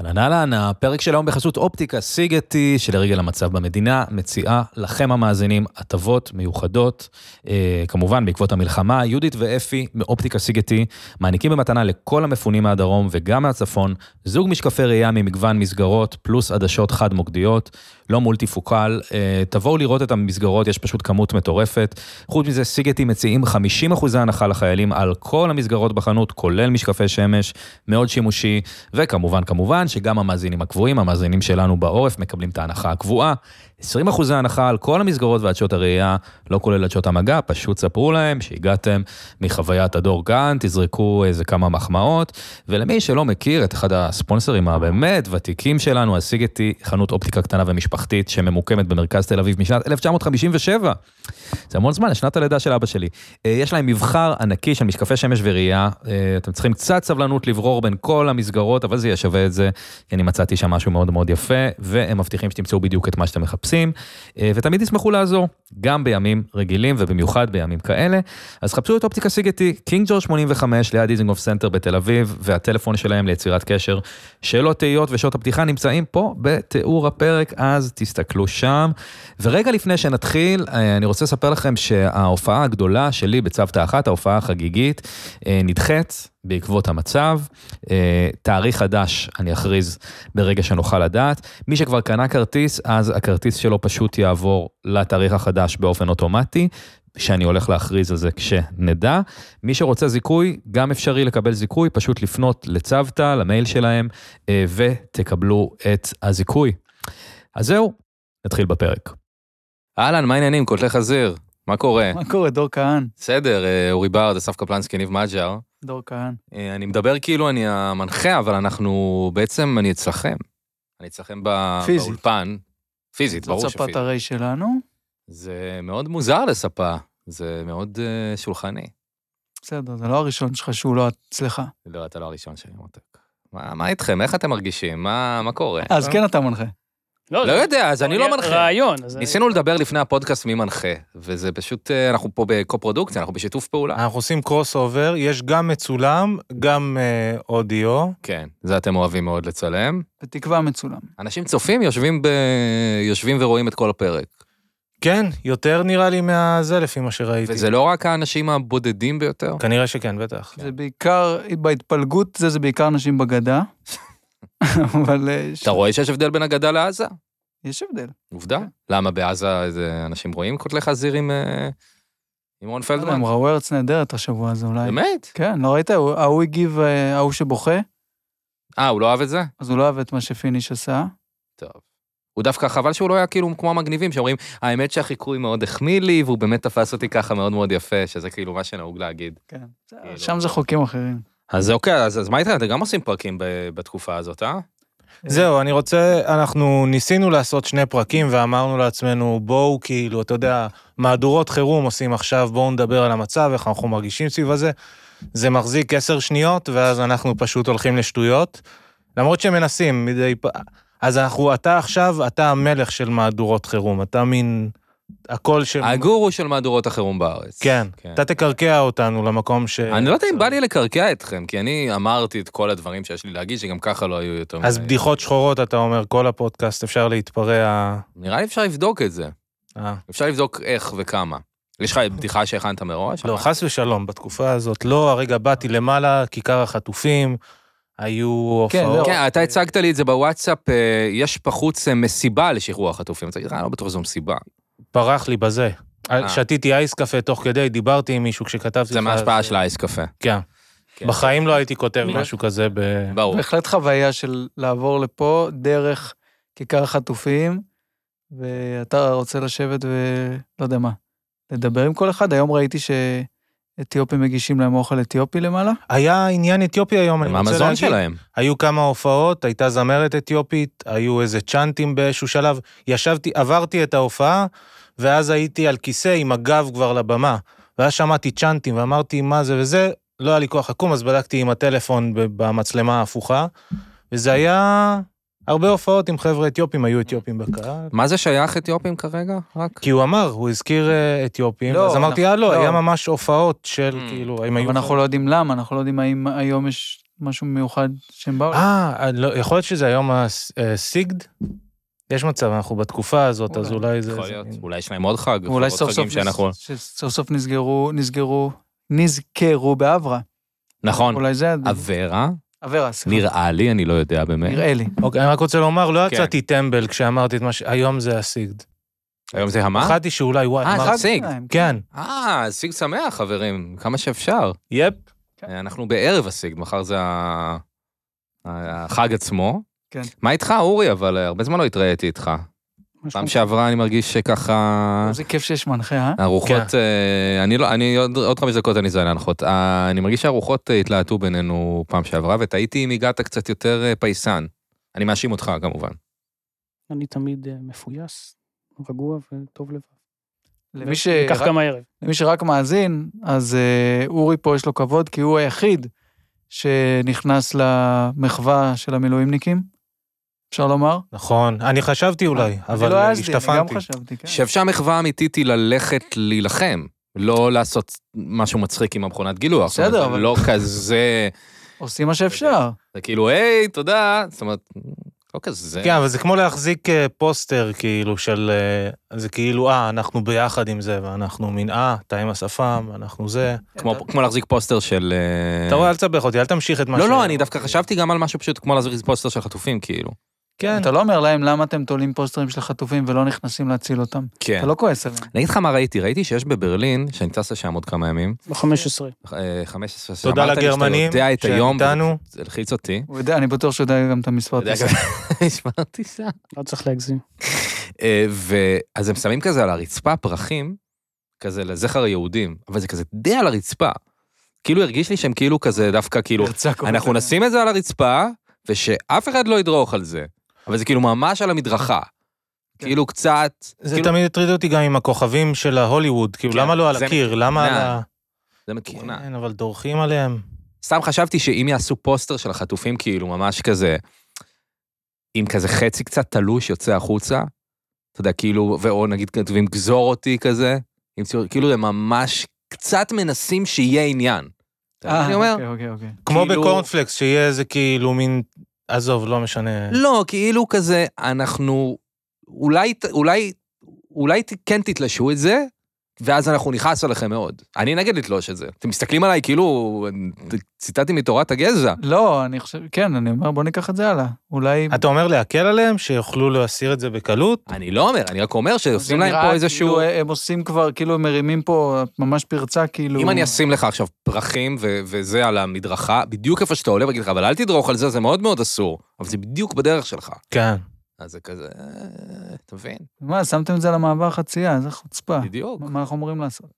אהלן אהלן, הפרק של היום בחסות אופטיקה סיגטי, שלרגל המצב במדינה, מציעה לכם המאזינים הטבות מיוחדות. אה, כמובן, בעקבות המלחמה, יהודית ואפי מאופטיקה סיגטי מעניקים במתנה לכל המפונים מהדרום וגם מהצפון זוג משקפי ראייה ממגוון מסגרות, פלוס עדשות חד-מוקדיות, לא מולטיפוקל. אה, תבואו לראות את המסגרות, יש פשוט כמות מטורפת. חוץ מזה, סיגטי מציעים 50% הנחה לחיילים על כל המסגרות בחנות, כולל משקפי שמש, מאוד שימושי, וכמובן, כמובן, שגם המאזינים הקבועים, המאזינים שלנו בעורף, מקבלים את ההנחה הקבועה. 20 אחוזי הנחה על כל המסגרות ועד שעות הראייה, לא כולל עד שעות המגע, פשוט ספרו להם שהגעתם מחוויית הדור כאן, תזרקו איזה כמה מחמאות. ולמי שלא מכיר את אחד הספונסרים הבאמת ותיקים שלנו, הסיגטי, חנות אופטיקה קטנה ומשפחתית שממוקמת במרכז תל אביב משנת 1957. זה המון זמן, שנת הלידה של אבא שלי. אה, יש להם מבחר ענקי של משקפי שמש וראייה, אה, אתם צריכים קצת סבלנות לברור בין כל המסגרות, אבל זה יהיה שווה את זה, כי אני מצאתי שם משהו מאוד מאוד יפה, והם מבטיחים שתמצאו בדיוק את מה שאתם מחפשים, אה, ותמיד ישמחו לעזור, גם בימים רגילים ובמיוחד בימים כאלה. אז חפשו את אופטיקה סיגטי, קינג ג'ורג' 85 ליד איזינגוף סנטר בתל אביב, והטלפון שלהם ליצירת קשר. שאלות, תהיות ושעות הפתיחה נמצאים פה בתיאור הפרק, אז תסתכלו שם. ורגע לפני שנתחיל, אה, אני רוצה לספר לכם שההופעה הגדולה שלי בצוותא אחת, ההופעה החגיגית, אה, נדחית בעקבות המצב. אה, תאריך חדש אני אכריז ברגע שנוכל לדעת. מי שכבר קנה כרטיס, אז הכרטיס שלו פשוט יעבור לתאריך החדש באופן אוטומטי. שאני הולך להכריז על זה כשנדע. מי שרוצה זיכוי, גם אפשרי לקבל זיכוי, פשוט לפנות לצוותא, למייל שלהם, אה, ותקבלו את הזיכוי. אז זהו, נתחיל בפרק. אהלן, מה העניינים? קוטלי חזיר, מה קורה? מה קורה, דור כהן? בסדר, אה, אורי ברד, אסף קפלנסקי, ניב מג'אר. דור כהן. אה, אני מדבר כאילו אני המנחה, אבל אנחנו, בעצם אני אצלכם. אני אצלכם ב... פיזית. באולפן. פיזית, ברור זאת ספת שפיזית. הרי שלנו, זה מאוד מוזר לספה, זה מאוד אה, שולחני. בסדר, זה לא הראשון שלך שהוא לא אצלך. לא, אתה לא הראשון שלי, מותק. מה, מה איתכם? איך אתם מרגישים? מה, מה קורה? אז כן אתה מנחה. לא יודע, אז אני לא מנחה. רעיון. אז ניסינו לדבר לפני הפודקאסט מי מנחה, וזה פשוט, אה, אנחנו פה בקו-פרודוקציה, אנחנו בשיתוף פעולה. אנחנו עושים קרוס אובר, יש גם מצולם, גם אה, אודיו. כן, זה אתם אוהבים מאוד לצלם. בתקווה מצולם. אנשים צופים, יושבים, ב... יושבים ורואים את כל הפרק. כן, יותר נראה לי מהזה לפי מה שראיתי. וזה לא רק האנשים הבודדים ביותר. כנראה שכן, בטח. זה בעיקר, בהתפלגות זה, זה בעיקר נשים בגדה. אבל אה, ש- אתה רואה שיש הבדל בין הגדה לעזה? יש הבדל. עובדה. למה בעזה איזה אנשים רואים קוטלי חזיר עם, אה, עם רון פלדמן? הם ראו לא ארץ נהדרת השבוע הזה אולי. באמת? כן, לא ראית? ההוא- ההוא הגיב, אה, ההוא שבוכה, אה, הוא לא אהב את זה? אז הוא לא אהב את מה שפיניש עשה. טוב. הוא דווקא, חבל שהוא לא היה כאילו כמו המגניבים שאומרים, האמת שהחיקוי מאוד החמיא לי, והוא באמת תפס אותי ככה מאוד מאוד יפה, שזה כאילו מה שנהוג להגיד. כן. בסדר, כאילו. שם זה חוקים אחרים. אז אוקיי, אז, אז מה איתכם? אתם גם עושים פרקים ב- בתקופה הזאת, אה? זהו, אני רוצה, אנחנו ניסינו לעשות שני פרקים ואמרנו לעצמנו, בואו כאילו, אתה יודע, מהדורות חירום עושים עכשיו, בואו נדבר על המצב, איך אנחנו מרגישים סביב הזה. זה מחזיק עשר שניות, ואז אנחנו פשוט הולכים לשטויות. למרות שמנסים מדי פ... אז אנחנו, אתה עכשיו, אתה המלך של מהדורות חירום, אתה מין, הכל כן. ש... הגורו של מהדורות החירום בארץ. כן, אתה תקרקע אותנו למקום ש... אני לא יודע אם בא לי לקרקע אתכם, כי אני אמרתי את כל הדברים שיש לי להגיד, שגם ככה לא היו יותר אז מדי. בדיחות שחורות, אתה אומר, כל הפודקאסט אפשר להתפרע. נראה לי אפשר לבדוק את זה. אה, אפשר לבדוק איך וכמה. יש לך בדיחה שהכנת מראש? לא, חס ושלום, בתקופה הזאת לא, הרגע באתי למעלה, כיכר החטופים, היו כן, הופעות. זהו. כן, אתה הצגת לי את זה בוואטסאפ, אה, יש בחוץ אה, מסיבה לשחרור החטופים. אז תגיד, אני לא בטוח שזו מסיבה. ברח לי בזה. אה. שתיתי אייס קפה תוך כדי, דיברתי עם מישהו כשכתבתי זה לך, מההשפעה אז- של האייס קפה. כן. כן. בחיים לא הייתי כותב מי- משהו כזה ב... ברור. בהחלט חוויה של לעבור לפה דרך כיכר החטופים, ואתה רוצה לשבת ולא יודע מה, לדבר עם כל אחד. היום ראיתי שאתיופים מגישים להם אוכל אתיופי למעלה. היה עניין אתיופי היום, אני עם רוצה להגיד. המזון שלהם. היו כמה הופעות, הייתה זמרת אתיופית, היו איזה צ'אנטים באיזשהו שלב. ישבתי, עברתי את ההופעה, ואז הייתי על כיסא עם הגב כבר לבמה. ואז שמעתי צ'אנטים ואמרתי, מה זה וזה, לא היה לי כוח לקום, אז בדקתי עם הטלפון ב- במצלמה ההפוכה, וזה היה... הרבה הופעות עם חבר'ה אתיופים, היו אתיופים בקהל. מה זה שייך אתיופים כרגע? רק? כי הוא אמר, הוא הזכיר אה, אתיופים, לא, אז אמרתי, אנחנו- אה, לא, לא. היה ממש הופעות של, Mm. כאילו, הם היו... אבל אנחנו לא יודעים למה, אנחנו לא יודעים האם היום יש משהו מיוחד שהם באו? אה, אני לא- יכול להיות שזה היום הסיגד? יש מצב, אנחנו בתקופה הזאת, אז אולי. אולי זה... יכול זה- להיות. אולי יש להם עוד חג. ואולי לפחות סוף סוף, חגים שאנחנו... נס- שסוף סוף נסגרו, נסגרו, נזכרו באברה. נכון. אולי זה אברה, אברה, סליחה. נראה לי, אני לא יודע באמת. נראה לי. אוקיי, אני רק רוצה לומר, לא כן. יצאתי טמבל כשאמרתי את מה ש... היום זה הסיגד. היום זה המה? פחדתי שאולי, וואי, אה, אמרתי- זה הציג. שלהם. כן. אה, אז סיג שמח, חברים, כמה שאפשר. אה, יפ. כן. אנחנו בערב הסיג, מחר זה ה- החג עצמו. כן. מה איתך, אורי? אבל אה, הרבה זמן לא התראיתי איתך. משהו- פעם שעברה אני מרגיש שככה... איזה כן. כיף שיש מנחה, אה? הרוחות, אה, אני לא, אני עוד, עוד חמש דקות אני זוען להנחות. אה, אני מרגיש שהרוחות אה, התלהטו בינינו פעם שעברה, ותהיתי אם הגעת קצת יותר אה, פייסן. אני מאשים אותך כן. כמובן. אני תמיד אה, מפויס, רגוע וטוב לבב. למי ש- וכך רק- גם הערב. למי שרק מאזין, אז אה, אורי פה יש לו כבוד, כי הוא היחיד שנכנס למחווה של המילואימניקים, אפשר לומר. נכון, אני חשבתי אולי, אבל אני לא אה, העזתי, אני גם השתפנתי. חשבתי, כן. שאפשר מחווה אמיתית היא ללכת להילחם, לא לעשות משהו מצחיק עם המכונת גילוח. זאת אומרת, בסדר, זה אבל- לא כזה, עושים מה שאפשר. זה כאילו, היי, תודה. זאת אומרת, לא כזה. כן, אבל זה כמו להחזיק אה, פוסטר, כאילו, של... אה, זה כאילו, אה, אנחנו ביחד עם זה, ואנחנו מין, אה, אתה עם השפם, אנחנו זה. כמו, כמו להחזיק פוסטר של... אה, אתה רואה, אל תסבך אותי, אל תמשיך את מה לא, ש- לא, אני דווקא חשבתי גם על משהו פשוט כמו להחזיק פוסטר של חטופים, כאילו. כן. אתה לא אומר להם למה אתם תולים פוסטרים של חטופים ולא נכנסים להציל אותם. כן. אתה לא כועס עליהם. אני אגיד לך מה ראיתי, ראיתי שיש בברלין, שאני טס לשם עוד כמה ימים, ב-15. אה, 15 שנה. תודה לגרמנים, לא, שאתה יודע את היום, שאיתנו. זה הלחיץ אותי. הוא יודע, אני בטוח שהוא יודע גם את המספר. אתה יודע תשע. כמה- נשמע טיסה. לא צריך להגזים. אה, ואז הם שמים כזה על הרצפה פרחים, כזה לזכר היהודים, אבל זה כזה די על הרצפה. כאילו הרגיש לי שהם כאילו כזה דווקא כאילו, נרצה כל אנחנו הזמן. נשים את זה על הרצפה, ושאף אחד לא ידרוך על זה. אבל זה כאילו ממש על המדרכה. כן. כאילו קצת, זה כאילו- תמיד הטריד אותי גם עם הכוכבים של ההוליווד, כאילו, כן, למה לא על זה הקיר? למה על ה... זה מתוכנן. כן, אבל דורכים עליהם. סתם חשבתי שאם יעשו פוסטר של החטופים, כאילו, ממש כזה, עם כזה חצי קצת תלוש יוצא החוצה, אתה יודע, כאילו, ואו נגיד כתובים גזור אותי כזה, עם ציור, כאילו, הם ממש קצת מנסים שיהיה עניין. אתה מבין מה אה, אני אומר, אוקיי, אוקיי, אוקיי. כמו כאילו- בקורנפלקס, שיהיה איזה כאילו מין... עזוב, לא משנה. לא, כאילו כזה, אנחנו, אולי, ת- אולי, אולי ת- כן תתלשו את זה, ואז אנחנו נכעס עליכם מאוד. אני נגד לתלוש את זה. אתם מסתכלים עליי כאילו, ציטטתי מתורת הגזע. לא, אני חושב, כן, אני אומר, בוא ניקח את זה הלאה. אולי... אתה אומר להקל עליהם, שיוכלו להסיר את זה בקלות? אני לא אומר, אני רק אומר שעושים זה להם נראה פה איזשהו... כאילו הם עושים כבר, כאילו הם מרימים פה ממש פרצה, כאילו... אם אני אשים לך עכשיו פרחים ו- וזה על המדרכה, בדיוק איפה שאתה עולה, ואגיד לך, אבל אל תדרוך על זה, זה מאוד מאוד אסור. אבל זה בדיוק בדרך שלך. כן. אז זה כזה, אה, אתה מבין? מה, שמתם את זה על המעבר חצייה, איזה חוצפה. בדיוק. מה מה אנחנו אמורים לעשות?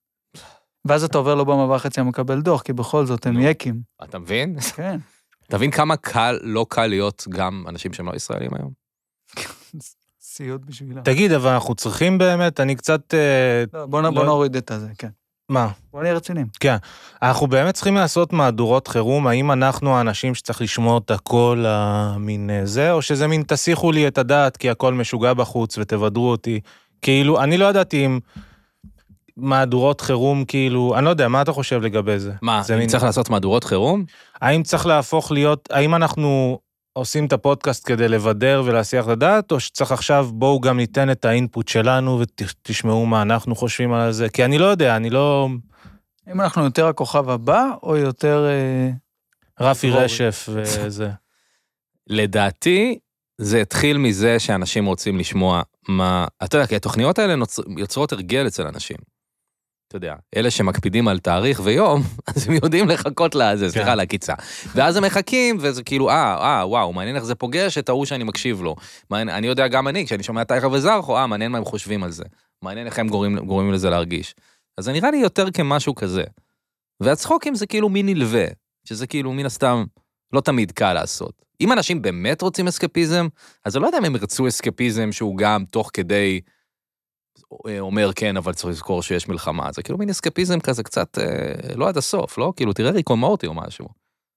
ואז אתה עובר לא במעבר חצייה, מקבל דוח, כי בכל זאת הם נו. יקים. אתה מבין? כן. אתה מבין כמה קל, לא קל להיות גם אנשים שהם לא ישראלים היום? סיוט בשבילם. תגיד, אבל אנחנו צריכים באמת, אני קצת... אה, לא, בוא נ- בוא לא- נוריד את הזה, כן. מה? בוא נהיה רציניים. אנחנו באמת צריכים לעשות מהדורות חירום, האם אנחנו האנשים שצריך לשמוע את הכל המין אה, זה, או שזה מין תסיחו לי את הדעת כי הכל משוגע בחוץ ותבדרו אותי. כאילו, אני לא ידעתי אם מהדורות חירום, כאילו, אני לא יודע, מה אתה חושב לגבי זה? מה, זה אני מין- צריך לעשות מהדורות חירום? האם צריך להפוך להיות, האם אנחנו עושים את הפודקאסט כדי לבדר ולהסיח את הדעת, או שצריך עכשיו, בואו גם ניתן את האינפוט שלנו ותשמעו מה אנחנו חושבים על זה? כי אני לא יודע, אני לא אם אנחנו יותר הכוכב הבא, או יותר... אה, רפי דרורי. רשף וזה. לדעתי, זה התחיל מזה שאנשים רוצים לשמוע מה... אתה יודע, כי התוכניות האלה נוצ... יוצרות הרגל אצל אנשים. אתה יודע, אלה שמקפידים על תאריך ויום, אז הם יודעים לחכות לזה, כן. סליחה, לעקיצה. ואז הם מחכים, וזה כאילו, אה, אה, וואו, מעניין איך זה פוגש את ההוא שאני מקשיב לו. מעניין, אני יודע גם אני, כשאני שומע טייכר וזרחו, אה, מעניין מה הם חושבים על זה. מעניין איך הם גורמים, גורמים לזה להרגיש. אז זה נראה לי יותר כמשהו כזה. והצחוקים זה כאילו מין נלווה, שזה כאילו מן הסתם לא תמיד קל לעשות. אם אנשים באמת רוצים אסקפיזם, אז אני לא יודע אם הם ירצו אסקפיזם שהוא גם תוך כדי אה, אומר כן, אבל צריך לזכור שיש מלחמה. זה כאילו מין אסקפיזם כזה קצת אה, לא עד הסוף, לא? כאילו, תראה ריקו מורטי או משהו.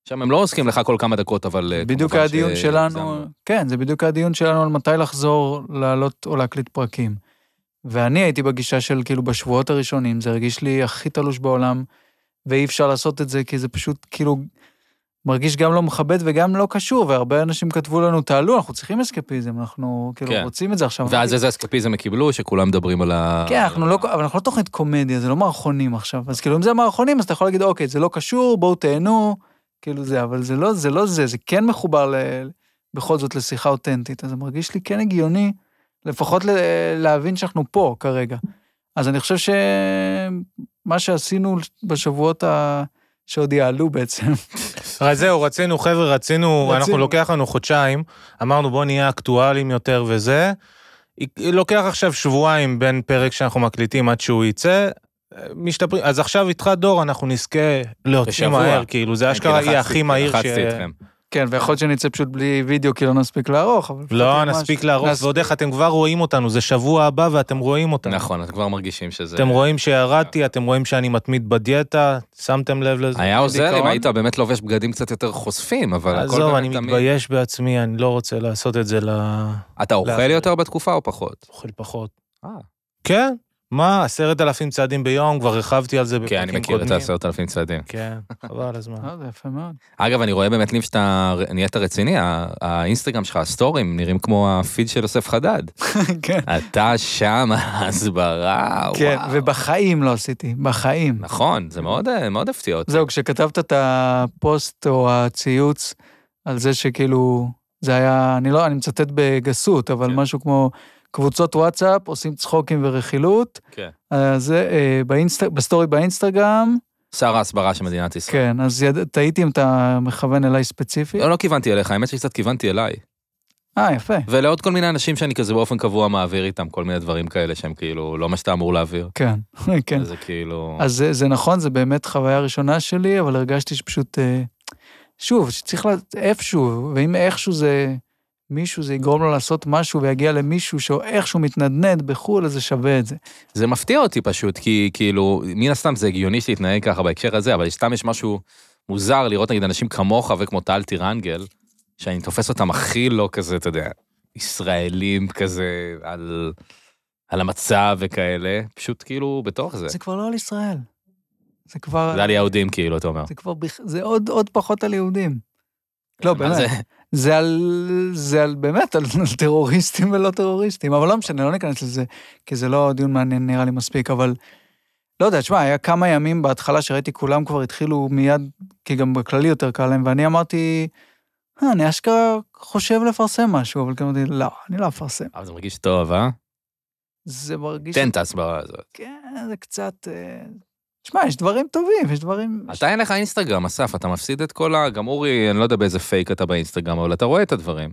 שם הם לא עוסקים לך כל כמה דקות, אבל... אה, בדיוק כמובן הדיון ש- שלנו, הגזמנו. כן, זה בדיוק הדיון שלנו על מתי לחזור, לעלות או להקליט פרקים. ואני הייתי בגישה של, כאילו, בשבועות הראשונים, זה הרגיש לי הכי תלוש בעולם, ואי אפשר לעשות את זה, כי זה פשוט, כאילו, מרגיש גם לא מכבד וגם לא קשור, והרבה אנשים כתבו לנו, תעלו, אנחנו צריכים אסקפיזם, אנחנו כאילו כן. רוצים את זה עכשיו. ואז איזה אסקפיזם הם קיבלו, שכולם מדברים על ה... אה. כן, אנחנו לא, אבל אנחנו לא תוכנית קומדיה, זה לא מערכונים עכשיו. אז כאילו, אם זה מערכונים, אז אתה יכול להגיד, אוקיי, זה לא קשור, בואו תהנו, כאילו זה, אבל זה לא זה, לא זה, זה כן מחובר ל, בכל זאת לשיחה אותנטית. אז זה מרגיש לי כן הגיוני, לפחות ל, להבין שאנחנו פה כרגע. אז אני חושב שמה שעשינו בשבועות ה... שעוד יעלו בעצם. אבל זהו, רצינו, חבר'ה, רצינו, אנחנו לוקח לנו חודשיים, אמרנו בוא נהיה אקטואליים יותר וזה. לוקח עכשיו שבועיים בין פרק שאנחנו מקליטים עד שהוא יצא. משתפרים, אז עכשיו איתך דור, אנחנו נזכה להוציא בשבוע. מהר, כאילו, זה כן, אשכרה כי יהיה לחצתי- הכי מהיר ש... לחצתי אתכם. כן, ויכול להיות שנצא פשוט בלי וידאו, כי לא נספיק לערוך, אבל... לא, לפחות נספיק משהו. לערוך, נס- ועוד איך אתם כבר רואים אותנו, זה שבוע הבא ואתם רואים אותנו. נכון, אתם כבר מרגישים שזה... אתם רואים שירדתי, אתם רואים שאני מתמיד בדיאטה, שמתם לב לזה? היה עוזר אם דיכאון? היית באמת לובש בגדים קצת יותר חושפים, אבל הכל עזוב, באמת אני תמיד. מתבייש בעצמי, אני לא רוצה לעשות את זה ל... אתה אוכל לאחרים. יותר בתקופה או פחות? אוכל פחות. אה. כן, מה, עשרת אלפים צעדים ביום, כבר הרחבתי על זה בפרקים כן, אני קודמים. מכיר את העשרת אלפים צעדים. כן, חבל הזמן. אה, זה יפה מאוד. אגב, אני רואה באמת, ליב, שאתה ר- נהיית רציני, ה- האינסטגרם שלך, הסטורים, נראים כמו הפיד של יוסף חדד. כן. אתה שם, הסברה, כן, וואו. ובחיים לא עשיתי, בחיים. נכון, זה מאוד אה, מאוד הפתיע אותי. זהו, כשכתבת את הפוסט או הציוץ על זה שכאילו, זה היה, אני לא, אני מצטט בגסות, אבל כן. משהו כמו קבוצות וואטסאפ, עושים צחוקים ורכילות. כן. אז זה אה, באינסט- בסטורי באינסטגרם, שר ההסברה של מדינת ישראל. כן, אז יד- תהיתי אם אתה מכוון אליי כן. ספציפית. לא, לא כיוונתי אליך, האמת שקצת כיוונתי אליי. אה, יפה. ולעוד כל מיני אנשים שאני כזה באופן קבוע מעביר איתם כל מיני דברים כאלה שהם כאילו לא מה שאתה אמור להעביר. כן, כן. זה כאילו... אז זה, זה נכון, זה באמת חוויה ראשונה שלי, אבל הרגשתי שפשוט, אה, שוב, שצריך לה, איפשהו, ואם איכשהו זה, מישהו, זה יגרום לו לעשות משהו ויגיע למישהו שאיכשהו מתנדנד בחו"ל, אז זה שווה את זה. זה מפתיע אותי פשוט, כי כאילו, מן הסתם זה הגיוני שתתנהג ככה בהקשר הזה, אבל סתם יש משהו מוזר לראות נגיד אנשים כמוך וכמו טל טירנגל, שאני תופס אותם הכי לא כזה, אתה יודע, ישראלים כזה על, על המצב וכאלה, פשוט כאילו בתוך זה. זה כבר לא על ישראל. זה כבר, זה על יהודים כאילו, אתה אומר. זה כבר, בכ- זה עוד, עוד פחות על יהודים. לא, מה זה? באמת. זה על, זה על, באמת, על טרוריסטים ולא טרוריסטים, אבל לא משנה, לא ניכנס לזה, כי זה לא דיון מעניין נראה לי מספיק, אבל לא יודע, תשמע, היה כמה ימים בהתחלה שראיתי כולם כבר התחילו מיד, כי גם בכללי יותר קל להם, ואני אמרתי, "אה, אני אשכרה חושב לפרסם משהו, אבל כאילו, אמרתי, לא, אני לא אפרסם. אבל זה מרגיש טוב, אה? זה מרגיש, תן את ההסברה הזאת. כן, זה קצת... אה, תשמע, יש דברים טובים, יש דברים... אתה אין לך אינסטגרם, אסף, אתה מפסיד את כל ה... גם אורי, אני לא יודע באיזה פייק אתה באינסטגרם, אבל אתה רואה את הדברים.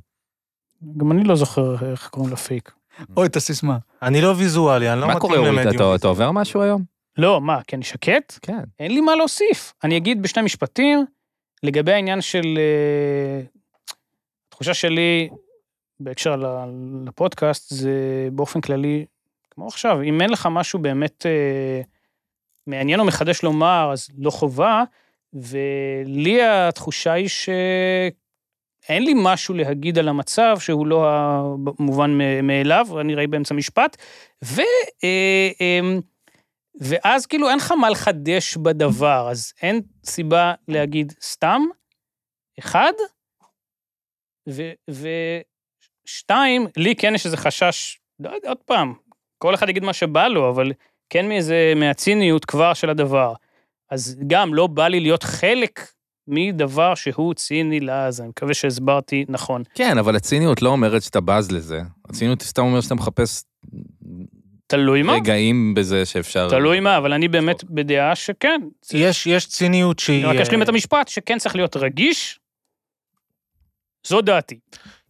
גם אני לא זוכר איך קוראים לו פייק. אוי, את הסיסמה. אני לא ויזואלי, אני לא מה מתאים קורה, למדיום. אורי? אתה- אתה עובר משהו היום? לא, מה, כי אני שקט? כן. אין לי מה להוסיף. אני אגיד בשני משפטים לגבי העניין של... אה, התחושה שלי בהקשר ל- לפודקאסט זה באופן כללי, כמו עכשיו, אם אין לך משהו באמת אה, מעניין או מחדש לומר, אז לא חובה, ולי התחושה היא שאין לי משהו להגיד על המצב שהוא לא המובן מ- מאליו, אני ראי באמצע משפט, ו... אה, אה, ואז כאילו אין לך מה לחדש בדבר, אז אין סיבה להגיד סתם, אחד, ו- ושתיים, לי כן יש איזה חשש, לא יודע, עוד פעם, כל אחד יגיד מה שבא לו, אבל כן מאיזה, מהציניות כבר של הדבר. אז גם לא בא לי להיות חלק מדבר שהוא ציני לעז, אני מקווה שהסברתי נכון. כן, אבל הציניות לא אומרת שאתה בז לזה. הציניות סתם אומרת שאתה מחפש תלוי מה, רגעים בזה שאפשר... תלוי מה, אבל אני באמת בדעה שכן. יש, יש ציניות שהיא... אני רק אשלים אה, את המשפט, שכן צריך להיות רגיש. זו דעתי.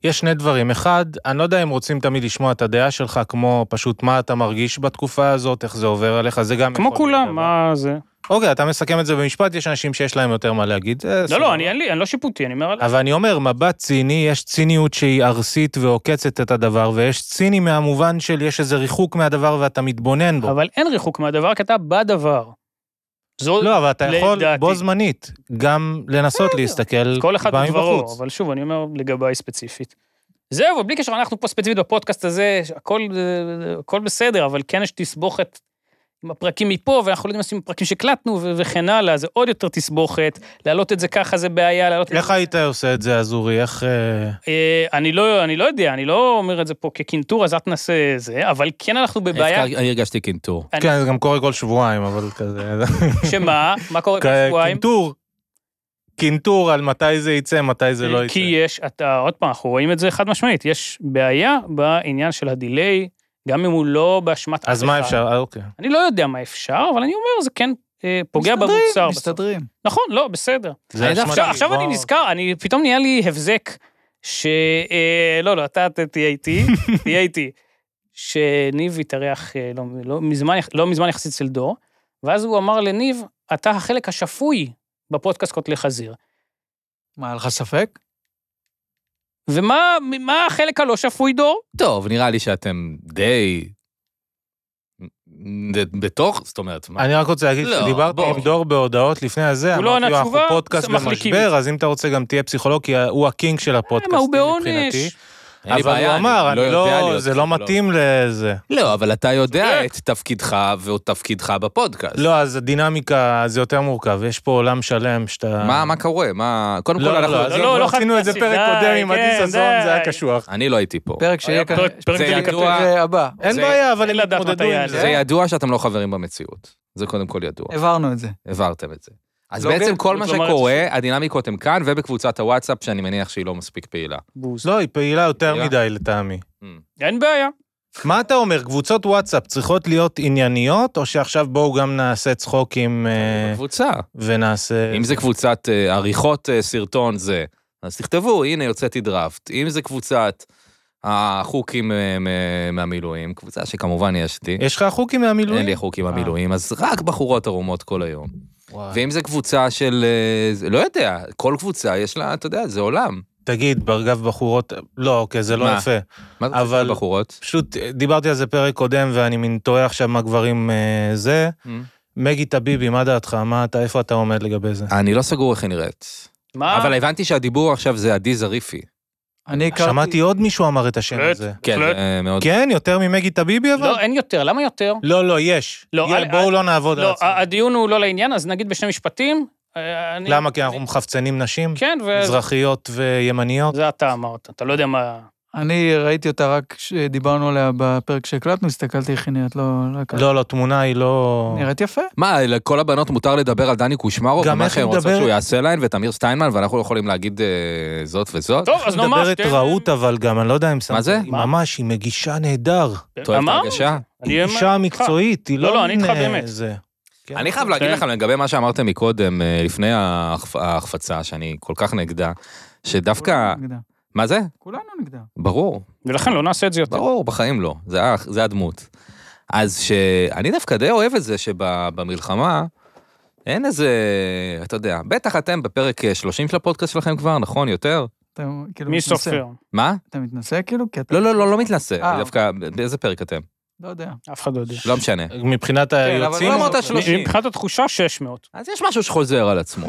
יש שני דברים. אחד, אני לא יודע אם רוצים תמיד לשמוע את הדעה שלך, כמו פשוט מה אתה מרגיש בתקופה הזאת, איך זה עובר עליך, נכון, זה גם... כמו יכול להיות כולם, אה. דבר. מה זה? אוקיי, אתה מסכם את זה במשפט, יש אנשים שיש להם יותר מה להגיד. זה לא, סבבה. אה, לא, אני אין לי, אני לא שיפוטי, אני אומר על... אבל אני אומר, מבט ציני, יש ציניות שהיא ארסית ועוקצת את הדבר, ויש ציני מהמובן של יש איזה ריחוק מהדבר ואתה מתבונן בו. אבל אין ריחוק מהדבר, כי אתה בדבר. זו... לא, אבל אתה יכול לדעתי. בו זמנית גם לנסות להסתכל כל אחד בה בדברו, מבחוץ. אבל שוב, אני אומר לגביי ספציפית. זהו, בלי קשר, אנחנו פה ספציפית בפודקאסט הזה, הכל, אה, הכל בסדר, אבל כן יש תסבוכת עם הפרקים מפה, ואנחנו לא יודעים מה עושים עם הפרקים שהקלטנו ו- וכן הלאה, זה עוד יותר תסבוכת, להעלות את זה ככה זה בעיה, להעלות את זה... איך היית עושה את זה, אז אורי? איך... אה, אה, אני לא, אני לא יודע, אני לא אומר את זה פה כקינטור, אז אל תנסה זה, אבל כן אנחנו בבעיה, אני הרגשתי קינטור. אני- אה, כן, זה גם קורה כל שבועיים, אבל כזה... שמה, מה קורה כ- בשבועיים? קינטור. קינטור על מתי זה יצא, מתי זה לא יצא. אה, כי יש, אתה, עוד פעם, אנחנו רואים את זה חד משמעית, יש בעיה בעניין של הדיליי, גם אם הוא לא באשמת אף אז מה אחד. אפשר? אה, אוקיי. אני לא יודע מה אפשר, אבל אני אומר, זה כן אה, פוגע מסתדרים, במוצר. בסוף. מסתדרים. נכון, לא, בסדר. זה אני דווקא- אשמת עכשיו, עכשיו הלקוח. אני נזכר, אני, פתאום נהיה לי הבזק, ש... אה, לא, לא, אתה ת- תהיה איתי, תהיה איתי. שניב התארח אה, לא, לא, מזמן, יח- לא מזמן יחסית אצל דור, ואז הוא אמר לניב, אתה החלק השפוי בפודקאסט קוטלי חזיר. מה, היה לך ספק? ומה מה החלק הלא שפוי, דור? טוב, נראה לי שאתם די... ד- בתוך, זאת אומרת, מה? אני רק רוצה להגיד לא, שדיברתי בוא. עם דור בהודעות לפני הזה, הוא לא אמרתי לו, ענה אנחנו תשובה, פודקאסט אז מחליקים במשבר, אז אם אתה רוצה גם תהיה פסיכולוג, כי הוא הקינג של מה, הפודקאסטים אה, הוא מבחינתי. בעונש. אין לי אבל בעיה, הוא אמר, אני לא אני יודע לא, להיות זה לא פסיכולוג. מתאים לזה. לא, אבל אתה צודק. יודע את תפקידך ותפקידך בפודקאסט. לא, אז הדינמיקה זה יותר מורכב, יש פה עולם שלם שאתה... מה מה קורה? מה... קודם כל, לא, לא, אנחנו... לא, לא, לא, עזוב, לא עשינו את זה חד-חד, פרק די, קודם עם כן, עדי סזון, זה היה די. קשוח. אני לא הייתי פה. פרק שיהיה היה כאן, פרק- פרק זה דליקטי. ידוע. זה אה, הבא. אין זה- בעיה, אבל אין הם לדעת מתי התמודדו עם היה זה. זה ידוע שאתם לא חברים במציאות. זה קודם כל ידוע. הבהרנו את זה. הבהרתם את זה. אז לא בעצם הוגן, כל מה כן, זאת אומרת שקורה, הדינמיקות הן כאן ובקבוצת הוואטסאפ, שאני מניח שהיא לא מספיק פעילה. בוז. לא, היא פעילה יותר פעילה. מדי לטעמי. אין בעיה. מה אתה אומר, קבוצות וואטסאפ צריכות להיות ענייניות, או שעכשיו בואו גם נעשה צחוקים אה, בקבוצה. ונעשה... אם זה קבוצת אה, עריכות אה, סרטון זה, אז תכתבו, הנה יוצאתי דראפט. אם זה קבוצת החוקים אה, מ- מהמילואים, קבוצה שכמובן יש לי, יש אה. לך חוקים מהמילואים? אין לי חוקים מהמילואים, אז רק בחורות ערומות כל היום. וואי. ואם זה קבוצה של, אה, זה- לא יודע, כל קבוצה יש לה, אתה יודע, זה עולם. תגיד, ברגב בחורות... לא, אוקיי, זה לא מה? יפה. מה זה קבוצה אבל- של בחורות? פשוט אה, דיברתי על זה פרק קודם, ואני מין תוהה עכשיו מה גברים אה, זה. Mm. מגי טביבי, מה דעתך? מה אתה, איפה אתה עומד לגבי זה? אני לא סגור איך היא נראית. אה. מה? אבל הבנתי שהדיבור עכשיו זה עדי זריפי. אני הכרתי... שמעתי עוד מישהו אמר את השם באמת? הזה. כן, בהחלט. אה, מאוד. כן, יותר ממגי טביבי אבל? לא, אין יותר, למה יותר? לא, לא, יש. לא, יהיה, אל- בואו אל- לא נעבוד על לא, עצמנו. הדיון הוא לא לעניין, אז נגיד בשני משפטים. אה, אני- למה? כי אנחנו מחפצנים נשים? כן, וזה מזרחיות וימניות? אתה אמרת, אתה לא יודע מה... אוקיי. אני ראיתי אותה רק כשדיברנו עליה בפרק שהקלטנו, הסתכלתי איך היא נראית, לא... לא כן. הכרתי. לא, לא, תמונה היא לא... נראית יפה. מה, לכל הבנות מותר לדבר על דני קושמרו, גם ומה איך שהן היא רוצות מדברת? שהוא יעשה להן, ואת אמיר סטיינמן, ואנחנו יכולים להגיד אה, זאת וזאת? טוב, אז כן. נאמר... מדברת שתי- רהוט, אבל גם, אני לא יודע אם שמת... זה? היא מה? ממש, היא מגישה נהדר. אתה אוהב את אמרנו, ההרגשה? כן. אני היא אישה איתך. מקצועית, היא לא, לא... לא, אני איתך מין, אה, באמת. זה. כן. אני חייב להגיד כן. לכם לגבי מה שאמרתם מקודם, אה, לפני ההחפ- ההחפצה, שאני כל כך נגדה, שדווקא... כולנו לא נגדה. מה זה? כולנו נגדה. ברור, ולכן לא נעשה את זה יותר. ברור, בחיים לא. זה ה- זה הדמות. אז שאני דווקא די אוהב את זה שבמלחמה, אין איזה, אתה יודע, בטח אתם בפרק אה, 30 של הפודקאסט שלכם כבר, נכון? יותר? אתה כאילו מי מתנשא. סופר? מה? אתה מתנשא כאילו? כי אתה... לא, לא, לא, לא מתנשא, אה. אני דווקא, באיזה פרק אתם? לא יודע. אף אחד לא יודע. לא משנה. מבחינת אבל היוצאים... לא אמרת 30. מבחינת התחושה 600. אז יש משהו שחוזר על עצמו.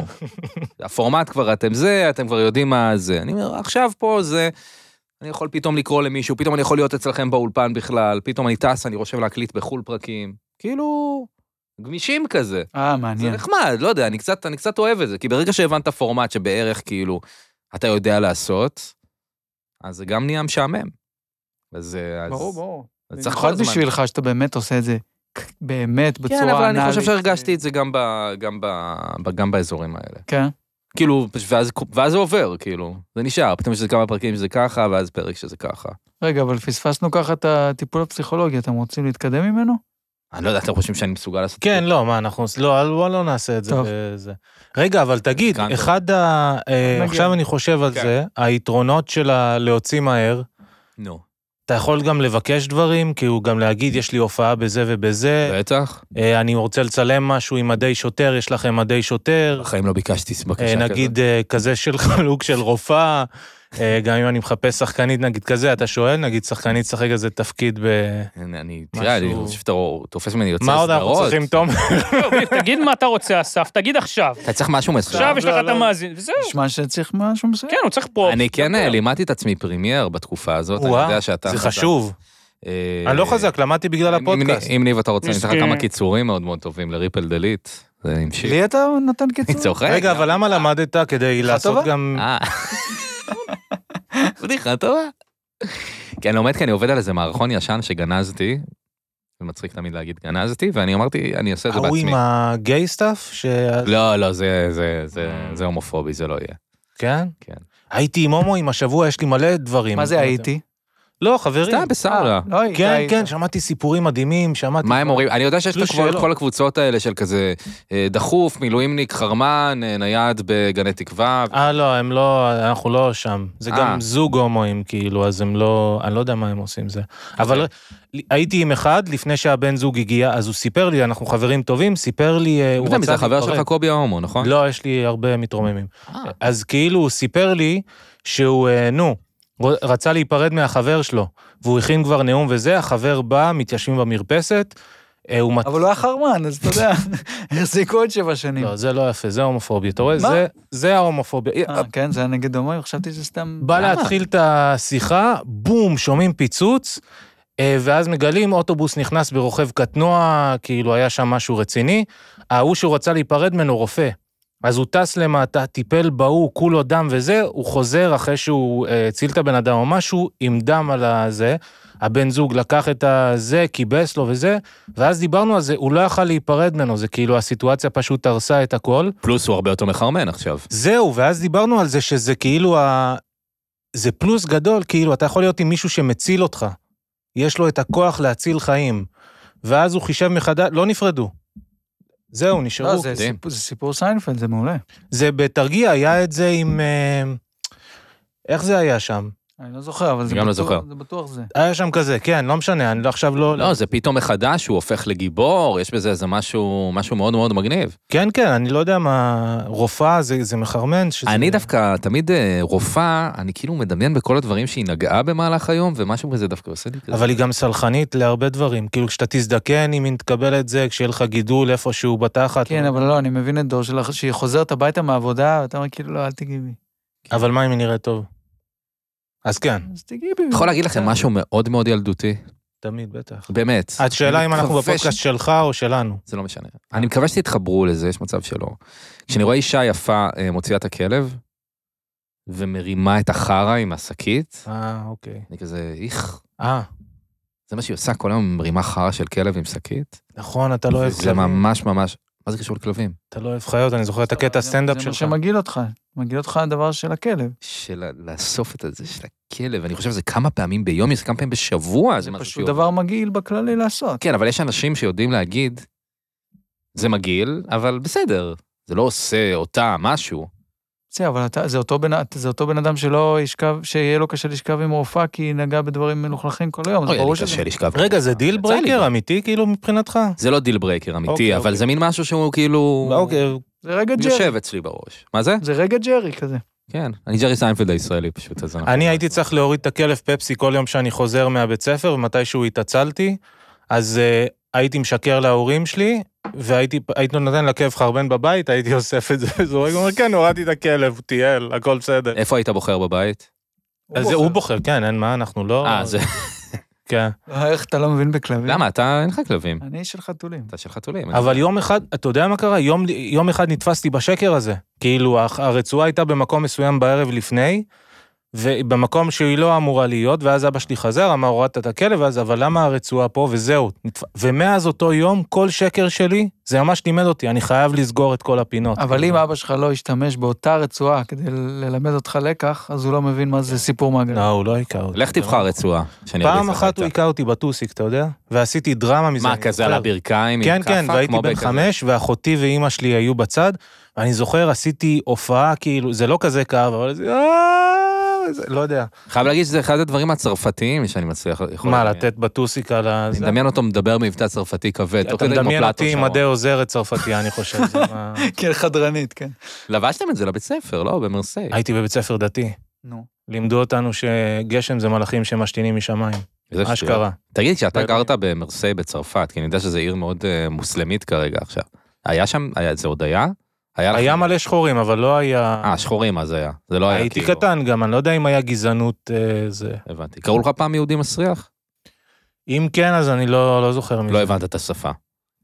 הפורמט כבר אתם זה, אתם כבר יודעים מה זה. אני אומר, עכשיו פה זה, אני יכול פתאום לקרוא למישהו, פתאום אני יכול להיות אצלכם באולפן בכלל, פתאום אני טס, אני רושם להקליט בחו"ל פרקים. כאילו, גמישים כזה. אה, זה מעניין. נחמד, לא יודע, אני קצת, אני קצת אוהב את זה, כי ברגע שהבנת פורמט שבערך כאילו אתה יודע לעשות, אז זה גם נהיה משעמם. אז... אה, אז- ברור, ברור. אז צריך כל במיוחד הזמן. בשבילך שאתה באמת עושה את זה כ- באמת בצורה כן, אנאלית. אבל אני חושב שהרגשתי את זה גם, ב, גם, ב, ב, גם באזורים האלה. כן. כאילו, ואז, ואז זה עובר, כאילו, זה נשאר, פתאום יש איזה כמה פרקים שזה ככה, ואז פרק שזה ככה. רגע, אבל פספסנו ככה את הטיפול הפסיכולוגי, אתם רוצים להתקדם ממנו? אני לא יודע, אתם חושבים שאני מסוגל לעשות כן, לא, מה, אנחנו... לא, אל- בוא לא נעשה את זה. טוב. בזה. רגע, אבל תגיד, כאן. אחד ה... אה, נגיע. עכשיו אני חושב על כן. זה, היתרונות של ה- להוציא מהר, נו. אתה יכול גם לבקש דברים, כאילו גם להגיד, יש לי הופעה בזה ובזה, בטח. אה, אני רוצה לצלם משהו עם מדי שוטר, יש לכם מדי שוטר, בחיים לא ביקשתי אה, בקשה כזאת. נגיד אה, כזה של חלוק של רופאה, אה, גם אם אני מחפש שחקנית, נגיד כזה, אתה שואל, נגיד שחקנית תשחק איזה תפקיד ב... אני- אני, תראה, אני משהו- חושב שאתה תופס ממני יוצא מה עוד אנחנו סדרות. צריכים, תומר? לא, בדיוק, תגיד מה אתה רוצה, אסף, תגיד עכשיו. אתה צריך משהו עכשיו מסוים. יש לך לא, את לא. המאזין, וזהו. נשמע שצריך משהו מסוים. כן, הוא צריך פרופט. אני כן יותר. לימדתי את עצמי פרימייר בתקופה הזאת, אני וואו, יודע שאתה... זה חזק. חשוב. אה, אני לא חזק, למדתי בגלל אם- אם- הפודקאסט. אם ניב אתה רוצה, אני אתן לך מסכים. כמה קיצורים מאוד מאוד טובים לריפל דליט. זה המשיך. לי אתה נותן קיצור? כן. צוחק. רגע, אבל למה למדת כדי לעשות טובה? גם... אה. בדיחה טובה. כי אני לומד כי אני עובד על איזה מערכון ישן שגנזתי. זה מצחיק תמיד להגיד גנזתי, ואני אמרתי, אני אעשה את זה ההוא בעצמי. עם הגיי סטאף? ש... לא, לא, זה- זה- זה- זה הומופובי, זה לא יהיה. כן? כן. הייתי עם הומואים השבוע, יש לי מלא דברים. מה זה הייתי? לא, חברים. סתם בסאולה. לא הייתי. כן, היית. כן, שמעתי סיפורים מדהימים, שמעתי... מה הם אומרים? אני יודע שיש את תלוש הכל- אה, שאלות. כל הקבוצות האלה של כזה אה, דחוף, מילואימניק, חרמן, אה, נייד בגני תקווה. אה, לא, הם לא, אנחנו לא שם. זה אה. גם זוג הומואים, כאילו, אז הם לא, אני לא יודע מה הם עושים עם זה. אוקיי. אבל הייתי עם אחד לפני שהבן זוג הגיע, אז הוא סיפר לי, אנחנו חברים טובים, סיפר לי, אה, הוא הוא רצה... זה החבר להיפרד. שלך קובי ההומו, נכון? לא, יש לי הרבה מתרוממים. אה, אז כאילו הוא סיפר לי שהוא, אה, נו, ר- רצה להיפרד מהחבר שלו, והוא הכין כבר נאום וזה, החבר בא, מתיישבים במרפסת, אה, הוא... מת- אבל הוא היה חרמן, אז אתה יודע, החזיקו עוד שבע שנים. אה, לא, זה לא יפה, זה הומופוביה, אתה רואה? מה? זה- זה ההומופוביה. אה, כן, זה היה נגד הומואים, חשבתי שזה סתם... בא למה? להתחיל את השיחה, בום, שומעים פיצוץ, אה, ואז מגלים אוטובוס נכנס ברוכב קטנוע, כאילו היה שם משהו רציני. ההוא שהוא רצה להיפרד ממנו רופא. אז הוא טס למטה, טיפל בהוא, כולו דם וזה, הוא חוזר אחרי שהוא אה, הציל את הבן אדם או משהו, עם דם על הזה. הבן זוג לקח את הזה, כיבס לו וזה, ואז דיברנו על זה, הוא לא יכל להיפרד ממנו, זה כאילו הסיטואציה פשוט הרסה את הכל. פלוס הוא הרבה יותר מחרמן עכשיו. זהו, ואז דיברנו על זה שזה כאילו ה... זה פלוס גדול, כאילו, אתה יכול להיות עם מישהו שמציל אותך. יש לו את הכוח להציל חיים. ואז הוא חישב מחדש, לא נפרדו. זהו, נשארו. לא, זה... זה מדהים. סיפור- זה סיפור סיינפלד, זה מעולה. זה בתרגיע, היה את זה עם... אה, איך זה היה שם? אני לא זוכר, אבל זה אני גם לא בטוח- זוכר. זה בטוח זה. היה שם כזה, כן, לא משנה, אני לא- עכשיו לא... לא, זה פתאום מחדש, הוא הופך לגיבור, יש בזה איזה משהו, משהו מאוד מאוד מגניב. כן, כן, אני לא יודע מה... רופאה זה, זה מחרמן? שזה... אני דווקא תמיד אה, רופאה, אני כאילו מדמיין בכל הדברים שהיא נגעה במהלך היום, ומשהו כזה דווקא עושה לי כזה. אבל היא גם סלחנית להרבה דברים. כאילו, כשאתה תזדקן, אם היא תקבל את זה, כשיהיה לך גידול איפשהו בתחת. כן, אבל לא, אני מבין את דור שלך, שהיא חוזרת הביתה מהעבודה, ואתה אומר, כאילו, לא, אל תיגעי בי. אבל מה אם היא נראית טוב? אז כן, אז תיגעי בי. אני יכול להגיד לכם משהו מאוד מאוד ילדותי, תמיד, בטח. באמת. השאלה אם אנחנו מתכבש- בפודקאסט שלך או שלנו. זה לא משנה. אני מקווה שתתחברו לזה, יש מצב שלא. כשאני רואה אישה יפה אה, מוציאה את הכלב, ומרימה את החרא עם השקית, אה, אוקיי. אני כזה, איך, אה, זה מה שהיא עושה כל היום, מרימה חרא של כלב עם שקית? נכון, אתה לא אוהב זה כלבים. ממש ממש, מה זה קשור לכלבים? אתה לא אוהב חיות, אני זוכר את הקטע הסטנדאפ שלך. זה מה שמגעיל אותך. מגעיל אותך הדבר של הכלב. של ה- לאסוף את הזה של הכלב, אני חושב שזה כמה פעמים ביום, זה כמה פעמים בשבוע, זה זה משהו פשוט שהוא- דבר מגעיל בכללי לעשות. כן, אבל יש אנשים שיודעים להגיד, זה מגעיל, אבל בסדר, זה לא עושה אותה משהו. זה, אבל אתה, זה, אותו בן, זה אותו בן אדם שלא ישכב, שיהיה לו קשה לשכב עם רופאה כי היא נגעה בדברים מלוכלכים כל היום, זה אוי, ברור אני שזה... קשה לשכב. רגע, זה דיל אה, יצא לי גם. ברייקר אמיתי, כאילו, מבחינתך? זה לא דיל ברייקר אוקיי, אמיתי, אבל אוקיי. זה מין משהו שהוא כאילו... אוקיי, זה רגע הוא ג'רי. יושב אצלי בראש. מה זה? זה רגע ג'רי כזה. כן. אני ג'רי סיינפלד הישראלי פשוט, אז אנחנו... אני הייתי צריך להוריד את הכלב פפסי כל יום שאני חוזר מהבית ספר, ומתישהו התעצלתי, אז אה, הייתי משקר להורים שלי, והייתי הייתי נותן לכלב חרבן בבית, הייתי אוסף את זה וזורק, הוא אומר, כן, הורדתי את הכלב, הוא טייל, הכל בסדר. איפה היית בוחר בבית? אז זה הוא בוחר, כן, אין מה, אנחנו לא... אה, זה... כן. איך אתה לא מבין בכלבים? למה? אתה, אין לך כלבים. אני של חתולים. אתה של חתולים. אבל יום אחד, אתה יודע מה קרה? יום, יום אחד נתפסתי בשקר הזה. כאילו, הח- הרצועה הייתה במקום מסוים בערב לפני, ובמקום שהיא לא אמורה להיות, ואז אבא שלי חזר, אמר, הורדת את הכלב, ואז, אבל למה הרצועה פה? וזהו. נתפ... ומאז אותו יום, כל שקר שלי, זה ממש לימד אותי, אני חייב לסגור את כל הפינות. אבל אם אבא שלך לא ישתמש באותה רצועה כדי ללמד אותך לקח, אז הוא לא מבין מה זה סיפור מעגל. לא, הוא לא היכה אותי. לך תבחר רצועה. שאני פעם ארגיש לך אחת הוא איתה. היכה אותי בטוסיק, אתה יודע? ועשיתי דרמה מזה. מה, אני כזה על זוכר. הברכיים? עם כן, כן, כאפה, והייתי כמו בן בכזה? חמש, ואחותי ואימא שלי היו בצד, ואני זוכר, עשיתי הופעה, כאילו, זה לא כזה כאב, אבל זה... "אה", זה- לא יודע. חייב להגיד שזה אחד הדברים הצרפתיים שאני מצליח... יכול מה, לדמיין. לתת בטוסיק על ה... אני זה? מדמיין אותו מדבר מבטא צרפתי כבד. תוך אתה כדי כמו מדמיין פלטו אותי עם שם. מדי עוזרת צרפתי, אני חושב. זה מה- כן, חדרנית, כן. לבשתם את זה לבית ספר, לא? במרסיי. הייתי בבית ספר דתי. נו. לימדו אותנו שגשם זה מלאכים שמשתינים משמיים. איזה שטויות. אשכרה. תגיד, כשאתה באירועים. גרת במרסיי בצרפת, כי אני יודע שזו עיר מאוד אה, מוסלמית כרגע עכשיו, היה שם, היה- זה עוד היה? היה היה לכם- מלא שחורים, אבל לא היה... אה, שחורים אז היה. זה לא היה הייתי כאילו- קטן גם, אני לא יודע אם היה גזענות אה, זה. הבנתי. קראו לך פעם יהודי מסריח? אם כן, אז אני לא, לא זוכר מזה. לא הבנת את השפה.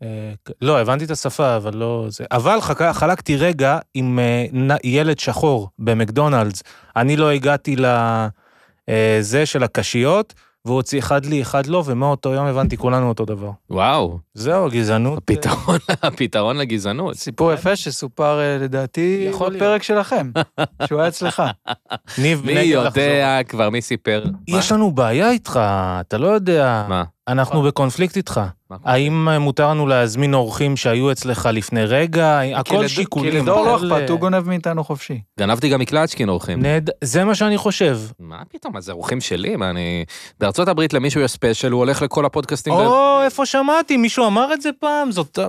אה, כ- לא, הבנתי את השפה, אבל לא זה. אבל חק... חלקתי רגע עם אה, נ- ילד שחור במקדונלדס. אני לא הגעתי לזה של הקשיות, והוא הוציא אחד לי, אחד לא, ומאותו יום הבנתי כולנו אותו דבר. וואו, זהו, גזענות. אה, הפתרון, הפתרון לגזענות. סיפור יפה שסופר אה, לדעתי יכול להיות. בפרק שלכם, שהוא היה אצלך. ניב מי בני לחזור. יודע כבר, מי סיפר? יש לנו בעיה איתך, אתה לא יודע. מה? אנחנו בקונפליקט איתך. מה? מה? האם אה, מותר לנו להזמין אורחים שהיו אצלך לפני רגע? כי הכל לד- שיקולים. כי לדור לא כאלה. אכפת, הוא גונב מאיתנו חופשי. גנבתי גם מקלצ'קין אורחים. נהד... זה מה שאני חושב. מה פתאום, אז זה אורחים שלי, מה אני... בארצות הברית למישהו יש ספיישל, הוא הולך לכל הפודקאסטים. ב- או, איפה שמעתי? מישהו אמר את זה פעם? זאת...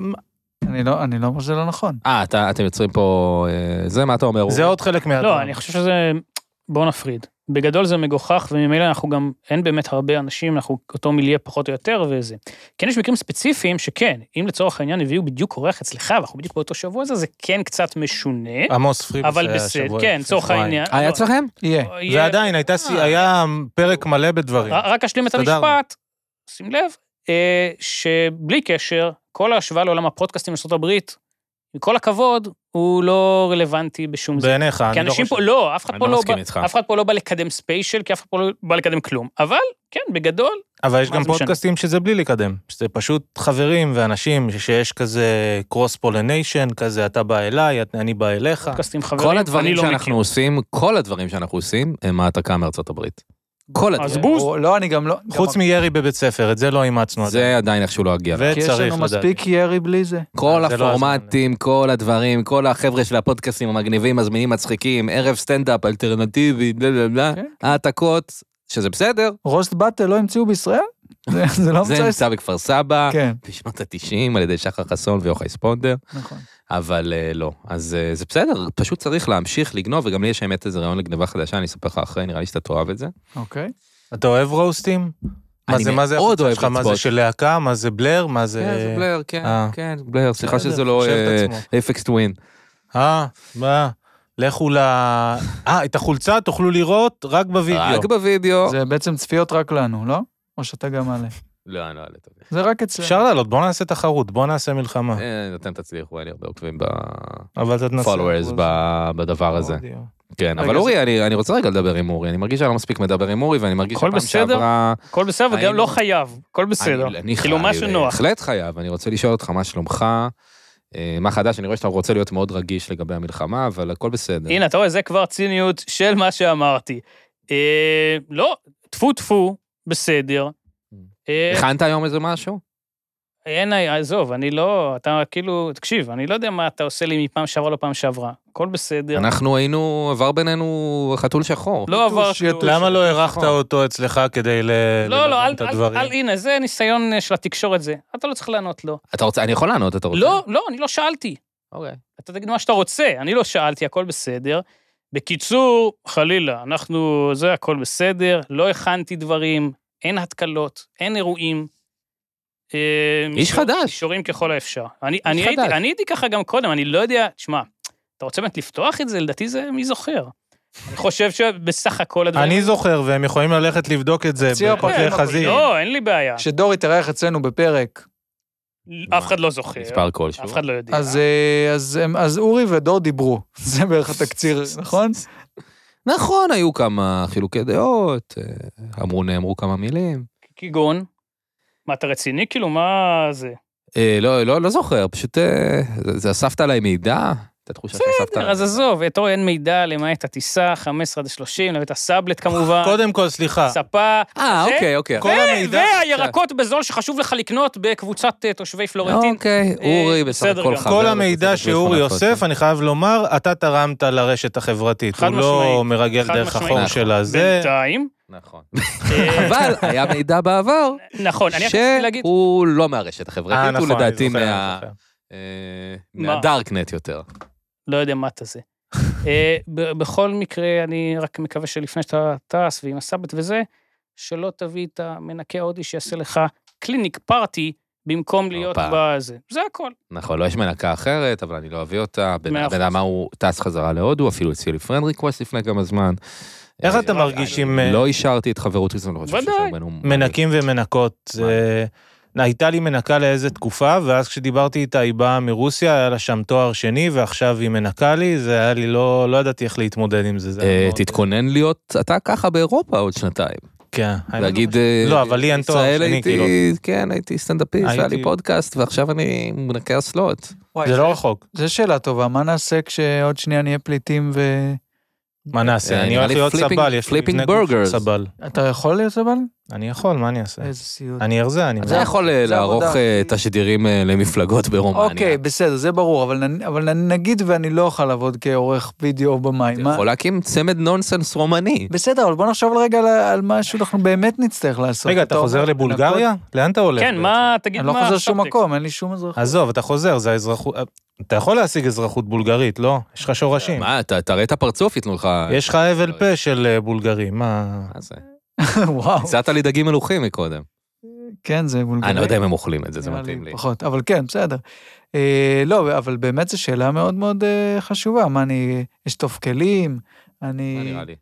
אני לא אני לא אומר שזה לא נכון. אה, אתה- אתם יוצרים פה... אה, זה, מה אתה אומר? זה עוד חלק מה... לא, אני חושב שזה... בואו נפריד. בגדול זה מגוחך, וממילא אנחנו גם, אין באמת הרבה אנשים, אנחנו אותו מיליה פחות או יותר וזה. כן, יש מקרים ספציפיים שכן, אם לצורך העניין הביאו בדיוק אורח אצלך, ואנחנו בדיוק באותו שבוע הזה, זה כן קצת משונה, עמוס פריבס אבל היה בסדר, השבוע, כן, לפני לצורך שבועיים. העניין. אה, היה לא, אצלכם? יהיה. לא, יהיה- אה, ועדיין, הייתה סי- היה פרק מלא בדברים. ר- רק אשלים את הסתדרנו. המשפט, שים לב, אה, שבלי קשר, כל ההשוואה לעולם הפודקאסטים בארה"ב, עם כל הכבוד, הוא לא רלוונטי בשום זה. בעיניך, אני כי לא אנשים חושב. פה, לא, אף אחד אני פה לא לא מסכים בא- איתך. אף אחד פה לא בא לקדם ספיישל, כי אף אחד פה לא בא לקדם כלום. אבל, כן, אה. בגדול, אבל יש מה גם זה משנה? פודקאסטים שזה בלי לקדם, שזה פשוט חברים ואנשים ש- שיש כזה קרוס פולניישן, כזה אתה בא אליי, את- אני בא אליך. פודקאסטים חברים, כל אני הדברים לא שאנחנו עושים, כל הדברים שאנחנו עושים, הם העתקה מארצות הברית. כל מכיר. אז הדברים. בוז, הוא- לא, אני גם לא... חוץ גם- מירי בבית ספר, את זה לא אימצנו עדיין. זה עדיין איכשהו לא הגיע. כי יש וצריך לנו לדעתי. מספיק ירי בלי זה. כל זה לא הפורמטים, כל הדברים, כל החבר'ה של הפודקאסטים המגניבים, מזמינים מצחיקים, ערב סטנדאפ אלטרנטיבי, בלה בלה בלה, כן, העתקות, שזה בסדר, רוסט באטל לא המציאו בישראל? זה- זה לא זה המצא נמצא בכפר סבא, כן, בשנות ה-90 על ידי שחר חסון ויוחאי ספונדר, נכון. אבל אה, לא. אז אה, זה בסדר, פשוט צריך להמשיך לגנוב, וגם לי יש האמת איזה רעיון לגניבה חדשה, אני אספר לך אחרי, נראה לי שאתה תאהב את זה. אוקיי. אתה אוהב רוסטים? מה אני זה, מה זה, מאוד החוצה אוהב שלך? מה זה לצפות. של להקה? מה זה בלר? מה זה... כן, זה בלר, כן, אה. כן, בלר, סליחה בסדר, שזה לא חושב את עצמו. אפקס טווין. אה, מה? לכו ל... אה, את החולצה תוכלו לראות רק בווידאו. רק בווידאו. זה בעצם צפיות רק לנו, לא? או שאתה גם מעלה. לא, לא, אה. לא, טוב. זה רק אצלנו. אפשר לעלות, בואו נעשה תחרות, בואו נעשה מלחמה. אה, אתם תצליחו, אין לי הרבה עוקבים אבל אתה תנסה. ב-followers ב- בדבר הזה. אוקיי. כן, אבל רגע, אורי, אני- אני רוצה רגע לדבר עם אורי, אני מרגיש שאני לא מספיק מדבר עם אורי, ואני מרגיש הכל שפעם בסדר? שעברה... הכל בסדר, וגם היינו- לא חייב, הכל בסדר. אני- לא- אני כאילו, חייב, משהו נוח. בהחלט חייב, אני רוצה לשאול אותך מה שלומך, אה, מה חדש, אני רואה שאתה רוצה להיות מאוד רגיש לגבי המלחמה, אבל הכל בסדר. הנה, אתה רואה, זה כבר ציניות של מה שאמרתי. אה, לא, טפו טפו, בסדר. אה, הכנת היום איזה משהו? אין, עזוב, אני לא, אתה כאילו, תקשיב, אני לא יודע מה אתה עושה לי מפעם שעברה לפעם שעברה. הכל בסדר. אנחנו היינו, עבר בינינו חתול שחור. אה, לא עבר יתוש, כלום. יתוש. למה לא אירחת אותו אצלך כדי ל... נכון. לא, לא, ללמד אל, את אל, הדברים? אל, הנה, זה ניסיון אה, של התקשורת זה. אתה לא צריך לענות לו. אתה רוצה, אני יכול לענות, אתה רוצה? לא, לא, אני לא שאלתי. אוקיי. אתה תגיד מה שאתה רוצה, אני לא שאלתי, הכל בסדר. בקיצור, חלילה, אנחנו, זה הכל בסדר, לא הכנתי דברים, אין התקלות, אין אירועים. אה, איש מישור- חדש. מישורים ככל האפשר. אני, אני, חדש. הייתי, אני הייתי ככה גם קודם, אני לא יודע, תשמע, אתה רוצה באמת לפתוח את זה? לדעתי זה מי זוכר. אני חושב שבסך הכל הדברים... אני זוכר, והם יכולים ללכת לבדוק את זה תציע בפרקי פרקים, אבל חזיר. לא, אין לי בעיה. כשדור התארח אצלנו בפרק, אף אחד לא זוכר, מספר כלשהו. אף אחד לא יודע. אז, אה, אז, הם- אז אורי ודור דיברו. זה בערך התקציר, נכון? לא- נכון, היו כמה חילוקי דעות, אה, אמרו, נאמרו כמה מילים. כגון, מה, אתה רציני? כאילו, מה זה? אה, לא, לא, לא זוכר, פשוט אה, זה- זה אספת עליי מידע, את התחושה שאספת בסדר, עליי. אז עזוב, אתה רואה, אין מידע למעט הטיסה, 15 עד 30, למעט הסאבלט כמובן, קודם אה, כל, סליחה, ספה, אה, זה- אוקיי, אוקיי. כל אה, המידע... והירקות בזול שחשוב לך לקנות בקבוצת אה, תושבי פלורנטין. אוקיי, אה, אורי בסך בסדר הכל גם. חבר. לא כל בקבוצת המידע הפריספון שאורי הפודקאסט. אוסף, אני חייב לומר, אתה תרמת לרשת החברתית. חד הוא לא משמעית. מרגל חד דרך משמעית. החור נכון. שלה. זה... בינתיים. נכון. אה, אבל היה מידע בעבר, נכון, אני רק רציתי להגיד, שהוא לא מהרשת אה, החברתית, נכון, הוא אני לדעתי זוכר, אני מה- זוכר. אה, מה? מהדארקנט יותר. לא יודע מה אתה זה. אה, ב- בכל מקרה, אני רק מקווה שלפני שאתה טס ועם הסאבלט וזה, שלא תביא את המנקה ההודי שיעשה לך קליניק פארטי במקום להיות הופה. בזה. זה הכל. נכון, לא, יש מנקה אחרת, אבל אני לא אביא אותה. בן מאה בן אחוז. אדם הוא טס חזרה להודו, אפילו הציע לי פרנד ריקווסט לפני כמה זמן. איך אה, אתם מרגישים אה, לא אישרתי את חברות הזמן, לא חושב שיש ודאי. בינינו- מנקים ומנקות? מה? אה, הייתה לי מנקה לאיזה תקופה, ואז כשדיברתי איתה, היא באה מרוסיה, היה לה שם תואר שני, ועכשיו היא מנקה לי, זה היה לי, לא, לא ידעתי איך להתמודד עם זה. זה היה אה, מאוד- תתכונן להיות אתה ככה באירופה עוד שנתיים. כן. האמת, להגיד... אה, לא, אבל לי אין תואר ישראל שני, הייתי- כאילו. כן, הייתי סטנדאפיסט, היה לי הייתי- פודקאסט, ועכשיו אני מנקה אסלות. וואי, זה לא רחוק. זו שאלה טובה, מה נעשה כשעוד שנייה נהיה פליטים ו... מה נעשה? אה, אני נראה הולך לי להיות flipping- סבל, יש לי flipping מבנה גוף של burgers. אה, סבל. אתה יכול להיות סבל? אני יכול, מה אני אעשה? איזה סיוט. כן. אני ארזה, אני... אתה יכול אה, זה עבודה. לערוך אה, תשדירים אה, למפלגות לא ברומניה. אוקיי, בסדר, זה ברור, אבל נ- אבל נ- נגיד ואני לא אוכל לעבוד כעורך וידאו או במאי, אתה מה? יכול להקים צמד נונסנס רומני. בסדר, אבל בוא נחשוב על רגע על- על משהו אנחנו באמת נצטרך לעשות. רגע, אתה אומר, חוזר לבולגריה? לאן אתה הולך? כן, בעצם? מה, תגיד אני מה... לא חוזר שום הסאבטקסט. מקום, אין לי שום אזרחות. עזוב, אתה חוזר, זה האזרחות... אה, אתה יכול להשיג אזרחות בולגרית, לא? יש לך כן. שורשים. מה, אתה תראה את הפרצוף, ייתנו לך... יש לך הבל פה של אה, בולגרים, מה... מה זה? וואו, הצעת לי דגים מלוכים מקודם. כן, זה בולגריה. אני לא יודע אם הם אוכלים את זה, זה נראה מתאים לי. פחות, אבל כן, בסדר. אה, לא, אבל באמת זו שאלה מאוד מאוד אה, חשובה. מה, אני אשטוף כלים? מה אני... נראה לי?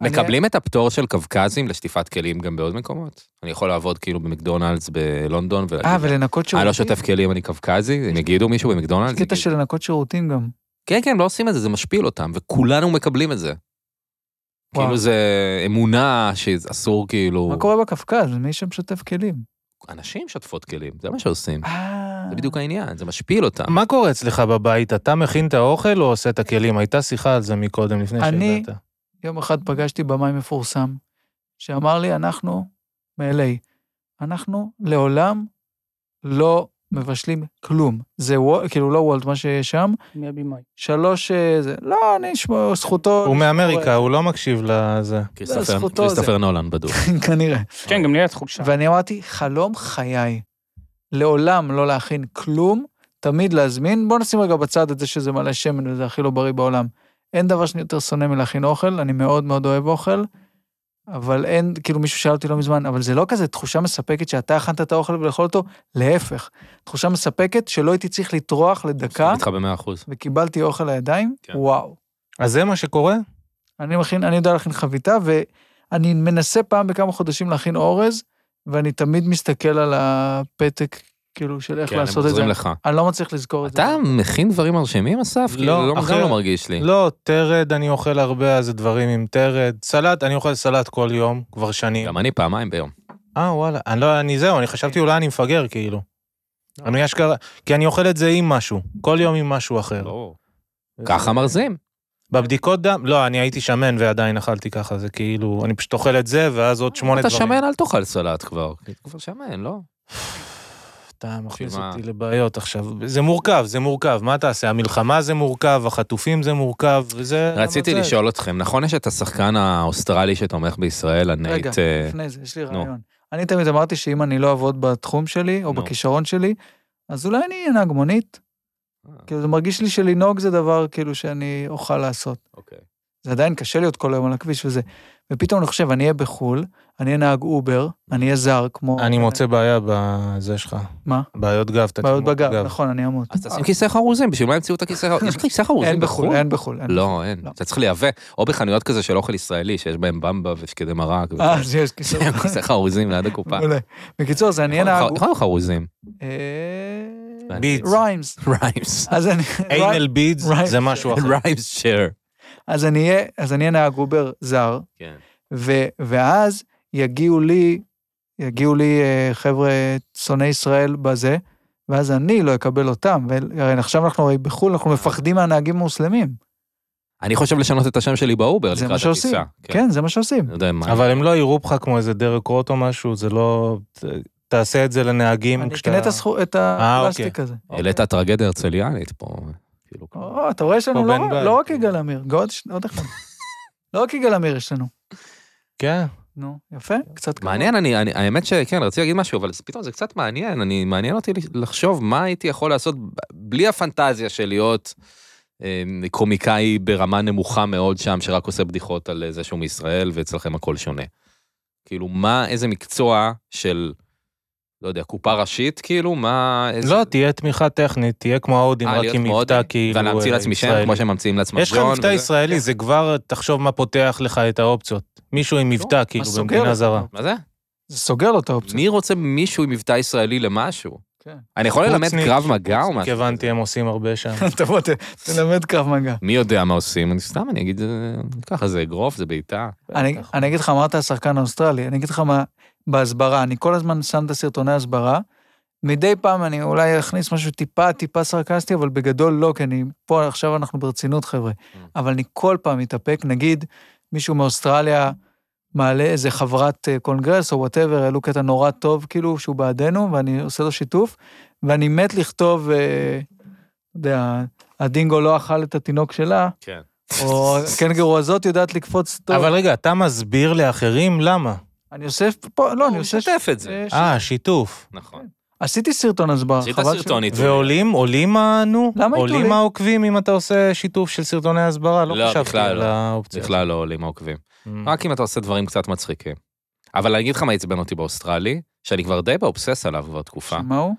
אני- מקבלים את הפטור של קווקזים לשטיפת כלים גם בעוד מקומות? אני יכול לעבוד כאילו במקדונלדס בלונדון אה, ולהגיד, ולנקות שירותים? אני לא שוטף כאילו. כלים, אני קווקזי, אם יגידו מישהו יש במקדונלדס, קטע יגידו, של לנקות שירותים גם. כן, כן, לא עושים את זה, זה משפיל אותם, וכולנו מקבלים את זה. כאילו זה אמונה שאסור כאילו... מה קורה בקפקז? מי שם שוטף כלים? אנשים שוטפות כלים, זה מה שעושים. אה... זה בדיוק העניין, זה משפיל אותם. מה קורה אצלך בבית? אתה מכין את האוכל או עושה את הכלים? הייתה שיחה על זה מקודם, לפני אני- שהגעת. אה, יום אחד פגשתי במאי מפורסם, שאמר לי, אנחנו, מ-LA, אנחנו לעולם לא מבשלים כלום. זה וול- כאילו לא וולט, מה שיש שם, מי הבמאי? שלוש... אה, זה, לא, אני אשמור, זכותו... הוא מאמריקה, הוא לא מקשיב לזה. כריסטופר זכותו זה. כריסטופר נולן בדוק. כנראה. כן, גם לי היה תחושה. ואני אמרתי, חלום חיי. לעולם לא להכין כלום, תמיד להזמין. בוא נשים רגע בצד את זה שזה מלא שמן וזה הכי לא בריא בעולם. אין דבר שאני יותר שונא מלהכין אוכל, אני מאוד מאוד אוהב אוכל, אבל אין, כאילו מישהו שאל אותי לא מזמן, אבל זה לא כזה תחושה מספקת שאתה הכנת את האוכל ולאכול אותו, להפך. תחושה מספקת שלא הייתי צריך לטרוח לדקה, איתך במאה אחוז. וקיבלתי אוכל לידיים, כן. וואו. אז זה מה שקורה? אני מכין, אני יודע להכין חביתה, ואני מנסה פעם בכמה חודשים להכין אורז, ואני תמיד מסתכל על הפתק, כאילו, של איך כן, הם לעשות את זה. עוזרים לך. אני לא מצליח לזכור את זה. אתה אמ, מכין דברים מרשימים, אסף? לא, כאילו, לא, אחי. גם לא מרגיש לי. לא, טרד אני אוכל הרבה, אז זה דברים עם טרד. סלט, אני אוכל סלט כל יום, כבר שנים. גם אני פעמיים ביום. אה, וואלה. אני לא, אני זהו, אני חשבתי אולי אני מפגר, כאילו. אני אשכרה, כי אני אוכל את זה עם משהו, כל יום עם משהו לא. אחר. לא, ככה מרזים. בבדיקות דם, לא, אני הייתי שמן ועדיין אכלתי ככה, זה כאילו, אני פשוט אוכל את זה, ואז עוד שמונה אתה דברים. שמן, אל תאכל סלט כבר. אתה כבר שמן, לא? אתה מכניס מה? אותי לבעיות עכשיו. זה מורכב, זה מורכב, מה תעשה? המלחמה זה מורכב, החטופים זה מורכב, וזה... רציתי גם זה. לשאול אתכם, נכון יש את השחקן האוסטרלי שתומך בישראל, רגע, הנייט... אה, לפני זה, יש לי רעיון. אני תמיד אמרתי שאם אני לא אעבוד בתחום שלי, או נו. בכישרון שלי, אז אולי אני אהיה נהג מונית. כאילו, זה מרגיש לי שלנהוג זה דבר, כאילו, שאני אוכל לעשות. אוקיי. זה עדיין קשה להיות כל היום על הכביש וזה. ופתאום אני חושב, אני אהיה בחו"ל, אני אהיה נהג אובר, אני אהיה זר, כמו... אני מוצא בעיה בזה שלך. מה? בעיות גב, אתה בעיות תמות בגב, נכון, אני אמות. אז תשים כיסא חרוזים, בשביל מה המציאו את הכיסא חרוזים? יש לך כיסא חרוזים אין בחו"ל, בחו"ל? אין בחו"ל. אין לא, אין. לא. אתה צריך לייבא, או בחנויות כזה של אוכל ישראלי, שיש בהם במבה ושקדי מרק. וזה. אה, אז יש כיסא. כיסא חרוזים ליד הקופה. מעולה. בקיצור, זה עניין איך ה... אומרים חרוזים? אה, ביטס. ריימס. ריימס. אז אני... איינל בידס right. זה משהו אחר. ריימס שייר. אז אני אהיה- אז אני אהיה נהג אובר זר, כן. ו- ואז יגיעו לי, יגיעו לי אה, חבר'ה שונאי ישראל בזה, ואז אני לא אקבל אותם. והרי עכשיו אנחנו הרי בחו"ל, אנחנו מפחדים מהנהגים המוסלמים. אני חושב לשנות את השם שלי באובר זה לקראת מה שעושים. הטיסה. כן, זה מה שעושים. אני יודע מה. אבל הם לא יראו בך כמו איזה דרק רוט או משהו, זה לא... ת- תעשה את זה לנהגים אני אקנה את הסכו- את הפלסטיק הזה. העלית טרגדיה הרצליאנית פה. כאילו, או, אתה רואה, יש לנו כמו לא, בן כאילו. בית. לא רק יגאל עמיר, עוד, ש- עוד אחד. לא רק יגאל עמיר יש לנו. כן. נו, יפה, קצת כבוד. מעניין, אני, אני, האמת שכן, רציתי להגיד משהו, אבל פתאום זה קצת מעניין, אני, מעניין אותי לחשוב מה הייתי יכול לעשות ב- בלי הפנטזיה של להיות אה, קומיקאי ברמה נמוכה מאוד שם, שרק עושה בדיחות על אה, זה שהוא מישראל, ואצלכם הכל שונה. כאילו, מה, איזה מקצוע של לא יודע, קופה ראשית, כאילו? מה... איזה- לא, תהיה תמיכה טכנית, תהיה כמו ההודים, אה, רק להיות עם כמו מבטא הודי? כאילו ואני אמציא אה, לעצמי שם, ישראלי. כמו שהם ממציאים לעצמם יש לך ג'ון מבטא וזה. כן. ישראלי, זה כבר, תחשוב מה פותח לך את האופציות. מישהו עם מבטא, כאילו, לא, סוגר במדינה אותו. זרה. מה זה? זה סוגר לו את האופציה. מי רוצה מישהו עם מבטא ישראלי למשהו? כן. אני יכול ללמד חוצניק, קרב מגע או כי משהו? הבנתי, הם עושים הרבה שם. תבוא, ת- תלמד קרב מגע. מי יודע מה עושים? אני סתם, אני אגיד, אה, ככה זה אגרוף, זה בעיטה. אני, בטח. אני אגיד לך, אמרת השחקן האוסטרלי, אני אגיד לך מה, בהסברה, אני כל הזמן שם את הסרטוני הסברה, מדי פעם אני אולי אכניס משהו טיפה, טיפה סרקסטי, אבל בגדול לא, כי אני, פה עכשיו אנחנו ברצינות, חבר'ה. Mm. אבל אני כל פעם מתאפק, נגיד, מישהו מאוסטרליה מעלה איזה חברת אה, קונגרס או וואטאבר, העלו קטע נורא טוב, כאילו, שהוא בעדנו, ואני עושה לו שיתוף, ואני מת לכתוב, אה, אתה יודע, הדינגו לא אכל את התינוק שלה, כן. או הקנגרו הזאת יודעת לקפוץ טוב. אבל רגע, אתה מסביר לאחרים למה. אני עושה פה, לא, אני הוא עושה... משתף את זה. ש- אה, שיתוף. נכון. עשיתי סרטון הסברה, עשית אה, חבל סרטון ש... עיתונאי. ועולים, עולים ה... נו, למה עולים עיתונים? העוקבים אם אתה עושה שיתוף של סרטוני הסברה, לא, לא חשבתי בכלל על לא. האופציה. בכלל לא עולים העוקבים. אה. Mm. רק אם אתה עושה דברים קצת מצחיקים. אבל אני אגיד לך מה עצבן אותי באוסטרלי, שאני כבר די באובסס עליו כבר תקופה. מה הוא?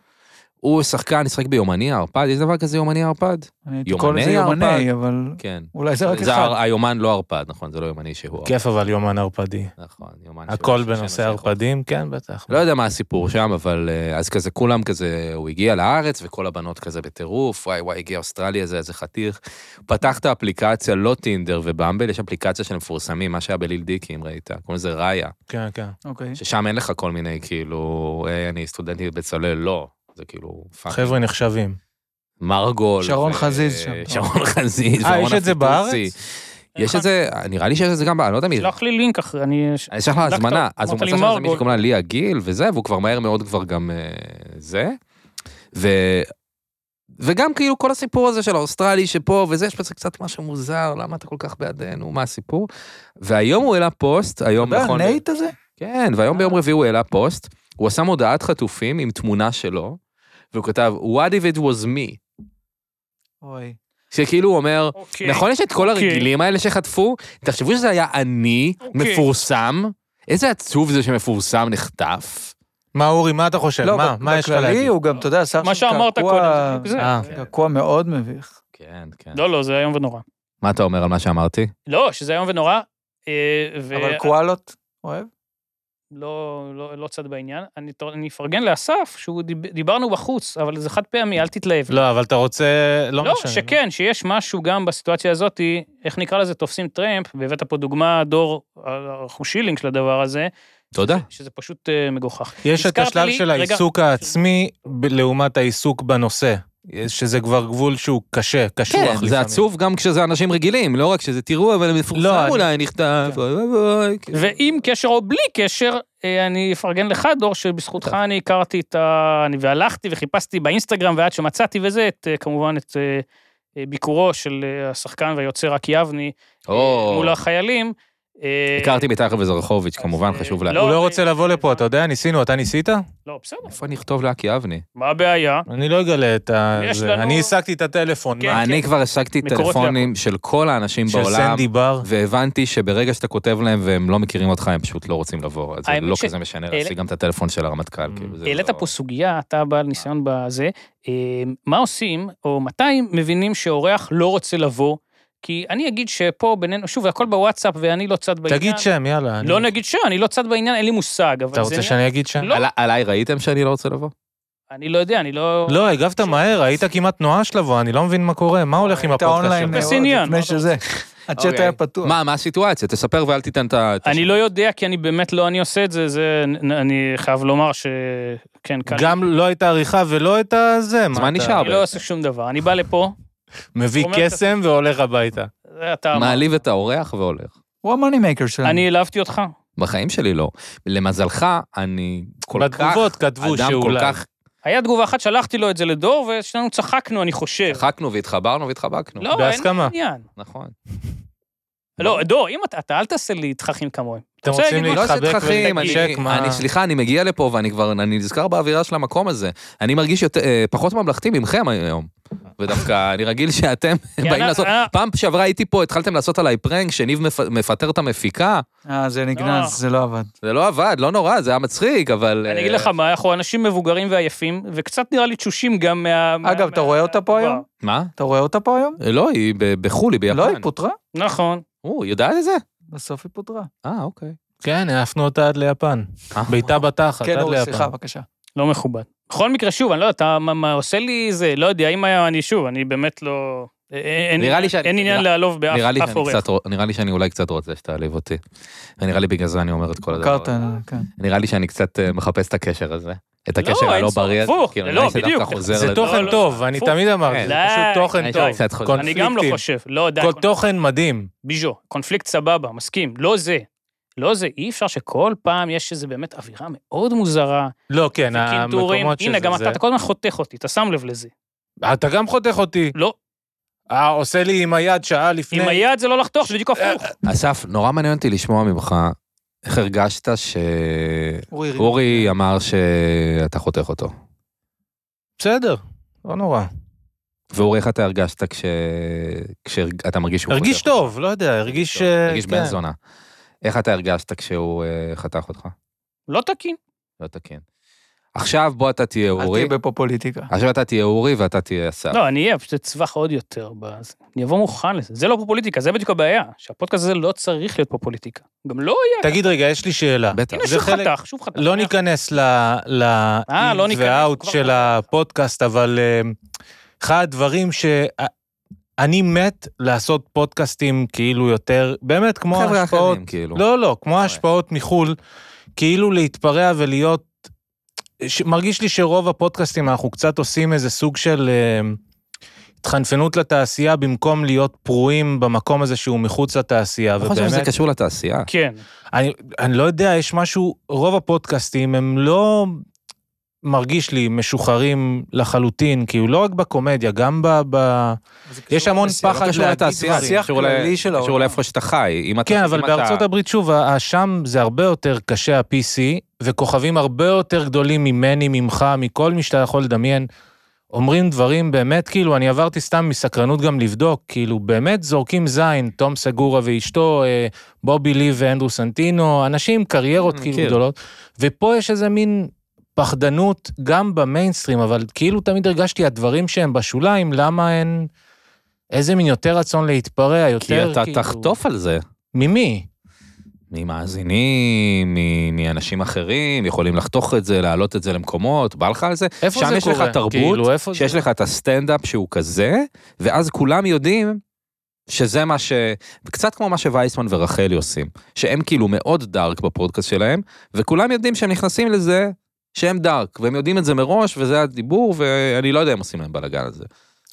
הוא שחקן, משחק ביומני הערפד, יש דבר כזה יומני הערפד? אני הייתי יומני קורא לזה יומני, הערפד. אבל כן. אולי זה רק זה אחד. כן. ה- היומן לא ערפד, נכון, זה לא יומני שהוא ערפד. כיף אבל יומן ערפדי. נכון, יומן הכל שהוא- בנושא שאין לו שיחות. ערפדים, כן, בטח. לא יודע מה הסיפור שם, אבל אה, אז כזה כולם כזה, הוא הגיע לארץ וכל הבנות כזה בטירוף, וואי וואי, הגיע אוסטרליה, זה איזה חתיך. פתח את האפליקציה, לא טינדר ובמבל, יש אפליקציה של מפורסמים, מה שהיה בליל דיקי, אם ראית, קוראים לזה ראיה, כן, כן. אוקיי. ששם אין לך כל מיני, כאילו, היי, אני סטודנטית בצלאל, לא. זה כאילו, פאק. חבר'ה נחשבים. מרגול. שרון ו- חזיז שם. שרון חזיז. אה, ורונה יש את פיטוסי. זה בארץ? נכון. יש את זה, נראה לי שיש את זה גם, בארץ, אני לא יודע מי זה. שלח לי לינק אחרי, אני... אני אשלח לה בדקת, הזמנה, אז הוא אמרת לי מצא שם איזה מרגול. מישהו שקוראים לה ליה גיל וזה, והוא כבר מהר מאוד כבר גם אה, זה. ו... וגם כאילו כל הסיפור הזה של האוסטרלי שפה וזה, יש בזה קצת משהו מוזר, למה אתה כל כך בעדנו, מה הסיפור? והיום הוא העלה פוסט, היום אתה יודע, נכון... הנייט הזה? כן, והיום ביום רביעי הוא העלה פוסט, הוא עשה מודעת חטופים עם תמונה שלו, והוא כתב, What if it was me? אוי. שכאילו הוא אומר, אוקיי. נכון יש את כל אוקיי. הרגילים האלה שחטפו? תחשבו שזה היה אני, אוקיי. מפורסם. איזה עצוב זה שמפורסם נחטף. מה, אורי, מה אתה חושב? כן, מה, לא, ב- מה יש לך בכללי להגיד? הוא גם, אתה יודע, שר מה שם שאמרת קעקוע- קודם, זה בדיוק זה. אה, קעקוע מאוד מביך. כן, כן. לא, לא, זה איום ונורא. מה אתה אומר על מה שאמרתי? לא, שזה איום ונורא. אה, ו- אבל קואלות, אוהב? לא, לא, לא צד בעניין. אני, תור- אני אפרגן לאסף, שהוא דיב, דיברנו בחוץ, אבל זה חד פעמי, אל תתלהב. לא, אבל אתה רוצה... לא לא, משנה. שכן, שיש משהו גם בסיטואציה הזאת, איך נקרא לזה, תופסים טרמפ, והבאת פה דוגמה, דור, אנחנו שילינג של הדבר הזה, תודה. שזה פשוט אה, מגוחך. יש את הזכרת השלב לי- של רגע. העיסוק העצמי ב- לעומת העיסוק בנושא, שזה כבר גבול שהוא קשה, קשוח כן, לפעמים. זה עצוב גם כשזה אנשים רגילים, לא רק שזה תראו, אבל לא, מפורסם אני- אולי נכתב. כן. אוי, אוי, אוי. ועם קשר או בלי קשר, אה, אני אפרגן לך, דור, שבזכותך אני הכרתי את ה... אני והלכתי וחיפשתי באינסטגרם, ועד שמצאתי וזה, את, אה, כמובן את אה, אה, ביקורו של אה, השחקן והיוצר רק יבני, אה, או, מול החיילים. אה, הכרתי מתחת וזרחוביץ', אז, כמובן, אה, חשוב לה. הוא לא לא, רוצה אה, לבוא לפה, אתה יודע, ניסינו, אתה ניסית? לא, בסדר, איפה אני אכתוב לאקי אבני? מה הבעיה? אני לא אגלה את ה... יש זה. לנו- אני השגתי את הטלפון כן, מה? אני כבר השגתי מקורות טלפונים של כל האנשים של בעולם, סנדי בר. והבנתי שברגע שאתה כותב להם והם לא מכירים אותך, הם פשוט לא רוצים לבוא. אז זה האמת לא ש- כזה משנה, העלה- להשיג גם את הטלפון של הרמטכ"ל. Mm. כאילו, זה העלית לא- פה סוגיה, אתה בעל ניסיון בזה, אה, מה עושים, או מתי מבינים שאורח לא רוצה לבוא? כי אני אגיד שפה בינינו, שוב, הכל בוואטסאפ ואני לא צד בעניין. תגיד שם, יאללה. אני- לא נגיד שם, אני לא צד בעניין, אין לי מושג, אתה אבל זה... רוצה נראה- שאני אגיד שם? לא. עלי- עליי ראיתם שאני לא רוצה לבוא? אני לא יודע, אני לא... לא, הגבת מהר, היית כמעט נואש לבוא, אני לא מבין מה קורה, מה הולך עם הייתה הפודקאסט אונליין שלך? אפס מאוד עניין, מה לפני אתה שזה. הצ'אט אוקיי. היה פתוח. מה, מה הסיטואציה? תספר ואל תיתן את ה... את אני השם. לא יודע, כי אני באמת לא אני עושה את זה, זה... נ- אני חייב לומר ש... כן, כאן. גם לא הייתה עריכה ולא הייתה זה. מה אתה- נשאר? אני לא עושה שום דבר, אני בא לפה, מביא אומר קסם והולך הביתה. זה אתה... אמר. מעליב את האורח והולך. הוא המאני מייקר שלנו. אני העלבתי אותך. בחיים שלי לא. למזלך, אני כל כך... בתגובות כתבו אדם כל שאולי. כך היה תגובה אחת, שלחתי לו את זה לדור, ושנינו צחקנו, אני חושב. צחקנו והתחברנו והתחבקנו. לא, אין בהסכמה. עניין. נכון. לא, דור, אם אתה, אתה אל תעשה לי תככים כמוהם. אתם רוצה רוצים להגיד לא להתחבק שתככים, אני, ולנשק? מה? אני, סליחה, אני מגיע לפה ואני כבר, אני נזכר באווירה של המקום הזה. אני מרגיש יותר, אה, פחות ממלכתי ממכם היום. ודווקא אני רגיל שאתם באים אנחנו- לעשות... אה. פעם שעברה הייתי פה, התחלתם לעשות עליי פרנק, שניב מפ- מפטר את המפיקה. אה, זה נגנז, לא. זה לא עבד. זה לא עבד, לא נורא, זה היה מצחיק, אבל... אני אה, אגיד לך מה, אנחנו אנשים מבוגרים ועייפים, וקצת נראה לי תשושים גם מה... אגב, מה- אתה רואה אותה פה היום? מה? אתה רואה אותה פה היום? לא, היא ב- בחו"ל, היא ביפן. לא, היא פוטרה. נכון. או, היא יודעת את זה? בסוף היא פוטרה. אה, אוקיי. כן, העפנו אותה עד ליפן. אה. בעיטה בתחת, כן, עד אורי, סליחה, ליפן. בבקשה. לא מכובד. בכל מקרה, שוב, אני לא יודע, אתה מה- מה עושה לי זה, לא יודע, אם היה, אני שוב, אני באמת לא... אה, אה, אין- נראה לי שאני- אין עניין נראה- לעלוב באף נראה לי אף שאני עורך. קצת רוצ- נראה לי שאני אולי קצת רוצה שתעליב אותי. ונראה לי בגלל זה אני אומר את כל הדבר קרת, הזה. כן. נראה לי שאני קצת אה, מחפש את הקשר הזה. את לא, הקשר אין הלא צורך, בריא הזה. הפוך, כאילו, לא, נראה לי שדווקא בדיוק. חוזר זה לזה. לא, תוכן טוב, אני הפוך. תמיד אמרתי, זה די, פשוט די, תוכן די. טוב. קצת חוזר. אני גם לא קונפליקטים. חושב, לא, די, כל קונ- תוכן מדהים. ביז'ו, קונפליקט סבבה, מסכים, לא זה. לא זה, אי אפשר שכל פעם יש איזה באמת אווירה מאוד מוזרה, לא, כן, קינטורים. המקומות שזה... הנה, גם זה. אתה, אתה כל הזמן חותך אותי, אתה שם לב לזה. אתה גם חותך אותי. לא, אה, עושה לי עם היד שעה לפני. עם היד זה לא לחתוך, זה בדיוק אה, הפוך. אסף, נורא מעניין אותי לשמוע ממך איך הרגשת שאורי אורי, ריב. אמר שאתה חותך אותו. בסדר, לא נורא. ואורי, איך אתה הרגשת כש... כשאתה מרגיש שהוא הרגיש חותך? טוב, לא יודע, הרגיש... אה, הרגיש כן. בן זונה. איך אתה הרגשת כשהוא אה, חתך אותך? לא תקין. לא תקין. עכשיו בוא אתה תהיה אל אורי. תהיה בפופוליטיקה. עכשיו אתה תהיה אורי ואתה תהיה אסף. לא, אני אהיה פשוט אצווח עוד יותר. בזה. אני אבוא מוכן לזה. זה לא פופוליטיקה, זה בדיוק הבעיה. שהפודקאסט הזה לא צריך להיות פופוליטיקה. גם לא יהיה. תגיד רגע, יש לי שאלה. בטח. הנה, זה שוב חלק- חתך, שוב חתך. לא ניכנס אה, לא ל-in ניכנס, ו-out כבר- של הפודקאסט, אבל אה, אחד הדברים ש... אה, אני מת לעשות פודקאסטים כאילו יותר, באמת כמו חבר'ה ההשפעות, אחרים, כאילו. לא, לא, כמו ההשפעות מחו"ל, כאילו להתפרע ולהיות... ש... מרגיש לי שרוב הפודקאסטים אנחנו קצת עושים איזה סוג של אה, התחנפנות לתעשייה במקום להיות פרועים במקום הזה שהוא מחוץ לתעשייה, אני חושב שזה ובאמת, קשור לתעשייה. כן. אני, אני לא יודע, יש משהו, רוב הפודקאסטים הם לא... מרגיש לי משוחררים לחלוטין, כאילו לא רק בקומדיה, גם ב... ב... יש המון זה לא פחד קשור להגיד לתעשייה, זה דברים. שיח קשור ל- כללי של קשור העולם. לאיפה שאתה חי. אם אתה- כן, אם אבל אתה- בארצות הברית, שוב, ה- ה- שם זה הרבה יותר קשה, ה-PC, וכוכבים הרבה יותר גדולים ממני, ממך, מכל מי שאתה יכול לדמיין. אומרים דברים באמת, כאילו, אני עברתי סתם מסקרנות גם לבדוק, כאילו, באמת זורקים זין, תום סגורה ואשתו, אה, בובי לי ואנדרו סנטינו, אנשים עם קריירות אני כאילו מכיר. גדולות, ופה יש איזה מין פחדנות גם במיינסטרים, אבל כאילו תמיד הרגשתי הדברים שהם בשוליים, למה אין... איזה מין יותר רצון להתפרע, יותר כי כאילו... אתה תחטוף על זה. ממי? ממאזינים, מ- מאנשים אחרים, יכולים לחתוך את זה, להעלות את זה למקומות, בא לך על זה? איפה שם זה יש קורה? לך תרבות כאילו, איפה שיש זה? לך את הסטנדאפ שהוא כזה, ואז כולם יודעים שזה מה ש... קצת כמו מה שווייסמן ורחלי עושים, שהם כאילו מאוד דארק בפודקאסט שלהם, וכולם יודעים שהם נכנסים לזה שהם דארק, והם יודעים את זה מראש, וזה הדיבור, ואני לא יודע אם עושים להם בלאגן על זה.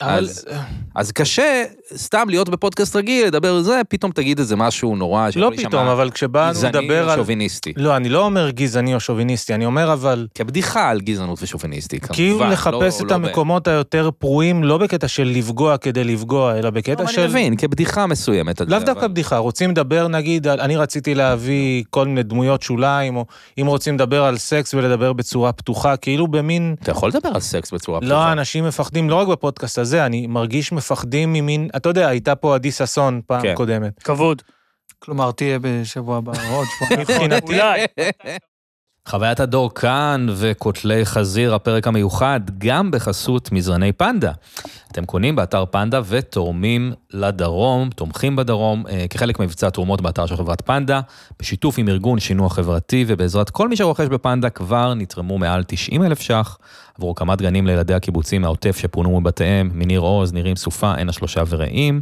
אבל אז- אז קשה סתם להיות בפודקאסט רגיל, לדבר על זה, פתאום תגיד איזה משהו נורא, לא שיכול להישמע פתאום, אבל כשבאנו גזעני לדבר או על... שוביניסטי. לא, אני לא אומר גזעני או שוביניסטי, אני אומר אבל... כבדיחה על גזענות ושוביניסטיקה. כאילו לחפש לא את המקומות היותר פרועים, לא בקטע של לפגוע כדי לפגוע, אלא בקטע לא, אני של... מבין, כבדיחה מסוימת. אתה לאו יודע, דווקא אבל- בדיחה, רוצים לדבר נגיד, על- אני רציתי להביא כל מיני דמויות שוליים, או אם רוצים לדבר על סקס ולדבר בצורה פתוחה, כאילו במין... אתה יכול לדבר על סקס בצורה לא, אנשים מפחדים, לא רק בפודקאסט הזה, אני מרגיש מפחדים ממין... אתה יודע, הייתה פה עדי ששון כן. פעם קודמת. כבוד. כלומר, תהיה בשבוע הבא, או עוד נכון. שבוע. מבחינתי, אולי. חוויית הדור כאן וכותלי חזיר, הפרק המיוחד, גם בחסות מזרני פנדה. אתם קונים באתר פנדה ותורמים לדרום, תומכים בדרום, אה, כחלק מבצע תרומות באתר של חברת פנדה, בשיתוף עם ארגון שינוע חברתי, ובעזרת כל מי שרוכש בפנדה כבר נתרמו מעל 90 אלף ש"ח עבור הקמת גנים לילדי הקיבוצים מהעוטף שפונו מבתיהם, מניר עוז, נירים סופה, עין השלושה ורעים.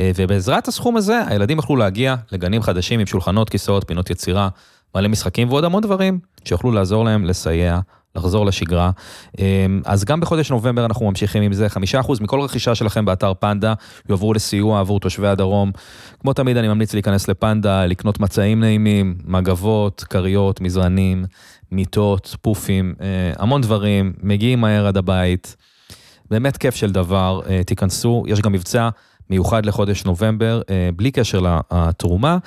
אה, ובעזרת הסכום הזה, הילדים יכלו להגיע לגנים חדשים עם שולחנות, כיסאות, פינות יצירה, מלא משחקים ועוד המון דברים שיוכלו לעזור להם לסייע. לחזור לשגרה. אה, אז גם בחודש נובמבר אנחנו ממשיכים עם זה. חמישה אחוז מכל רכישה שלכם באתר פנדה יועברו לסיוע עבור תושבי הדרום. כמו תמיד, אני ממליץ להיכנס לפנדה, לקנות מצעים נעימים, מגבות, כריות, מזרנים, מיטות, פופים, אה, המון דברים. מגיעים מהר עד הבית. באמת כיף של דבר, אה, תיכנסו, יש גם מבצע מיוחד לחודש נובמבר, אה, בלי קשר לתרומה.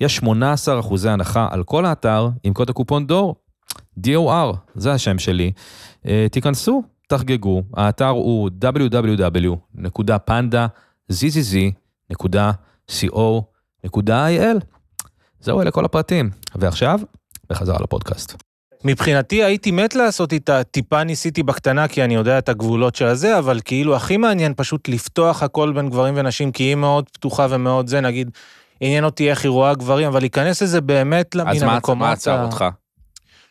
יש 18 אחוזי הנחה על כל האתר עם קוד הקופון דור, DOR, זה השם שלי. אה, תיכנסו, תחגגו, האתר הוא www.pandazz.co.il. זהו, אלה כל הפרטים. ועכשיו, בחזרה לפודקאסט. מבחינתי הייתי מת לעשות איתה, טיפה ניסיתי בקטנה, כי אני יודע את הגבולות של הזה, אבל כאילו הכי מעניין פשוט לפתוח הכל בין גברים ונשים, כי היא מאוד פתוחה ומאוד זה, נגיד, עניין אותי איך היא רואה גברים, אבל להיכנס לזה באמת למין אז מה- מה עצר ה- אותך?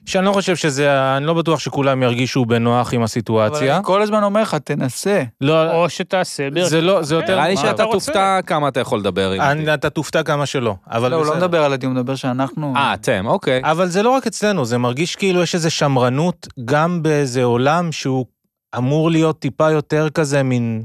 שאני לא חושב שזה, ה- אני לא בטוח שכולם ירגישו בנוח עם אבל הסיטואציה. אני כל הזמן אומר לך, תנסה. לא, או שתעשה ברק. זה לא, זה יותר... נראה לי מה? שאתה אתה רוצה? תופתע כמה אתה יכול לדבר עם אותי. אני- אתה תופתע כמה שלא, אבל לא, הוא לא בסדר. מדבר על הדיון, הוא מדבר שאנחנו... אה, אתם, אוקיי. אבל זה לא רק אצלנו, זה מרגיש כאילו יש איזו שמרנות גם באיזה עולם שהוא אמור להיות טיפה יותר כזה מין...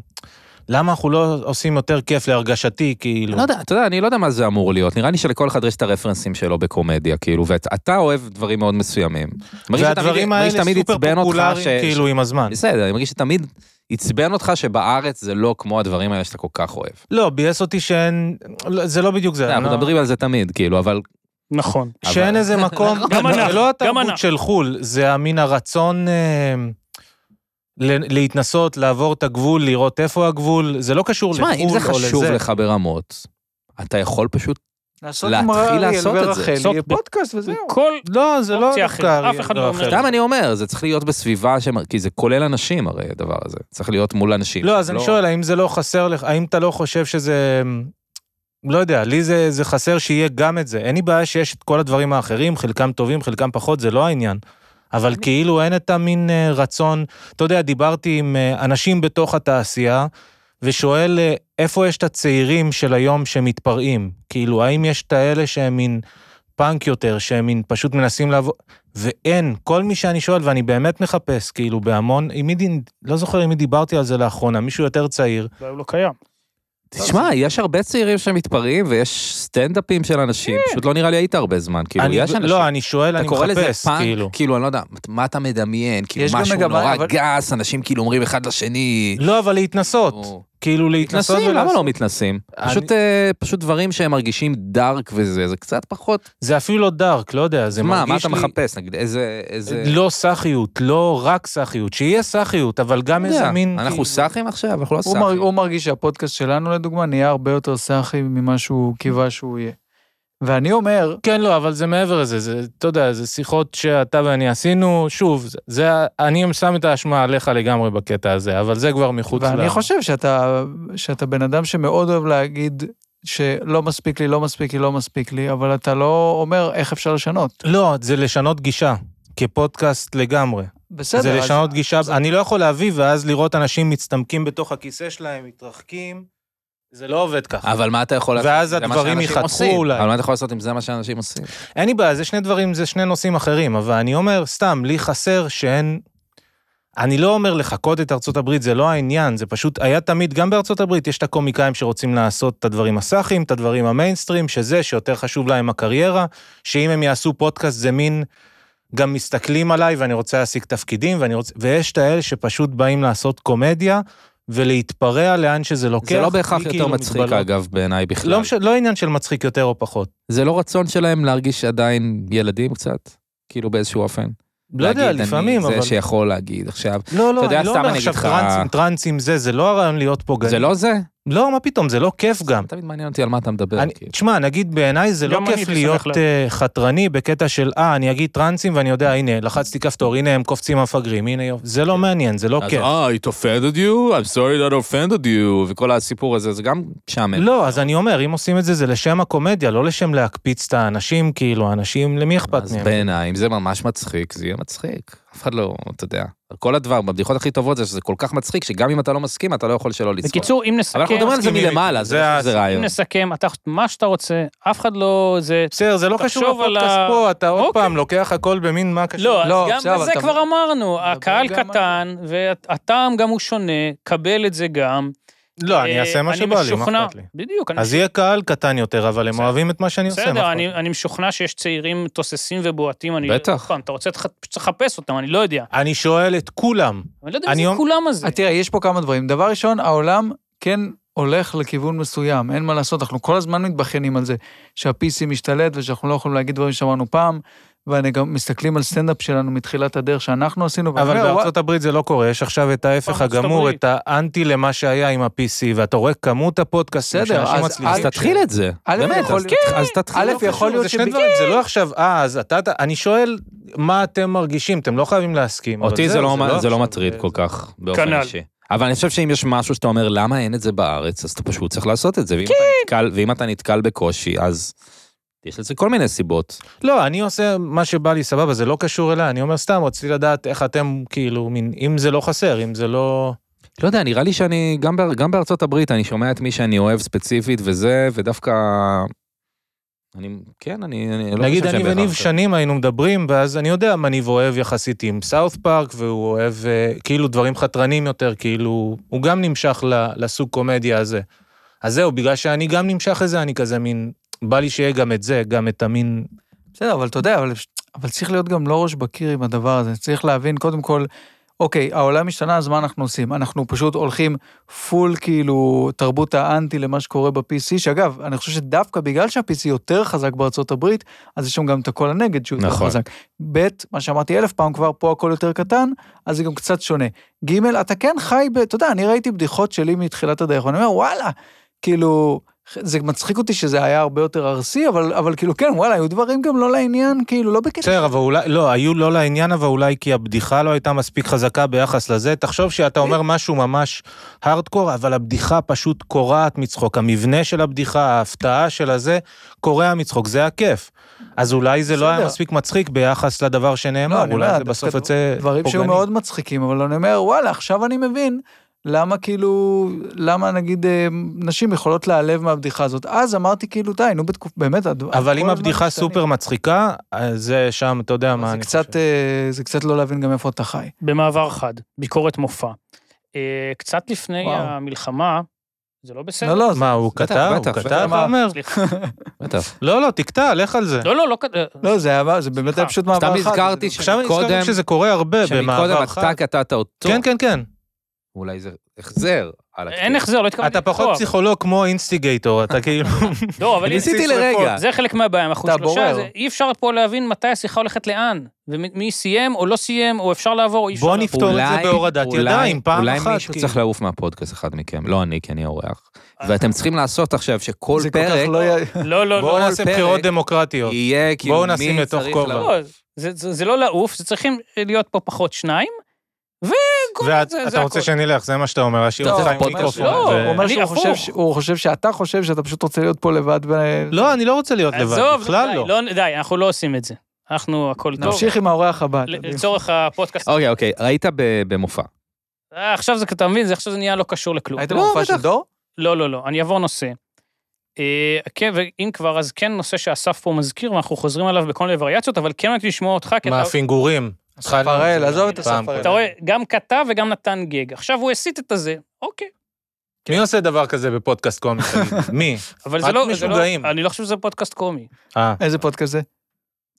למה אנחנו לא עושים יותר כיף להרגשתי, כאילו? לא יודע, אתה יודע, אני לא יודע מה זה אמור להיות. נראה לי שלכל אחד יש את הרפרנסים שלו בקומדיה, כאילו, ואתה אוהב דברים מאוד מסוימים. מרגיש שתמיד- והדברים מרגיש האלה שתמיד סופר עצבן אותך פופולריים, ש- כאילו, עם הזמן. בסדר, אני מרגיש שתמיד עצבן אותך שבארץ זה לא כמו הדברים האלה שאתה כל כך אוהב. לא, ביאס אותי שאין... לא, זה לא בדיוק זה. אנחנו לא- מדברים על זה תמיד, כאילו, אבל... נכון. שאין אבל- איזה מקום, גם זה אנחנו, לא גם התרבות אנחנו. של חו"ל, זה המין הרצון אה, ל- להתנסות, לעבור את הגבול, לראות איפה הגבול, זה לא קשור לחו"ל או תשמע, לזה. אם זה חשוב לך ברמות, אתה יכול פשוט... לעשות להתחיל עם אריאל לעשות את זה. ורחל, לעשות יהיה ב- פודקאסט וזהו. כל... לא, זה לא אופציה אחרת, דווקא... אף אחד לא לא, אומר אחרת. את סתם אני אומר, זה צריך להיות בסביבה, ש... כי זה כולל אנשים הרי, הדבר הזה. צריך להיות מול אנשים. לא, אז אני שואל, האם זה לא חסר לך, האם אתה לא חושב שזה... לא יודע, לי זה, זה חסר שיהיה גם את זה. אין לי בעיה שיש את כל הדברים האחרים, חלקם טובים, חלקם פחות, זה לא העניין. אבל כאילו אין את המין אה, רצון, אתה יודע, דיברתי עם אה, אנשים בתוך התעשייה, ושואל אה, איפה יש את הצעירים של היום שמתפרעים? כאילו, האם יש את האלה שהם מין פאנק יותר, שהם מין פשוט מנסים לעבור... ואין, כל מי שאני שואל, ואני באמת מחפש, כאילו, בהמון, עם מי, דין- לא זוכר עם מי דיברתי על זה לאחרונה, מישהו יותר צעיר. אולי הוא לא קיים. תשמע, יש הרבה צעירים שמתפרעים ויש סטנדאפים של אנשים, פשוט לא נראה לי היית הרבה זמן, כאילו, אה. אני, יש אנשים. לא, אני שואל, אתה אני קורא לזה מחפש, פאנק, כאילו. כאילו, אני לא יודע, מה אתה מדמיין, כאילו, יש גם משהו מגמה, נורא אבל- גס, אנשים כאילו אומרים אחד לשני. לא, אבל להתנסות, או- כאילו להתנסות מתנסים, למה ולעשות. לא מתנסים? אני- פשוט, אה, פשוט דברים שהם מרגישים דארק וזה, זה קצת פחות... זה אפילו לא דארק, לא יודע, זה מה, מרגיש לי... מה אתה מחפש, נגיד, איזה... איזה... לא סאחיות, לא רק סאחיות, שיהיה סאחיות, אבל גם לא יודע, איזה מין... אנחנו כאילו- סאחים עכשיו? אנחנו לא הוא מר- סאחים. הוא מרגיש שהפודקאסט שלנו, לדוגמה, נהיה הרבה יותר סאחי ממה שהוא קיווה שהוא יהיה. ואני אומר, כן, לא, אבל זה מעבר לזה, זה, אתה יודע, זה שיחות שאתה ואני עשינו, שוב, זה- זה, אני שם את האשמה עליך לגמרי בקטע הזה, אבל זה כבר מחוץ ל... ואני חושב שאתה, שאתה בן אדם שמאוד אוהב להגיד שלא מספיק לי, לא מספיק לי, לא מספיק לי, אבל אתה לא אומר איך אפשר לשנות. לא, זה לשנות גישה, כפודקאסט לגמרי. בסדר, זה אז- לשנות גישה, אני לא יכול להביא, ואז לראות אנשים מצטמקים בתוך הכיסא שלהם, מתרחקים, זה לא עובד ככה. אבל מה אתה יכול לעשות? ואז זה מה הדברים שאנשים ייחתכו עושים. אולי. אבל מה אתה יכול לעשות אם זה מה שאנשים עושים? אין לי בעיה, זה שני דברים, זה שני נושאים אחרים, אבל אני אומר, סתם, לי חסר שאין... אני לא אומר לחקות את ארצות הברית, זה לא העניין, זה פשוט היה תמיד, גם בארצות הברית יש את הקומיקאים שרוצים לעשות את הדברים הסאחים, את הדברים המיינסטרים, שזה, שיותר חשוב להם הקריירה, שאם הם יעשו פודקאסט זה מין, גם מסתכלים עליי ואני רוצה להשיג תפקידים, ואני רוצה, ויש את האלה שפשוט באים לעשות קומדיה ולהתפרע לאן שזה לוקח. זה לא בהכרח בלי יותר כאילו מצחיק, מגבלות. אגב, בעיניי בכלל. לא, מש... לא עניין של מצחיק יותר או פחות. זה לא רצון שלהם להרגיש עדיין ילדים קצת? כאילו באיזשהו אופן? לא יודע, להגיד, לפעמים, אבל... אני זה שיכול להגיד עכשיו. לא, אתה לא, יודע, אני לא סתם אומר אני עכשיו אגיד לך- טרנסים, טרנסים זה, זה לא הרעיון להיות פוגעני. זה לא זה? לא, מה פתאום, זה לא כיף גם. תמיד מעניין אותי על מה אתה מדבר. אני- כאילו. תשמע, נגיד בעיניי זה לא גם אני כיף הייתי להיות שמח להבין. אה, חתרני בקטע של, אה, אני אגיד טרנסים ואני יודע, הנה, לחצתי כפתור, הנה הם קופצים המפגרים, הנה יופי. זה לא מעניין, זה לא כן. אז כיף. אה, it offended you? I'm sorry that offended you. וכל הסיפור הזה, זה גם משעמם. לא, אז אני אומר, אם עושים את זה, זה לשם הקומדיה, לא לשם להקפיץ את האנשים, כאילו, האנשים, למי אכפת אז מהם? בעיניי, אם זה ממש מצחיק, זה יהיה מצחיק. אף אחד לא, אתה יודע. כל הדבר, בבדיחות הכי טובות זה שזה כל כך מצחיק, שגם אם אתה לא מסכים, אתה לא יכול שלא לצחוק. בקיצור, אם אבל אנחנו נסכם, מדברים על זה כן, מסכימים מלמעלה, איתי. זה זה זה הסיכום. אם רעיון. נסכם, אתה מה שאתה רוצה, אף אחד לא... זה... בסדר, זה לא קשור תחשוב על לפודקאסט ה- פה, אתה עוד אוקיי. פעם לוקח הכל במין מה קשור. לא, לא, אז עכשיו גם בזה אתה- כבר אמרנו, מדבר הקהל גם על- קטן, והטעם גם הוא שונה, קבל את זה גם. לא, אני אה, אעשה מה אני שבא לי, משוכנע- מה אכפת לי? בדיוק, אני אז יהיה קהל קטן יותר, אבל הם בסדר. אוהבים את מה שאני עושה. נכון? מה בסדר, אכפת אני, לי? אני משוכנע שיש צעירים תוססים ובועטים, אני... בטח. עוד פעם, אתה רוצה, תח- פשוט צריך לחפש אותם, אני לא יודע. אני שואל את כולם, אני לא יודע אני מי זה אומר- כולם הזה. אה, תראה, יש פה כמה דברים. דבר ראשון, העולם כן הולך לכיוון מסוים, אין מה לעשות, אנחנו כל הזמן מתבכיינים על זה, שה-PC משתלט ושאנחנו לא יכולים להגיד דברים שאמרנו פעם, וגם מסתכלים על סטנדאפ שלנו מתחילת הדרך שאנחנו עשינו. ואני אבל אומר, "וואו, בארצות הברית זה לא קורה, יש עכשיו את ההפך בארצות הגמור, הברית. את האנטי למה שהיה עם ה-PC, ואתה רואה כמות הפודקאסטים בסדר, שאנשים אז מצליחים. אז תתחיל את זה. א', באמת, יכול אז- להיות- אז תתחיל. א', לא יכול קשור, להיות זה שני שב- דברים, זה לא עכשיו, אה, אז אתה, אתה- אני שואל, מה אתם מרגישים, אתם לא חייבים להסכים. אבל אותי זה לא מ- זה לא עכשיו, אה, מטריד זה- כל כך, באופן כנ"ל. אישי. אבל אני חושב שאם יש משהו שאתה אומר, למה אין את זה בארץ, אז אתה פשוט צריך לעשות את זה. ואם אתה נתקל- ואם אתה נתקל בקושי, אז יש לזה כל מיני סיבות. לא, אני עושה מה שבא לי, סבבה, זה לא קשור אליי, אני אומר סתם, רציתי לדעת איך אתם, כאילו, מין, אם זה לא חסר, אם זה לא... לא יודע, נראה לי שאני, גם, באר- גם בארצות הברית, אני שומע את מי שאני אוהב ספציפית וזה, ודווקא... אני, כן, אני, אני לא נגיד, חושב שהם אני בהכרח- וניב שנים היינו מדברים, ואז אני יודע מה ניב אוהב יחסית עם סאוף פארק, והוא אוהב אה, כאילו דברים חתרנים יותר, כאילו, הוא גם נמשך ל- לסוג קומדיה הזה. אז זהו, בגלל שאני גם נמשך לזה, אני כזה מין, בא לי שיהיה גם את זה, גם את המין... בסדר, אבל אתה יודע, אבל, אבל צריך להיות גם לא ראש בקיר עם הדבר הזה. צריך להבין, קודם כל, אוקיי, העולם השתנה, אז מה אנחנו עושים? אנחנו פשוט הולכים פול, כאילו, תרבות האנטי למה שקורה ב-PC, שאגב, אני חושב שדווקא בגלל שה-PC יותר חזק בארצות הברית, אז יש שם גם את הקול הנגד שהוא יותר נכון. חזק. ב', מה שאמרתי אלף פעם כבר, פה הכל יותר קטן, אז זה גם קצת שונה. ג', אתה כן חי ב... אתה יודע, אני ראיתי בדיחות שלי מתחילת הדרך, ואני אומר, וואלה, כאילו, זה מצחיק אותי שזה היה הרבה יותר ארסי, אבל, אבל כאילו, כן, וואלה, היו דברים גם לא לעניין, כאילו, לא בקטע. בסדר, אבל אולי, לא, היו לא לעניין, אבל אולי כי הבדיחה לא הייתה מספיק חזקה ביחס לזה. תחשוב שאתה אומר משהו ממש הארדקור, אבל הבדיחה פשוט קורעת מצחוק. המבנה של הבדיחה, ההפתעה של הזה, קורע מצחוק, זה הכיף. אז אולי זה לא היה בסדר. מספיק מצחיק ביחס לדבר לא, שנאמר, אני אולי אומר, זה בסוף דווקא יוצא דברים שהיו פוגעני. מאוד מצחיקים, אבל אני אומר, וואלה, עכשיו אני מבין למה כאילו, למה נגיד אה, נשים יכולות להיעלב מהבדיחה הזאת. אז אמרתי, כאילו, די, נו, בתקופ... באמת, הד- אבל אם כל הזמן הבדיחה משתנים. סופר מצחיקה, אז זה שם, אתה יודע מה זה אני קצת, חושב. אה, זה קצת לא להבין גם איפה אתה חי. במעבר חד, ביקורת מופע. אה, קצת לפני וואו. המלחמה, זה לא בסדר. לא, לא, זה- מה, הוא בטח, כתב? בטח, הוא בטח. כתב? מה? אתה אומר? סליחה. בטח. לא, לא, תקטע, לך על זה. לא, לא, לא, כ- אה, לא, זה היה, זה באמת היה סליחה. פשוט מעבר סתם חד. נזכרתי זה- ש- עכשיו אני קודם- נזכר שזה קורה הרבה שמקודם במעבר אתה חד. קטעת אותו, כן, כן, כן. אולי זה החזר. על הקטע. אין החזר, לא התכוונתי. אתה פחות לתקוע. פסיכולוג כמו אינסטיגייטור, אתה כאילו... לא, אבל ניסיתי הנה, לרגע. זה חלק מהבעיה, אנחנו אתה שלושה, בורר. זה- אי אפשר פה להבין מתי השיחה הולכת לאן, ומי סיים או לא סיים, או אפשר לעבור, אי אפשר בוא לעבור. נפתור את זה אולי- בהורדת אולי- ידיים פעם אחת. אולי מישהו כאילו. צריך לעוף מהפודקאסט אחד מכם, לא אני, כי אני האורח. ואתם צריכים לעשות עכשיו שכל זה כל כך פרק לא... היה- לא, לא, בואו לא. נעשה פרק- בחירות דמוקרטיות. יהיה כאילו בואו מי נשים לתוך צריך כובע. לעוף. לא, זה- זה זה לא לעוף, זה צריכים להיות פה פחות שניים, וכל זה, זה ואתה הכל. רוצה שאני אלך, זה מה שאתה אומר, להשאיר טוב, אותך עם הפודקאסט מיקרופון. שלו. ו- לא, הוא אומר אני שהוא הפוך. חושב ש- הוא חושב שאתה חושב שאתה פשוט רוצה להיות פה לבד. ו- לא, אני לא רוצה להיות לבד, עזוב, בכלל די, לא. די, אנחנו לא עושים את זה. אנחנו, הכל טוב. נמשיך עם האורח הבא. אתה יודע. לצורך הפודקאסט. אוקיי, אוקיי, ראית ב- במופע. אה, עכשיו זה, אתה מבין, זה עכשיו זה נהיה לא קשור לכלום. היית לא, במופע של בטח. דור? לא, לא, לא, אני אעבור נושא. אה, כן, ואם כבר, אז כן נושא שאסף פה מזכיר, ואנחנו חוזרים עליו בכל מיני וריאציות, אבל כן רציתי לשמוע אותך, כי מה, אתה, הפינגורים? התחלנו עם פראל, זה עזוב את פעם. הספר. אתה רואה, גם כתב וגם נתן גג. עכשיו הוא הסיט את הזה, אוקיי. מי עושה דבר כזה בפודקאסט קומי? תגיד? מי? אבל זה רק לא, זה לא, משוגעים. אני לא חושב שזה פודקאסט קומי. אה, איזה פודקאסט זה?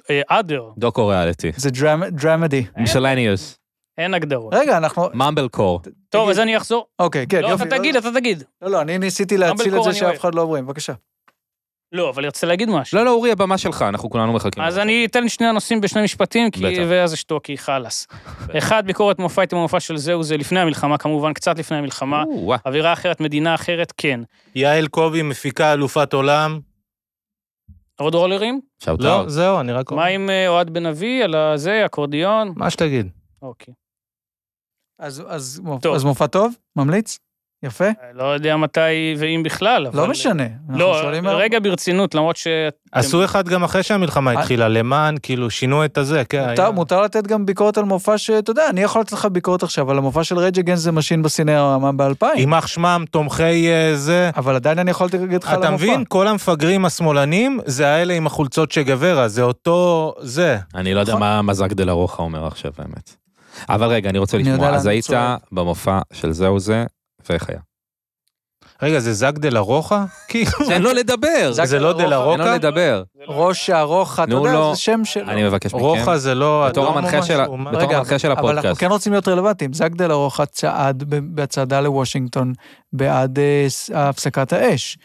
אה, אדר, דוקו ריאליטי. זה דרמ- דרמדי. אה? מישלניוס. אין הגדרות. רגע, אנחנו... ממבל קור. טוב, אה, תגיד. אז אני אחזור. אוקיי, כן, לא, יופי. אתה תגיד, אתה תגיד. לא, לא, אני ניסיתי להציל את קור זה אני שאף אוהב. אחד לא אומרים, בבקשה. לא, אבל רצית להגיד משהו. לא, לא, אורי, הבמה שלך, אנחנו כולנו מחכים. אז אני אתן שני הנושאים בשני משפטים, כי... כן. בטח. ואז אשתוק, כי חלאס. אחד, ביקורת מופע הייתה מופע של זהו, זה לפני המלחמה, כמובן, קצת לפני המלחמה. או, וואה. אווירה אחרת, מדינה אחרת, כן. יעל קובי, מפיקה אלופת עולם. עוד רולרים? שאוט לא, אאוט. זהו, אני רק... מה עם אה, אוהד בן אבי על הזה, אקורדיון? מה שתגיד. אוקיי. אז- אז מופ- טוב. אז מופע טוב? ממליץ? יפה? לא יודע מתי ואם בכלל, אבל... לא משנה. אנחנו לא, שואלים- רגע ברצינות, למרות ש... עשו אחד גם אחרי שהמלחמה אה. התחילה, למען, כאילו, שינו את הזה, כן. מותר- היה- מותר לתת גם ביקורת על מופע שאתה יודע, אני יכול לתת לך ביקורת עכשיו על המופע של רג' אגנס זה משין בסינמה ב-2000, יימח שמם, תומכי אה, זה. אבל עדיין אני יכול להגיד לך על המופע. אתה מבין? כל המפגרים השמאלנים זה האלה עם החולצות של גוורה, זה אותו זה. אני לא יודע נכון. מה מזק דה לה רוחה אומר עכשיו, האמת. אבל רגע, אני רוצה אני לשמוע. יודע אז לאן היית הוא צועד. במופע של זהו זה, ואיך היה? רגע, זה זאג דה לה רוחה? כאילו, תן לו לדבר. זק זה לא דה לה תן לו רוחה? לדבר. לא ראש הארוך, אתה נו, יודע, לא. זה שם שלו. אני מבקש מכם. רוחה זה לא... כן. בתור אדום או המנחה של ה- משהו, מה? בתור רגע, המנחה של אבל אנחנו הפודקאסט. כן רוצים להיות רלוונטיים. זאק דה לרוחה צעד ב- בהצעדה לוושינגטון בעד אה, ס- הפסקת האש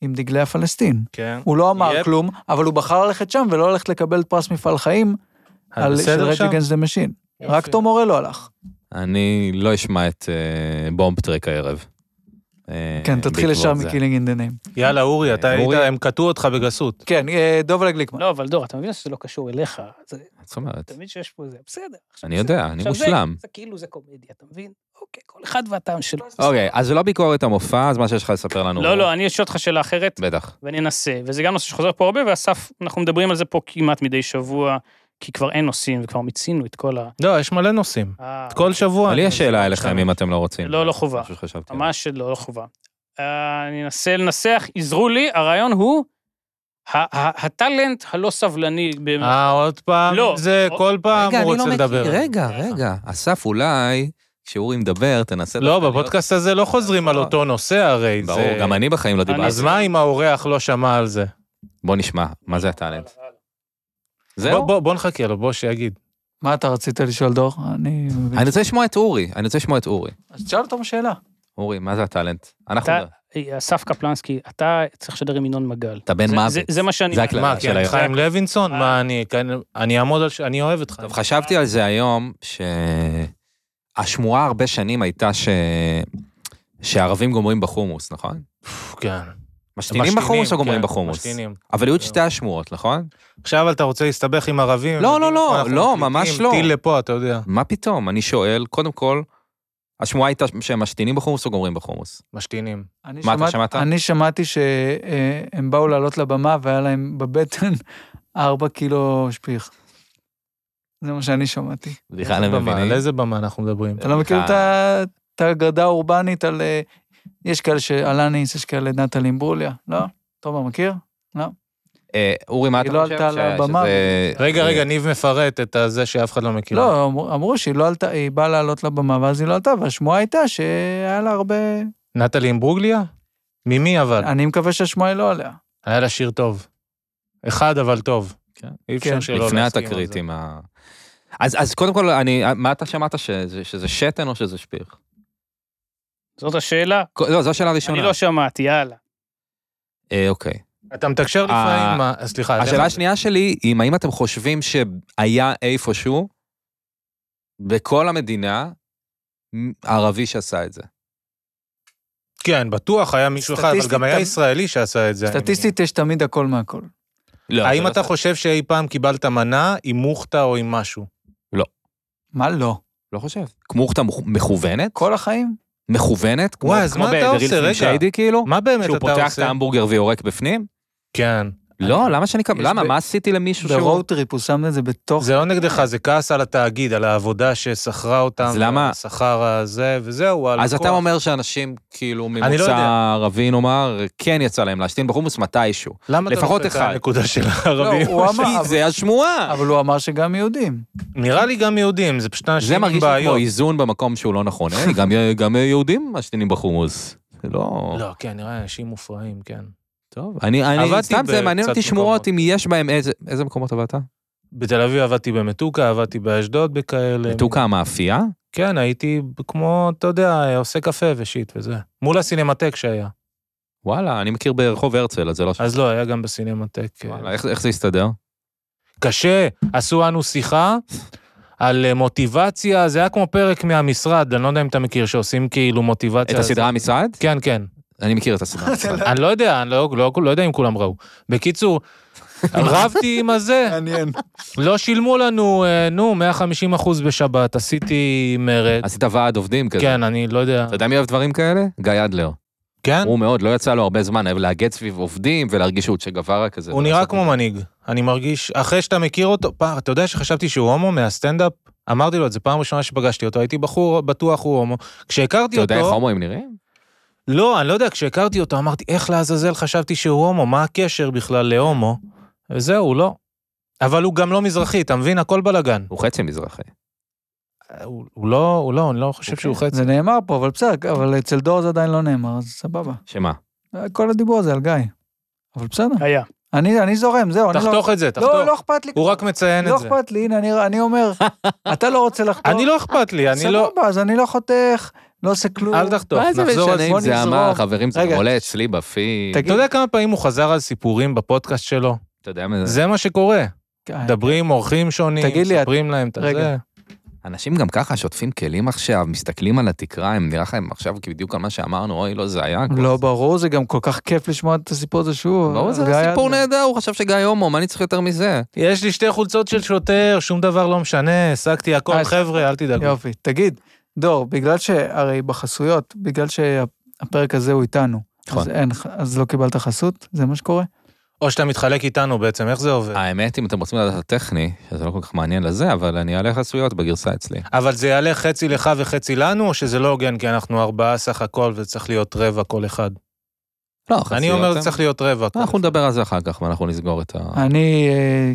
עם דגלי הפלסטין. כן. הוא לא אמר יפ. כלום, אבל הוא בחר ללכת שם ולא ללכת לקבל פרס מפעל חיים את על של בסדר Rage שם? Against the Machine. יופי. רק תום אורל לא הלך. אה, אני לא אשמע את אה, בומב טרק הערב. אה, כן, תתחיל בעקבות ישר זה. מקילינג אין דה ניים. יאללה, אורי, אתה היית, אורי. הם קטעו אותך בגסות. כן, אה, דובלה גליקמן. לא, אבל דור, אתה מבין שזה לא קשור אליך. זה זאת אומרת, תמיד שיש פה זה, בסדר. עכשיו אני זה- יודע, אני עכשיו זה- מושלם. זה כאילו זה קומדיה, אתה מבין? אוקיי, כל אחד והטעם שלו. אוקיי, אז זה לא ביקורת המופע, אז מה שיש לך לספר לנו. לא, לא, אני אשאל אותך שאלה אחרת, בטח. ואני אנסה, וזה גם נושא שחוזר פה הרבה, ואסף, אנחנו מדברים על זה פה כמעט מדי שבוע, כי כבר אין נושאים, וכבר מיצינו את כל ה... לא, יש מלא נושאים. אה, כל שבוע. אבל לי יש שאלה אליכם שתיים. אם אתם לא רוצים. לא, לא חובה. משהו שחשבתי. עליו. ממש לא, לא חובה. אה, אני אנסה לנסח, עזרו לי, הרעיון הוא ה- ה- הטאלנט הלא סבלני. במ- אה, עוד פעם? לא. זה עוד- כל פעם הוא רוצה לדבר. לא רגע, רגע. אה. אסף, אולי, כשאורי מדבר, תנסה... לא, דווקא להיות- בפודקאסט הזה לא חוזרים על אותו נושא הרי. אה. ברור, זה- גם אני בחיים לא דיברתי. אז מה אם האורח לא שמע על זה? בוא נשמע, מה זה הטאלנט? בוא- זהו? בוא- בוא נחכה לו, בוא שיגיד. מה אתה רצית לשאול, דור? אני מבין. אני רוצה לשמוע את אורי, אני רוצה לשמוע את אורי. אז תשאל אותו שאלה. אורי, מה זה הטאלנט? אנחנו... אתה- אה, אסף קפלנסקי, אתה צריך לשדר עם ינון מגל. אתה בן זה- מוות. זה- זה מה שאני... זה הכלל. מה, של כן, היום. חיים לוינסון? אה. מה, אני כן, אני אעמוד על ש... אני אוהב אותך. טוב, חשבתי על זה היום, שהשמועה הרבה שנים הייתה ש... שהערבים גומרים בחומוס, נכון? כן. משתינים בחומוס או גומרים כן, בחומוס? משתינים. אבל היו את שתי השמועות, נכון? עכשיו אתה רוצה להסתבך עם ערבים? לא, הם יודעים לא, איפה לא, אנחנו לא, מקליטים, ממש לא. טיל לפה, אתה יודע. מה פתאום? אני שואל, קודם כל, השמועה הייתה שהם משתינים בחומוס או גומרים בחומוס? משתינים. אני מה, אתה שמעתי- שמעת? אני שמעתי שהם באו לעלות לבמה והיה להם בבטן ארבע קילו שפיך. זה מה שאני שמעתי. סליחה, איזה אני במה, על מבין. איזה במה אנחנו מדברים? אתה לא מכיר אה. את ה- את האגדה האורבנית על... אה, יש כאלה שאלניס, יש כאלה נטלי אמברוליה, לא? תומר מכיר? אה, אורי, מה היא אתה לא חושב? עלתה על ש- הבמה. שזה- רגע, רגע, ניב מפרט את הזה שאף אחד לא כן. מכיר. לא, אמרו- אמרו שהיא לא עלתה, היא באה לעלות לבמה ואז היא לא עלתה, והשמועה הייתה שהיה לה הרבה... נטלי עם ברוגליה? ממי אבל? אה. אני מקווה שהשמועה היא לא עליה. היה לה שיר טוב. אחד אבל טוב. כן. אי אפשר כן. שלא לפני להסכים על התקרית לא זה. עם ה... אז, אז קודם כל, אני, מה אתה שמעת, שזה, שזה שתן או שזה שפיך? זאת השאלה? ק- לא, זו השאלה הראשונה. אני לא שמעתי, יאללה. אה, אוקיי. אתה מתקשר לפעמים, מה- סליחה. אה, השאלה השנייה שלי, אם האם אתם חושבים שהיה איפשהו, בכל המדינה, מ- ערבי שעשה את זה? כן, בטוח היה מישהו אחד, אבל סטטיסטית, גם היה אתה- ישראלי שעשה את זה. אני כן, סטטיסטית יש תמיד הכל מהכל. לא. מניח. האם אתה חושב שאי פעם קיבלת מנה עם מוכתה או עם משהו? מה לא? לא חושב. כמוכתה מוכ- מכוונת? כל החיים? מכוונת? כמו- וואי, אז כמו מה אתה ב- עושה? ברילס עם רגע. שיידי כאילו? מה באמת שהוא אתה פותח את עושה? ההמבורגר ויורק בפנים? כן. לא, למה שאני... אקבל- יש למה? ב- מה עשיתי למישהו שהוא... ברואוד טריפ הוא שם את זה בתוך... זה לא נגדך, זה כעס על התאגיד, על העבודה ששכרה אותם. אז למה- השכר הזה, וזהו, על אז הכוח. אתה אומר שאנשים כאילו לא ממוצא יודע. ערבי נאמר, כן יצא להם להשתין בחומוס מתישהו. למה אתה לפחות דופק על אחד. הנקודה של לא, הערבים? הוא אמר, כי אבל- זה השמועה. אבל הוא אמר שגם יהודים. נראה לי גם יהודים, זה פשוט אנשים זה עם מרגיש לי כמו בעיות. איזון במקום שהוא לא נכון. היי, גם- גם יהודים משתינים בחומוס. זה לא... לא, כן, נראה לי אנשים מופרעים, כן. טוב, אני, אני עבדתי סתם זה בקצת מעניין אותי שמועות מקומות. אם יש בהם איזה, איזה מקומות עבדת? בתל אביב עבדתי במתוקה, עבדתי באשדוד בכאלה. בטוקה המאפייה? כן, הייתי כמו, אתה יודע, עושה קפה ושיט וזה. מול הסינמטק שהיה. וואלה, אני מכיר ברחוב הרצל, אז זה לא ש... אז לא, היה גם בסינמטק. אה, וואלה, איך, איך זה הסתדר? קשה, עשו לנו שיחה על אה, מוטיבציה, זה היה כמו פרק מהמשרד, אני לא יודע אם אתה מכיר, שעושים כאילו מוטיבציה. את הסדרה המשרד? כן, כן. אני מכיר את הסדרה המשרד. אני לא יודע, אני לא, לא, לא יודע אם כולם ראו. בקיצור, רבתי עם הזה, מעניין. לא שילמו לנו, אה, נו, 150 אחוז בשבת, עשיתי מרד. עשית ועד עובדים כזה. כן, אני לא יודע. אתה יודע מי אוהב דברים כאלה? גיא אדלר. כן? הוא מאוד, לא יצא לו הרבה זמן, אוהב לאגד סביב עובדים ולהרגיש שהוא צ'ה גווארה כזה. הוא נראה כמו מנהיג. אני מרגיש, אחרי שאתה מכיר אותו, פעם, אתה יודע שחשבתי שהוא הומו מהסטנדאפ? אמרתי לו את זה פעם ראשונה שפגשתי אותו, הייתי בחור, בטוח הוא הומו. כשהכרתי אתה אותו... יודע איך הומואים נראים? לא, אני לא יודע, כשהכרתי אותו אמרתי, איך לעזאזל חשבתי שהוא הומו, מה הקשר בכלל להומו? וזהו, לא. אבל הוא גם לא מזרחי, אתה מבין? הכל בלאגן. הוא חצי מזרחי. הוא, הוא לא, הוא לא, אני לא חושב שהוא חצי. זה נאמר פה, אבל בסדר, אבל אצל דור זה עדיין לא נאמר, אז סבבה. שמה? כל הדיבור הזה על גיא. אבל בסדר. היה. אני אני זורם, זהו. אני לא- תחתוך את זה, תחתוך. לא, לא אכפת לי. הוא רק מציין לא את זה. אכפת לי, הנה, אני- אני אומר, אתה לא רוצה לחתוך. אני לא אכפת לי, אני לא... סבבה, אז אני לא חותך, לא עושה כלום. אל תחתוך, מה זה נחזור משנה על זה. אם בוא זה נזרום. אמר, חברים, זה רגע. עולה אצלי בפיד. תגיד, אתה יודע כמה פעמים הוא חזר על סיפורים בפודקאסט שלו? אתה יודע מה זה? זה מה שקורה. כן. מדברים עם אורחים שונים, תגיד לי, מספרים להם את רגע. זה. אנשים גם ככה שוטפים כלים עכשיו, מסתכלים על התקרה, הם נראה לך הם עכשיו בדיוק על מה שאמרנו, אוי, לא, זה היה... כבר- לא, ברור, זה גם כל כך כיף לשמוע את הסיפור הזה שוב. ברור, זה גיא היה סיפור אדלר. נהדר, הוא חשב שגיא הומו, מה אני צריך יותר מזה? יש לי שתי חולצות של שוטר, שום דבר לא משנה, השגתי הכל, אז- חבר'ה, אל תדאגו. יופי. תגיד, דור, בגלל שהרי בחסויות, בגלל שהפרק הזה הוא איתנו, אז נכון. אין, ח- אז לא קיבלת חסות? זה מה שקורה? או שאתה מתחלק איתנו בעצם, איך זה עובד? אה, האמת, אם אתם רוצים לדעת את הטכני, שזה לא כל כך מעניין לזה, אבל אני אעלה חסויות בגרסה אצלי. אבל זה יעלה חצי לך וחצי לנו, או שזה לא הוגן, כי אנחנו ארבעה סך הכל, וזה צריך להיות רבע כל אחד? לא, חסויות... אני אומר, הם- זה צריך להיות רבע. כל אנחנו אחד. נדבר על זה אחר כך, ואנחנו נסגור את ה... אני אה,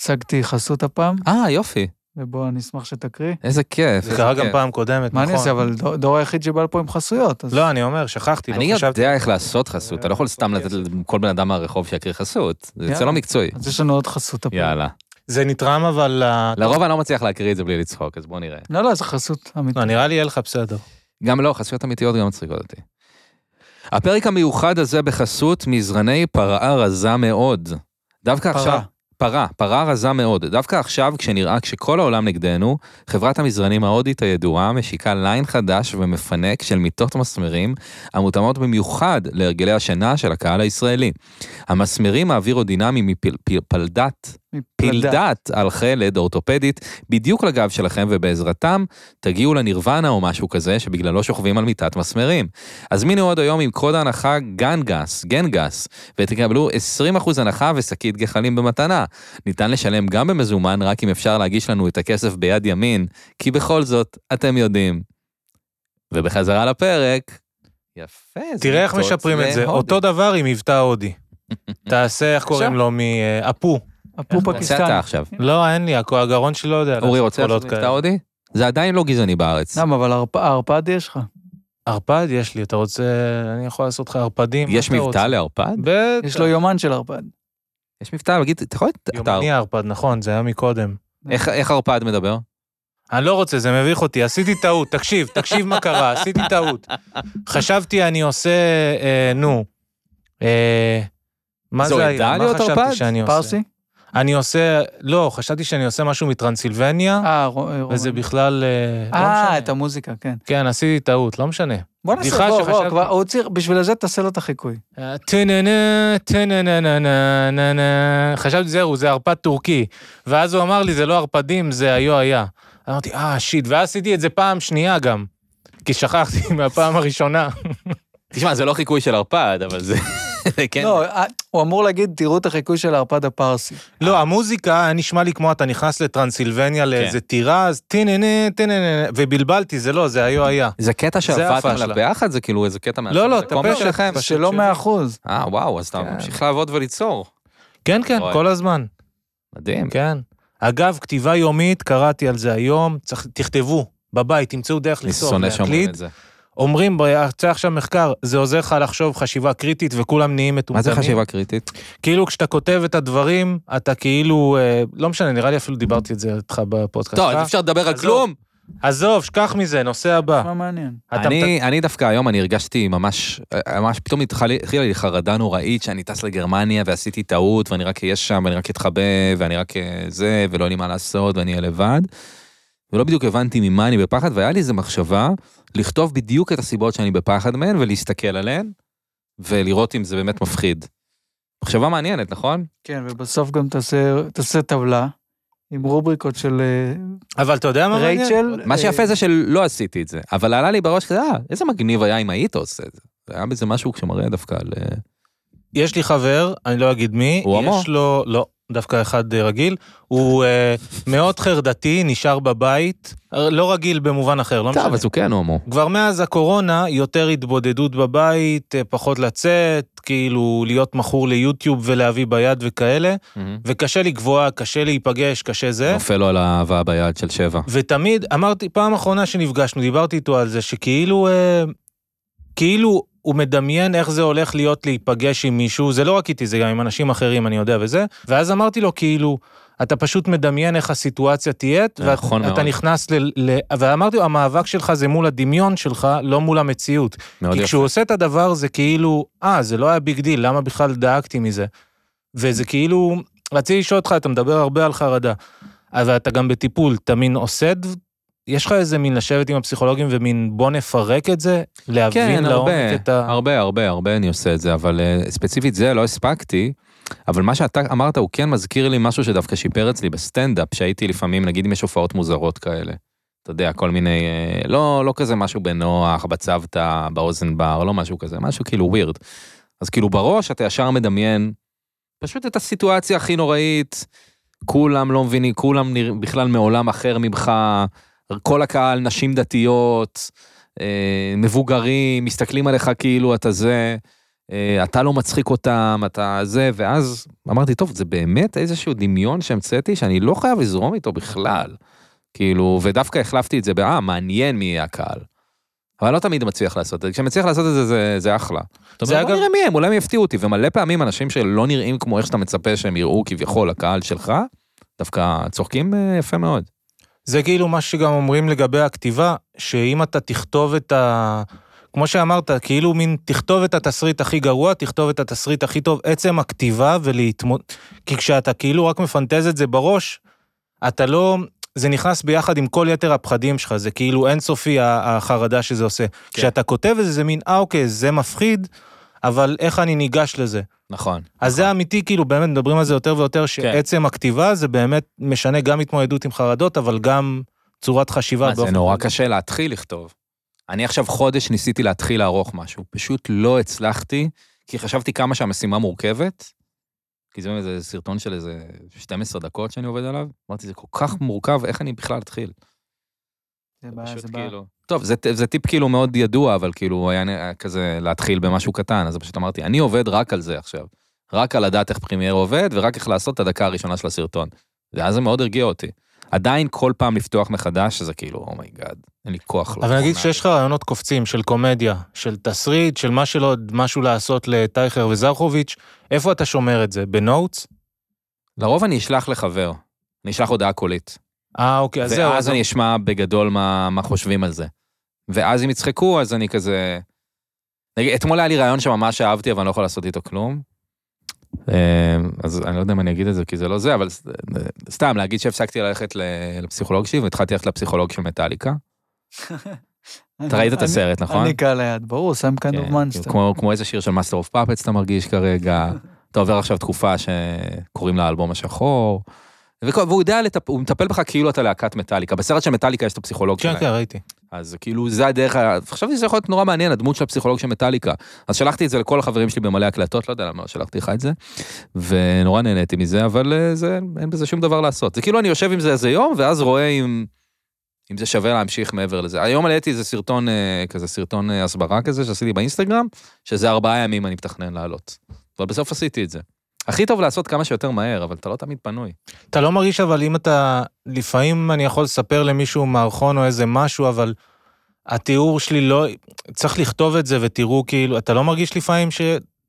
השגתי חסות הפעם, אה, יופי, ובוא, אני אשמח שתקריא. נכון. איזה כיף. זה איזה קרה גם כיף. פעם קודמת, מה אני נכון? אעשה, אבל דור- דור היחיד שבא לפה עם חסויות, אז... לא, אני אומר, שכחתי, אני לא חשבתי. יודע איך לעשות חסות, אתה לא יכול סתם לתת לכל בן אדם מהרחוב שיקריא חסות, זה יוצא יאללה. לא מקצועי. אז יש לנו עוד חסות הפעם. יאללה. זה נתרם, אבל... אה, ה- לרוב אני לא מצליח להקריא את זה בלי לצחוק, אז בוא נראה. לא, לא, זה חסות אמיתית. לא, נראה לי יהיה לך בסדר. גם לא, חסויות אמיתיות גם מצחיקות אותי. הפרק המיוחד הזה בחסות מזרני פרה רזה מאוד. דווקא פרה. עכשיו... פרה, פרה רזה מאוד. דווקא עכשיו, כשנראה כשכל העולם נגדנו, חברת המזרנים ההודית הידועה משיקה ליין חדש ומפנק של מיטות מסמרים, המותאמות במיוחד להרגלי השינה של הקהל הישראלי. המסמרים האווירודינמיים מפלדת פלדת על חלד אורתופדית בדיוק לגב שלכם ובעזרתם תגיעו לנירוונה או משהו כזה שבגללו שוכבים על מיטת מסמרים. הזמינו עוד היום עם קוד ההנחה גנגס, גנגס, ותקבלו 20% הנחה ושקית גחלים במתנה. ניתן לשלם גם במזומן רק אם אפשר להגיש לנו את הכסף ביד ימין, כי בכל זאת, אתם יודעים. ובחזרה לפרק. יפה, זה Mm. תראה איך מיטות משפרים את זה. להודית. אותו דבר עם מבטא הודי. תעשה, איך קוראים לו, מאפו. הפו כן. תעשה אתה פקיסטן. עכשיו. לא, אין לי, הכ- הגרון שלי לא יודע. אורי לעשות רוצה קולות לעשות מבטא כאלה. הודי? זה עדיין לא גזעני בארץ. למה, אבל הרפ- הערפד יש לך. ערפד יש לי, אתה רוצה... אני יכול לעשות לך ערפדים. יש מה אתה רוצה? מבטא לערפד? בטח. יש לו יומן של ערפד. יש מבטא, תגיד, אתה יכול... אתה- יומני ערפד, נכון, זה היה מקודם. איך- איך ערפד מדבר? אני לא רוצה, זה מביך אותי, עשיתי טעות, תקשיב, תקשיב מה קרה, עשיתי טעות. חשבתי אני עושה, אה, נו, אה, מה זו זה עדה היה? מה להיות ערפד? חשבתי שאני עושה? פרסי? אני עושה, לא, חשבתי שאני עושה משהו מטרנסילבניה, אה, רו- אה, וזה רומן. בכלל, אה, לא אה, משנה. את המוזיקה, כן. כן, עשיתי טעות, לא משנה. בוא נעשה, בדיחה בוא, בוא, שחשבתי. כבר, הוא צריך, בשביל זה תעשה לו את החיקוי. אה, טה-נה-נה, טה-נה-נה-נה-נה, נה-נה. חשבתי זהו, זה ערפד טורקי. ואז הוא אמר לי, זה לא ערפדים, זה היו היה. אמרתי, אה, שיט, ואז עשיתי את זה פעם שנייה גם. כי שכחתי מהפעם הראשונה. תשמע, זה לא חיקוי של ערפד, אבל זה... זה כן. לא, אה, הוא אמור להגיד, תראו את החיקוי של הערפד הפרסי. לא, המוזיקה היה נשמע לי כמו אתה נכנס לטרנסילבניה כן. לאיזה טירה, אז טיננה, טיננה, ובלבלתי, זה לא, זה היו היה. זה קטע שעבדתם הפשלה. עליו ביחד, זה כאילו איזה קטע מה... לא, לא, זה קומבו טפל. שלכם. פשוט שלא שלי. מאה אחוז. אה, וואו, אז אתה כן. ממשיך לעבוד וליצור. כן, כן, אוי. כל הזמן, מדהים. כן. אגב, כתיבה יומית, קראתי על זה היום, צריך- תכתבו, בבית, תמצאו דרך אני לכתוב, שונא שאומרים להקליד. את זה. אומרים, יצא עכשיו מחקר, זה עוזר לך לחשוב חשיבה קריטית וכולם נהיים מה זה מטומטמים. חשיבה קריטית? כאילו כשאתה כותב את הדברים, אתה כאילו, אה, לא משנה, נראה לי אפילו דיברתי את זה איתך בפודקאסט. טוב, שלך. אז אפשר לדבר על עזוב. כלום. עזוב, שכח מזה, נושא הבא. מה מעניין? אתה- אני, אני דווקא היום, אני הרגשתי ממש, ממש פתאום התחילה התחילה לי חרדה נוראית שאני טס לגרמניה ועשיתי טעות ואני רק אהיה שם ואני רק אתחבא ואני רק אה, זה ולא יהיה לי מה לעשות ואני אהיה לבד. ולא בדיוק הבנתי ממה אני בפחד והיה לי איזה מחשבה לכתוב בדיוק את הסיבות שאני בפחד מהן ולהסתכל עליהן ולראות אם זה באמת מפחיד. מחשבה מעניינת, נכון? כן, ובסוף גם תעשה- תעשה טבלה עם רובריקות של אה, לא, אבל אתה יודע מה מעניין? רייצ'ל. מה אה, שיפה זה שלא עשיתי את זה, אבל עלה לי בראש כזה, אה, איזה מגניב היה אם היית עושה את זה. זה היה בזה משהו שמראה דווקא על... אה, לא יש לי חבר, אני לא אגיד מי, הוא הומו? יש לו, לא, דווקא אחד אה, רגיל, הוא אה, מאוד חרדתי, נשאר בבית, אה, לא רגיל במובן אחר, לא טוב, משנה. אז הוא כן הומו. כבר מאז הקורונה, יותר התבודדות בבית, אה, פחות לצאת, כאילו להיות מכור ליוטיוב ולהביא ביד וכאלה, וקשה לקבוע, קשה להיפגש, קשה זה. נופל לו על האהבה ביד של שבע. ותמיד אמרתי, פעם אחרונה שנפגשנו, דיברתי איתו על זה, שכאילו, אה, כאילו הוא מדמיין איך זה הולך להיות להיפגש עם מישהו, זה לא רק איתי, זה גם עם אנשים אחרים, אני יודע וזה, ואז אמרתי לו, כאילו, אתה פשוט מדמיין איך הסיטואציה תהיה, נכון ואתה מאוד. נכנס ל... ל... ואמרתי לו, המאבק שלך זה מול הדמיון שלך, לא מול המציאות. מאוד כי יפה. כשהוא עושה את הדבר זה כאילו, אה, זה לא היה ביג דיל, למה בכלל דאגתי מזה? וזה כאילו, רציתי לשאול אותך, אתה מדבר הרבה על חרדה, אז אתה גם בטיפול, אתה מין עושה, ד- יש לך איזה מין לשבת עם הפסיכולוגים ומין בוא נפרק את זה? להבין כן, לעומק הרבה, את ה... הרבה, הרבה, הרבה אני עושה את זה, אבל אה, ספציפית זה לא הספקתי, אבל מה שאתה אמרת הוא כן מזכיר לי משהו שדווקא שיפר אצלי בסטנדאפ, שהייתי לפעמים, נגיד אם יש הופעות מוזרות כאלה. אתה יודע, כל מיני, אה, לא, לא כזה משהו בנוח, בצוותא, באוזן בר, לא משהו כזה, משהו כאילו ווירד. אז כאילו בראש אתה ישר מדמיין פשוט את הסיטואציה הכי נוראית, כולם לא מבינים, כולם נרא- בכלל מעולם אחר ממך, כל הקהל, נשים דתיות, אה, מבוגרים, מסתכלים עליך כאילו אתה זה, אה, אתה לא מצחיק אותם, אתה זה, ואז אמרתי, טוב, זה באמת איזשהו דמיון שהמצאתי שאני לא חייב לזרום איתו בכלל. כאילו, ודווקא החלפתי את זה ב"אה, מעניין מי יהיה הקהל". אבל לא תמיד מצליח לעשות את זה, כשמצליח לעשות את זה, זה, זה אחלה. אתה זה אומר, בוא אגב- נראה מי הם, אולי הם יפתיעו אותי, ומלא פעמים אנשים שלא נראים כמו איך שאתה מצפה שהם יראו כביכול, הקהל שלך, דווקא צוחקים אה, יפה מאוד. זה כאילו מה שגם אומרים לגבי הכתיבה, שאם אתה תכתוב את ה... כמו שאמרת, כאילו מין תכתוב את התסריט הכי גרוע, תכתוב את התסריט הכי טוב, עצם הכתיבה ולהתמוד... כי כשאתה כאילו רק מפנטז את זה בראש, אתה לא... זה נכנס ביחד עם כל יתר הפחדים שלך, זה כאילו אינסופי ה- החרדה שזה עושה. כן. כשאתה כותב את זה, זה מין, אה אוקיי, זה מפחיד, אבל איך אני ניגש לזה? נכון. כן. אז זה אמיתי, כאילו באמת מדברים על זה יותר ויותר, שעצם הכתיבה זה באמת משנה גם התמודדות עם חרדות, אבל גם צורת חשיבה. מה, זה באופן נורא כללי. קשה להתחיל לכתוב. אני עכשיו חודש ניסיתי להתחיל לערוך משהו, פשוט לא הצלחתי, כי חשבתי כמה שהמשימה מורכבת, כי זה איזה סרטון של איזה 12 דקות שאני עובד עליו, אמרתי, זה כל כך מורכב, איך אני בכלל אתחיל? זה זה בעיה, פשוט זה בעיה. כאילו... טוב, זה, זה טיפ כאילו מאוד ידוע, אבל כאילו היה נראה כזה להתחיל במשהו קטן, אז פשוט אמרתי, אני עובד רק על זה עכשיו. רק על לדעת איך פרימייר עובד, ורק איך לעשות את הדקה הראשונה של הסרטון. ואז זה מאוד הרגיע אותי. עדיין כל פעם לפתוח מחדש, זה כאילו, אומייגאד, אין לי כוח. אבל נגיד לתוכנה שיש לך רעיונות קופצים של קומדיה, של תסריט, של מה שלא, משהו לעשות לטייכר וזרחוביץ', איפה אתה שומר את זה? בנוטס? לרוב אני אשלח לחבר, אני אשלח הודעה קולית. אה, אוקיי, אז זהו. ואז אני אשמע בגדול מה, מה חושבים על זה. ואז אם יצחקו, אז אני כזה... נגיד, אתמול היה לי רעיון שממש אהבתי, אבל אני לא יכול לעשות איתו כלום. אה, אז אני לא יודע אם אני אגיד את זה, כי זה לא זה, אבל ס- אה, סתם להגיד שהפסקתי ללכת ל- לפסיכולוג שלי, והתחלתי ללכת לפסיכולוג של מטאליקה. אתה ראית את אני- הסרט, נכון? כן, אני קל היד, ברור, שם כאן כן, מנסטר. כמו, כמו איזה שיר של מאסטר אוף פאפץ אתה מרגיש כרגע, אתה עובר עכשיו תקופה שקוראים לה האלבום השחור, וכל- והוא יודע, לטפ... הוא מטפל בך כאילו אתה להקת מטאליקה, בסרט של מטאליקה יש את הפסיכולוג כן, שלהם, כן, ראיתי. אז כאילו זה הדרך, ה- חשבתי שזה יכול להיות נורא מעניין, הדמות של הפסיכולוג של מטאליקה, אז שלחתי את זה לכל החברים שלי במלא הקלטות, לא יודע למה לא שלחתי לך את זה, ונורא נהניתי מזה, אבל אה, זה, אין בזה שום דבר לעשות, זה כאילו אני יושב עם זה איזה יום, ואז רואה אם... אם זה שווה להמשיך מעבר לזה. היום העליתי איזה סרטון אה, כזה, סרטון אה, הסברה כזה שעשיתי באינסטגרם, שזה ארבעה ימים אני מתכנן לעלות. אבל בסוף עשיתי את זה. הכי טוב לעשות כמה שיותר מהר, אבל אתה לא תמיד פנוי. אתה לא מרגיש אבל אם אתה, לפעמים אני יכול לספר למישהו מערכון או איזה משהו, אבל התיאור שלי לא, צריך לכתוב את זה ותראו כאילו, אתה לא מרגיש לפעמים ש...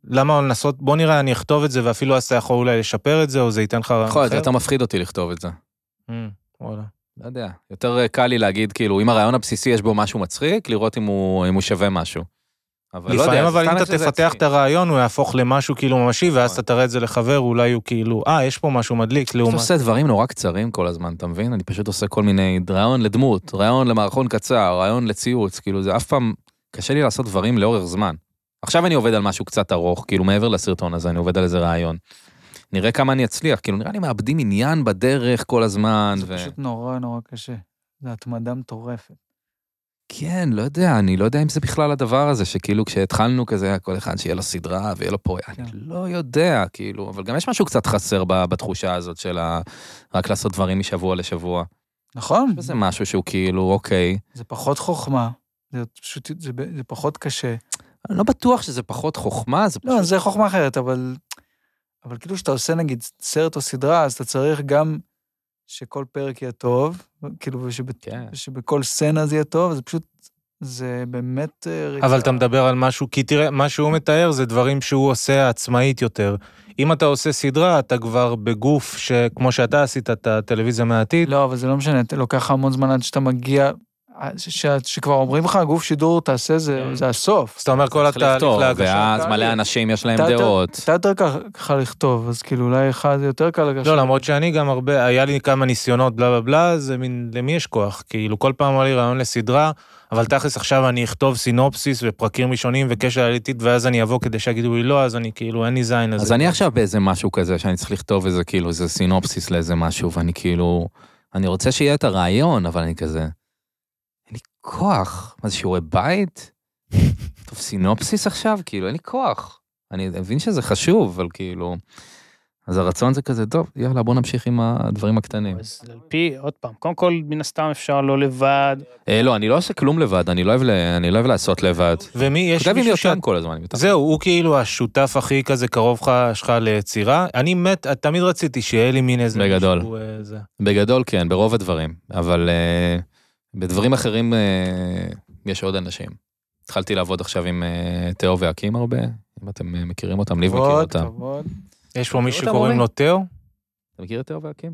למה לנסות, בוא נראה, אני אכתוב את זה ואפילו אז אתה יכול אולי לשפר את זה, או זה ייתן לך רעיון יכול להיות, אחר? יותר מפחיד אותי לכתוב את זה. Mm, וואלה. לא יודע. יותר אה, קל לי להגיד, כאילו, אם הרעיון הבסיסי יש בו משהו מצחיק, לראות אם הוא, אם הוא שווה משהו. אבל לא יודע, לפעמים זה אבל סתם אם איך אתה שזה תפתח אצלי. את הרעיון, הוא יהפוך למשהו כאילו ממשי, ואז נכון. אתה תראה את זה לחבר, אולי הוא כאילו, אה, יש פה משהו מדליק, פשוט לעומת... עושה דברים נורא קצרים כל הזמן, אתה מבין? אני פשוט עושה כל מיני, רעיון לדמות, רעיון למערכון קצר, רעיון לציוץ, כאילו זה אף פעם, קשה לי לעשות דברים לאורך זמן. עכשיו אני עובד על משהו קצת ארוך, כאילו מעבר לסרטון הזה, אני עובד על איזה רעיון. נראה כמה אני אצליח, כאילו נראה לי מאבדים עניין בדרך כל הזמן. זה פשוט נורא נורא קשה. זו התמדה מטורפת. כן, לא יודע, אני לא יודע אם זה בכלל הדבר הזה, שכאילו כשהתחלנו כזה, היה כל אחד שיהיה לו סדרה ויהיה לו פרויקט, אני כן. לא יודע, כאילו, אבל גם יש משהו קצת חסר ב- בתחושה הזאת של ה... רק לעשות דברים משבוע לשבוע. נכון, יש בזה משהו שהוא כאילו, אוקיי, זה פחות חוכמה, זה פשוט, זה ב- זה פחות קשה. אני לא בטוח שזה פחות חוכמה, זה לא, פשוט... זה חוכמה אחרת, אבל... אבל כאילו כשאתה עושה נגיד סרט או סדרה, אז אתה צריך גם שכל פרק יהיה טוב, כאילו, ושבת, כן. שבכל סצנה זה יהיה טוב, זה פשוט, זה באמת... אה, ריצה. אבל אתה מדבר על משהו, כי תראה, מה שהוא מתאר זה דברים שהוא עושה עצמאית יותר. אם אתה עושה סדרה, אתה כבר בגוף שכמו שאתה עשית את הטלוויזיה מהעתיד, לא, אבל זה לא משנה, אתה- לוקח המון זמן עד שאתה מגיע, ש- ש- שכבר אומרים לך, גוף שידור, תעשה כן. זה, זה הסוף. אז אתה אומר כל צריך התהליך לפתור, להגשת ואז תהליך. מלא אנשים יש להם אתה- אתה- דעות. קצת יותר קל לך לכתוב, אז כאילו אולי לך זה יותר קל לגשת. לא, למרות שאני גם הרבה, היה לי כמה ניסיונות בלה בלה בלה, זה מין, למי יש כוח? כאילו, כל פעם עולה לי רעיון לסדרה, אבל תכלס עכשיו אני אכתוב סינופסיס ופרקים ראשונים וקשר עליתית, ואז אני אבוא כדי שיגידו לי לא, אז אני כאילו, אין לי זין לזה. אז אני עכשיו באיזה משהו כזה, שאני צריך לכתוב איזה כאילו, איזה סינופסיס לאיזה משהו, ואני כאילו, אני רוצה שיהיה את הרעיון, אבל אני כזה, אין לי כוח. מה זה, שיעורי בית? טוב, סינופסיס עכשיו? כאילו, אין לי כוח. אני מבין שזה חשוב, אבל כאילו... אז הרצון זה כזה, טוב, יאללה, בוא נמשיך עם הדברים הקטנים. אז על פי, עוד פעם, קודם כל, מן הסתם אפשר לא לבד. אה, לא, אני לא עושה כלום לבד, אני לא אוהב ל- אני לא אוהב לעשות לבד. ומי, יש כותב עם מישהו ש... יותם כל הזמן. עם יותם. זהו, הוא כאילו השותף הכי כזה קרוב לך- שלך ליצירה. אני מת, תמיד רציתי שיהיה לי מין איזה... בגדול. מישהו, אה, זה. בגדול כן, ברוב הדברים, אבל אה, בדברים אחרים אה, יש עוד אנשים. התחלתי לעבוד עכשיו עם אה, תאו והקים הרבה, אם אתם אה, מכירים אותם, ליב מכיר כבוד, אותם. כבוד. יש פה מישהו אותם, אורי? שקוראים לו תאו? אתה מכיר את תאו והקים?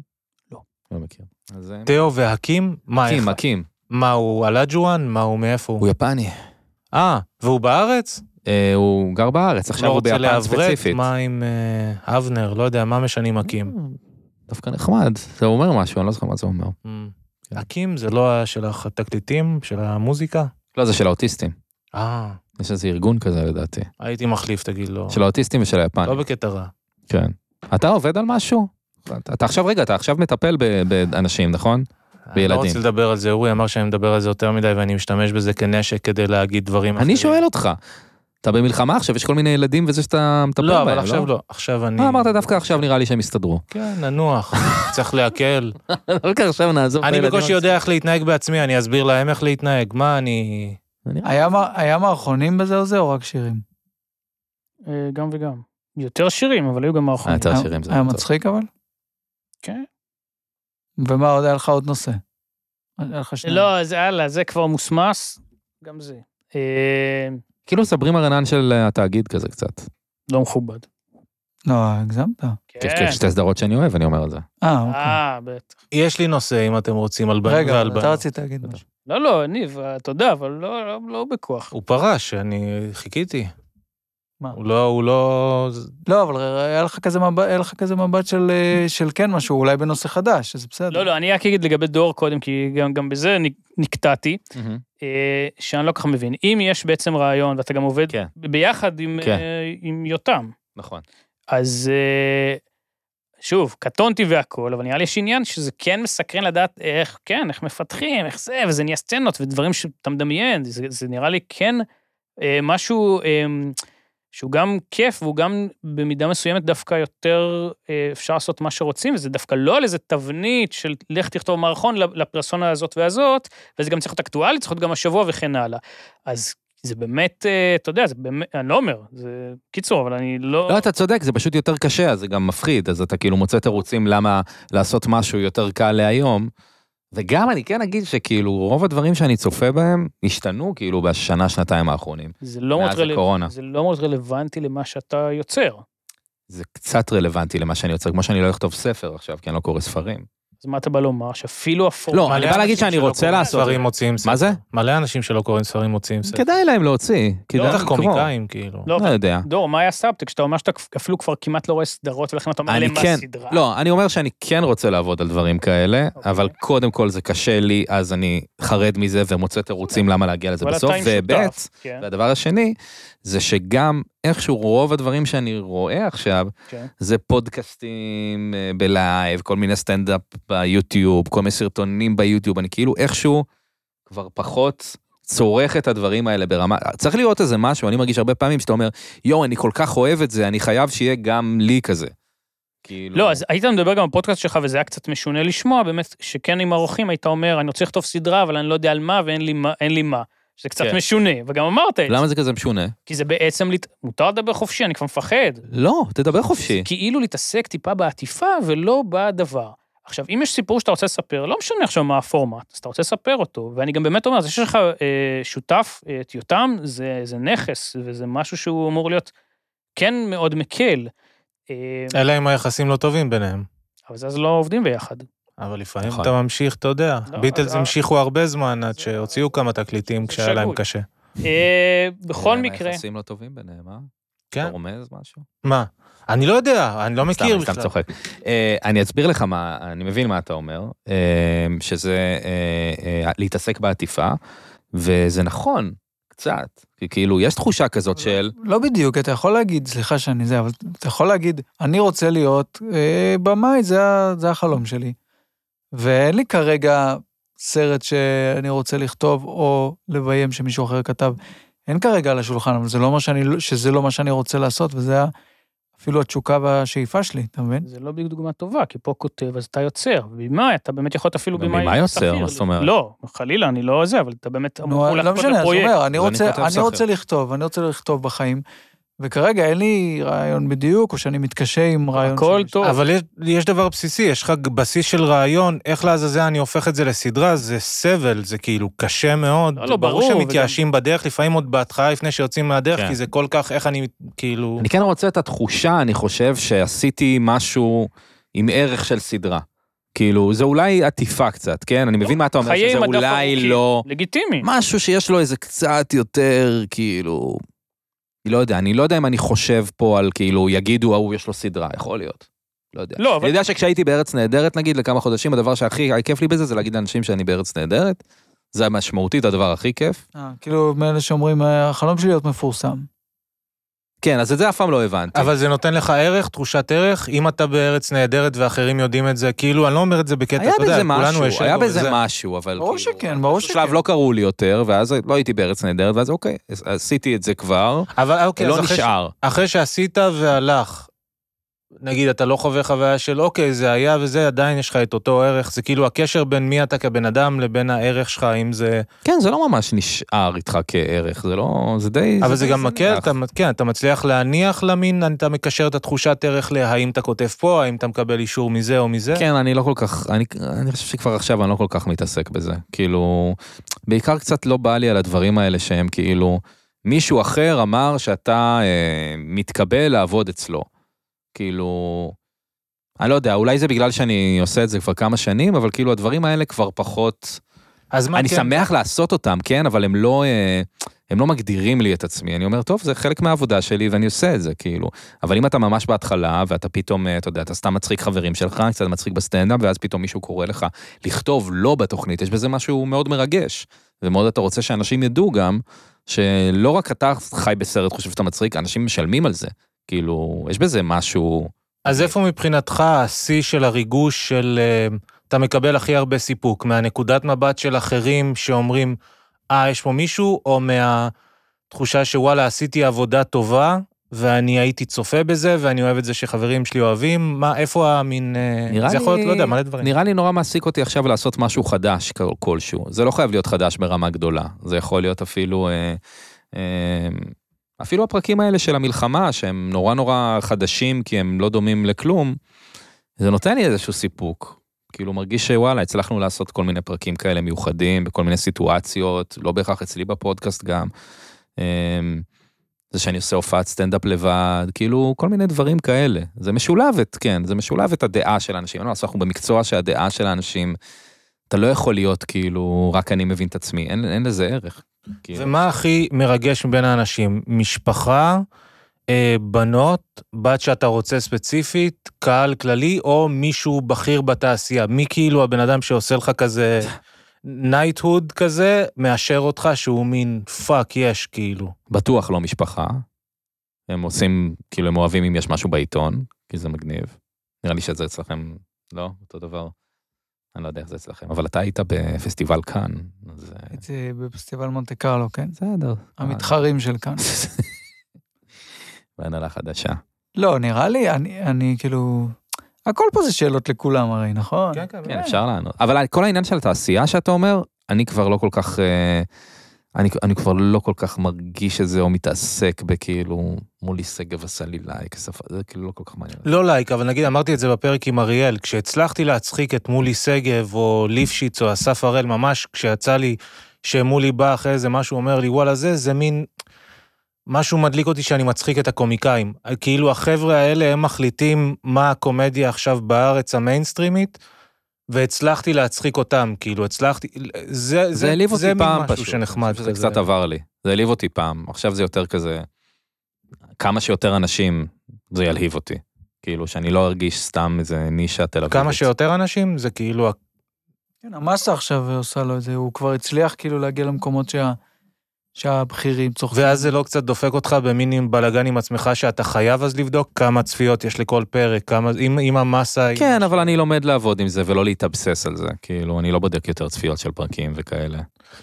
לא. לא מכיר. אז אה, תאו והקים? מה, הקים, איך- הקים. מה, הוא הלג'ואן? מה, הוא מאיפה הוא? הוא יפני. אה, והוא בארץ? לא אה, הוא גר בארץ, עכשיו הוא ביפן ספציפית. אה, מה עם אה, אבנר, לא יודע, מה משנים אקים? דווקא נחמד, זה אומר משהו, אני לא זוכר מה זה אומר. כן. אקים זה לא ה- של התקליטים, של המוזיקה? לא, זה של האוטיסטים. אה, יש איזה ארגון כזה לדעתי. הייתי מחליף, תגיד לו. של האוטיסטים ושל היפנים. לא בקטע רע. כן. אתה עובד על משהו? אתה- אתה עכשיו, רגע, אתה עכשיו מטפל ב- באנשים, נכון? אני לא בילדים. רוצה לדבר על זה, אורי אמר שאני מדבר על זה יותר מדי ואני משתמש בזה כנשק כדי להגיד דברים לא, אני שואל אותך. אתה במלחמה עכשיו, יש כל מיני ילדים וזה שאתה מטפל לא, בהם, אבל עכשיו לא, עכשיו אני... מה אמרת דווקא עכשיו נראה לי שהם יסתדרו. כן, ננוח, צריך להקל. דווקא עכשיו נעזוב את אני הילדים. בקושי יודע איך להתנהג בעצמי, אני אסביר להם איך להתנהג, מה אני... היה מע- היה מערכונים בזה או זה, או רק שירים? אה, גם וגם. יותר שירים, אבל היו גם מערכונים. יותר שירים אה, זה היה יותר טוב. מצחיק אבל? כן. ומה, עוד היה לך עוד נושא? היה לך שניים. לא, זה הלאה, זה כבר מוסמס, גם זה. אה, כאילו סברים הרנן של אה, התאגיד כזה קצת. לא מכובד. כן. לא, הגזמת. יש יש שתי סדרות שאני אוהב, אני אומר את זה. אה, אוקיי. אה, בטח. יש לי נושא, אם אתם רוצים, על בנים רגע, ועל אבל אתה בנות. רצית להגיד משהו. לא, לא, ניב, אה, תודה, אבל לא- לא- לא בכוח. הוא פרש, אני חיכיתי. מה? הוא לא, הוא לא... זה- לא, אבל היה לך כזה מבט, היה לך כזה מבט של, אה, של כן משהו, אולי בנושא חדש, אז בסדר. לא, לא, אני רק אגיד לגבי דור קודם, כי גם- גם בזה נק- נקטעתי, אה, שאני לא כל כך מבין. אם יש בעצם רעיון, ואתה גם עובד כן. ב- ביחד עם, כן. אה, עם יותם, נכון. אז אה, שוב, קטונתי והכול, אבל נראה לי יש עניין שזה כן מסקרן לדעת איך, כן, איך מפתחים, איך זה, וזה נהיה סצנות ודברים שאתה מדמיין, זה, זה נראה לי כן אה, משהו אה, שהוא גם כיף, והוא גם במידה מסוימת דווקא יותר אה, אפשר לעשות מה שרוצים, וזה דווקא לא על איזה תבנית של לך תכתוב מערכון לפרסונה הזאת והזאת, וזה גם צריך להיות אקטואלי, צריך להיות גם השבוע וכן הלאה. אז... זה באמת, אה, אתה יודע, זה באמת, אני לא אומר, זה קיצור, אבל אני לא... לא, אתה צודק, זה פשוט יותר קשה, אז זה גם מפחיד, אז אתה כאילו מוצא תירוצים למה לעשות משהו יותר קל להיום. וגם אני כן אגיד שכאילו רוב הדברים שאני צופה בהם השתנו כאילו בשנה, שנתיים האחרונים. זה לא מאוד מאז רלוונטי. הקורונה. זה לא מאוד רלוונטי למה שאתה יוצר. זה קצת רלוונטי למה שאני יוצר, כמו שאני לא אכתוב ספר עכשיו, כי אני לא קורא ספרים. אז מה אתה בא לומר? שאפילו הפורמט... לא, אני מלא בא להגיד אנשים שאני שלא רוצה קוראים לעשות. ספרים מוציאים ספר. מה זה? כן, מלא אנשים שלא קוראים ספרים מוציאים ספר. כדאי להם להוציא, כדאי לא, בטח לקרוא. קומיקאים, כאילו. לא, לא יודע. דור, מה היה סאבטק? שאתה אומר שאתה אפילו כבר כמעט לא רואה סדרות, ולכן אתה אומר אני להם מה כן, הסדרה. לא, אני אומר שאני כן רוצה לעבוד על דברים כאלה, אוקיי. אבל קודם כל זה קשה לי, אז אני חרד מזה ומוצא תירוצים למה להגיע לזה אבל בסוף, אתה עם וב' שותף. כן, והדבר השני, זה שגם איכשהו רוב הדברים שאני רואה עכשיו, כן. זה פודקאסטים אה, בלייב, כל מיני סטנדאפ ביוטיוב, כל מיני סרטונים ביוטיוב, אני כאילו איכשהו כבר פחות צורך את הדברים האלה ברמה, צריך להיות איזה משהו, אני מרגיש הרבה פעמים שאתה אומר, יואו, אני כל כך אוהב את זה, אני חייב שיהיה גם לי כזה. כאילו... לא, אז היית מדבר גם בפודקאסט שלך, וזה היה קצת משונה לשמוע, באמת, שכן עם ערוכים היית אומר, אני רוצה לכתוב סדרה, אבל אני לא יודע על מה ואין לי מה, אין לי מה. שזה קצת כן. משונה, וגם אמרת את זה, למה זה כזה משונה? כי זה בעצם, לת- מותר לדבר חופשי, אני כבר מפחד. לא, תדבר חופשי. כאילו להתעסק טיפה בעטיפה ולא בדבר. עכשיו, אם יש סיפור שאתה רוצה לספר, לא משנה עכשיו מה הפורמט, אז אתה רוצה לספר אותו, ואני גם באמת אומר, זה שיש לך אה, שותף, אה, את יותם, זה, זה נכס, וזה משהו שהוא אמור להיות כן מאוד מקל, אה, אלא אם היחסים לא טובים ביניהם. אבל אז לא עובדים ביחד. אבל לפעמים נכון. אתה ממשיך, אתה יודע. לא, ביטלס אז- המשיכו הרבה זמן עד שהוציאו כמה תקליטים כשהיה להם שגוי. קשה. אה, בכל נראה אם מקרה, היחסים לא טובים ביניהם, אה? כן. אתה רומז משהו? מה? אני לא יודע, אני לא מכיר סתם, סתם בכלל. צוחק. אה, אני אסביר לך מה, אני מבין מה אתה אומר, אה, שזה אה, אה, להתעסק בעטיפה, וזה נכון, קצת. כי כאילו, יש תחושה כזאת של... לא בדיוק, אתה יכול להגיד, סליחה שאני זה, אבל אתה יכול להגיד, אני רוצה להיות אה, במאי, זה, ה- זה החלום שלי. ואין לי כרגע סרט שאני רוצה לכתוב או לביים שמישהו אחר כתב. אין כרגע על השולחן, אבל זה לא מה שאני, לא- שזה לא מה שאני רוצה לעשות, וזה ה- אפילו התשוקה והשאיפה שלי, אתה כן. מבין? זה לא בדיוק דוגמה טובה, כי פה כותב, אז אתה יוצר. במאי, אתה באמת יכול להיות אפילו גם במאי... במאי יוצר, שכיר. מה זאת אומרת? לא, חלילה, אני לא זה, אבל אתה באמת אמור נו, לא לחכות משנה, אז הוא לפרויקט. אומר, אני אז אני רוצה, כותב אני ספר. רוצה לכתוב, אני רוצה לכתוב בחיים, וכרגע אין לי רעיון בדיוק, או שאני מתקשה עם רעיון הכל שלי. טוב. אבל יש, יש דבר בסיסי, יש לך בסיס של רעיון, איך לעזאזל אני הופך את זה לסדרה, זה סבל, זה כאילו קשה מאוד. לא, לא, ברור ברור, שמתייאשים בדרך, לפעמים עוד בהתחלה לפני שיוצאים מהדרך, כן. כי זה כל כך, איך אני, כאילו... אני כן רוצה את התחושה, אני חושב, שעשיתי משהו עם ערך של סדרה. כאילו, זה אולי עטיפה קצת, כן? אני מבין מה אתה אומר, חיי שזה מדף אולי ארוכים. לא... לגיטימי. משהו שיש לו איזה קצת יותר, כאילו... אני לא יודע, אני לא יודע אם אני חושב פה על כאילו, יגידו ההוא יש לו סדרה, יכול להיות. לא יודע. לא, אבל- אני יודע שכשהייתי בארץ נהדרת, נגיד, לכמה חודשים, הדבר שהכי היה כיף לי בזה זה להגיד לאנשים שאני בארץ נהדרת. זה משמעותית הדבר הכי כיף. אה, כאילו מאלה שאומרים, "אה, החלום שלי להיות מפורסם. כן, אז את זה אף פעם לא הבנתי. אבל זה נותן לך ערך, תחושת ערך, אם אתה בארץ נהדרת ואחרים יודעים את זה, כאילו, אני לא אומר את זה בקטע, היה אתה יודע, בזה כולנו משהו, יש... היה לנו בזה זה. משהו, אבל ברור כאילו, שכן, ברור באיזשהו שלב שכן. לא קראו לי יותר, ואז לא הייתי בארץ נהדרת, ואז אוקיי, אז עשיתי את זה כבר, אבל כן, אוקיי, לא אז אחרי ש- נשאר. אחרי שעשית והלך, נגיד אתה לא חווה חוויה של אוקיי, זה היה וזה, עדיין יש לך את אותו ערך, זה כאילו הקשר בין מי אתה כבן אדם לבין הערך שלך, אם זה... כן, זה לא ממש נשאר איתך כערך, זה לא, זה די... אבל זה די גם מקל, זניח. אתה, כן, אתה מצליח להניח למין, אתה מקשר את התחושת ערך להאם אתה כותב פה, האם אתה מקבל אישור מזה או מזה. כן, אני לא כל כך, אני, אני חושב שכבר עכשיו אני לא כל כך מתעסק בזה. כאילו, בעיקר קצת לא בא לי על הדברים האלה שהם כאילו, מישהו אחר אמר שאתה אה, מתקבל לעבוד אצלו. כאילו, אני לא יודע, אולי זה בגלל שאני עושה את זה כבר כמה שנים, אבל כאילו הדברים האלה כבר פחות, אז מה אני כן? שמח לעשות אותם, כן, אבל הם לא, אה, הם לא מגדירים לי את עצמי. אני אומר, טוב, זה חלק מהעבודה שלי ואני עושה את זה, כאילו. אבל אם אתה ממש בהתחלה, ואתה פתאום, אה, אתה יודע, אתה סתם מצחיק חברים שלך, קצת מצחיק בסטנדאפ, ואז פתאום מישהו קורא לך לכתוב לא בתוכנית, יש בזה משהו מאוד מרגש. ומאוד אתה רוצה שאנשים ידעו גם, שלא רק אתה חי בסרט, חושב שאתה מצחיק, אנשים משלמים על זה. כאילו, יש בזה משהו... אז איפה מבחינתך השיא של הריגוש של... אה, אתה מקבל הכי הרבה סיפוק, מהנקודת מבט של אחרים שאומרים, אה, יש פה מישהו, או מהתחושה שוואלה, עשיתי עבודה טובה, ואני הייתי צופה בזה, ואני אוהב את זה שחברים שלי אוהבים, מה, איפה המין... אה, נראה זה יכול להיות, לי- לא יודע, מלא דברים. נראה לי נורא מעסיק אותי עכשיו לעשות משהו חדש כל- כלשהו. זה לא חייב להיות חדש ברמה גדולה, זה יכול להיות אפילו... אה, אה, אפילו הפרקים האלה של המלחמה, שהם נורא נורא חדשים כי הם לא דומים לכלום, זה נותן לי איזשהו סיפוק. כאילו מרגיש שוואלה, הצלחנו לעשות כל מיני פרקים כאלה מיוחדים, בכל מיני סיטואציות, לא בהכרח אצלי בפודקאסט גם. אה, זה שאני עושה הופעת סטנדאפ לבד, כאילו כל מיני דברים כאלה. זה משולב את, כן, זה משולב את הדעה של האנשים. אין מה לעשות, אנחנו במקצוע שהדעה של האנשים, אתה לא יכול להיות כאילו, רק אני מבין את עצמי, אין, אין לזה ערך. כאילו. ומה הכי מרגש מבין האנשים? משפחה, אה, בנות, בת שאתה רוצה ספציפית, קהל כללי, או מישהו בכיר בתעשייה? מי כאילו הבן אדם שעושה לך כזה נייטהוד כזה, מאשר אותך שהוא מין פאק יש כאילו. בטוח לא משפחה. הם עושים, כאילו הם אוהבים אם יש משהו בעיתון, כי זה מגניב. נראה לי שזה אצלכם, לא, אותו דבר. אני לא יודע איך זה אצלכם, אבל אתה היית בפסטיבל כאן, אז... אה, הייתי בפסטיבל מונטה קרלו, כן? בסדר. המתחרים של כאן. והנהלה חדשה. כן, לא, נראה לי, אני, אני כאילו... הכל פה זה שאלות לכולם הרי, נכון? כן, אפשר לענות. אבל כל העניין של התעשייה שאתה אומר, אני כבר לא כל כך, אה, אני, אני כבר לא כל כך מרגיש את זה, או מתעסק בכאילו, מולי שגב עשה לי לייק, שפה- זה כאילו לא כל כך מעניין. לא לייק, אבל נגיד אמרתי את זה בפרק עם אריאל, כשהצלחתי להצחיק את מולי שגב או ליפשיץ או אסף הראל, ממש כשיצא לי שמולי בא אחרי איזה משהו, אומר לי וואלה זה, זה מין... משהו מדליק אותי שאני מצחיק את הקומיקאים. כאילו החבר'ה האלה הם מחליטים מה הקומדיה עכשיו בארץ המיינסטרימית, והצלחתי להצחיק אותם, כאילו, הצלחתי... זה, זה העליב אותי פעם זה מין פשוט. משהו שנחמד זה קצת עבר לי. זה העליב אותי פעם, עכשיו זה יותר כזה... כמה שיותר אנשים זה ילהיב אותי. כאילו, שאני לא ארגיש סתם איזה נישה תל אביבית. כמה שיותר אנשים, זה כאילו... כן, המאסה עכשיו עושה לו את זה, הוא כבר הצליח כאילו להגיע למקומות שה... שהבכירים צוחקים. ואז זה לא קצת דופק אותך במין בלאגן עם עצמך, שאתה חייב אז לבדוק כמה צפיות יש לכל פרק, כמה... אם, אם המסה... היא- כן, אבל אני לומד לעבוד עם זה ולא להתאבסס על זה. כאילו, אני לא בודק יותר צפיות של פרקים וכאלה.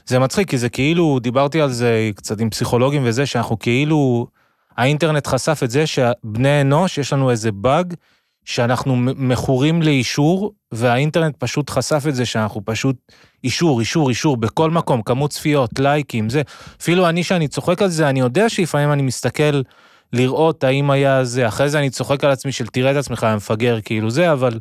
זה מצחיק, כי זה כאילו, דיברתי על זה קצת עם פסיכולוגים וזה, שאנחנו כאילו... האינטרנט חשף את זה שבני אנוש, יש לנו איזה באג, שאנחנו מ- מכורים לאישור, והאינטרנט פשוט חשף את זה שאנחנו פשוט אישור, אישור, אישור, בכל מקום, כמות צפיות, לייקים, זה. אפילו אני, שאני צוחק על זה, אני יודע שלפעמים אני מסתכל לראות האם היה זה, אחרי זה אני צוחק על עצמי של תראה את עצמך, המפגר, כאילו זה, אבל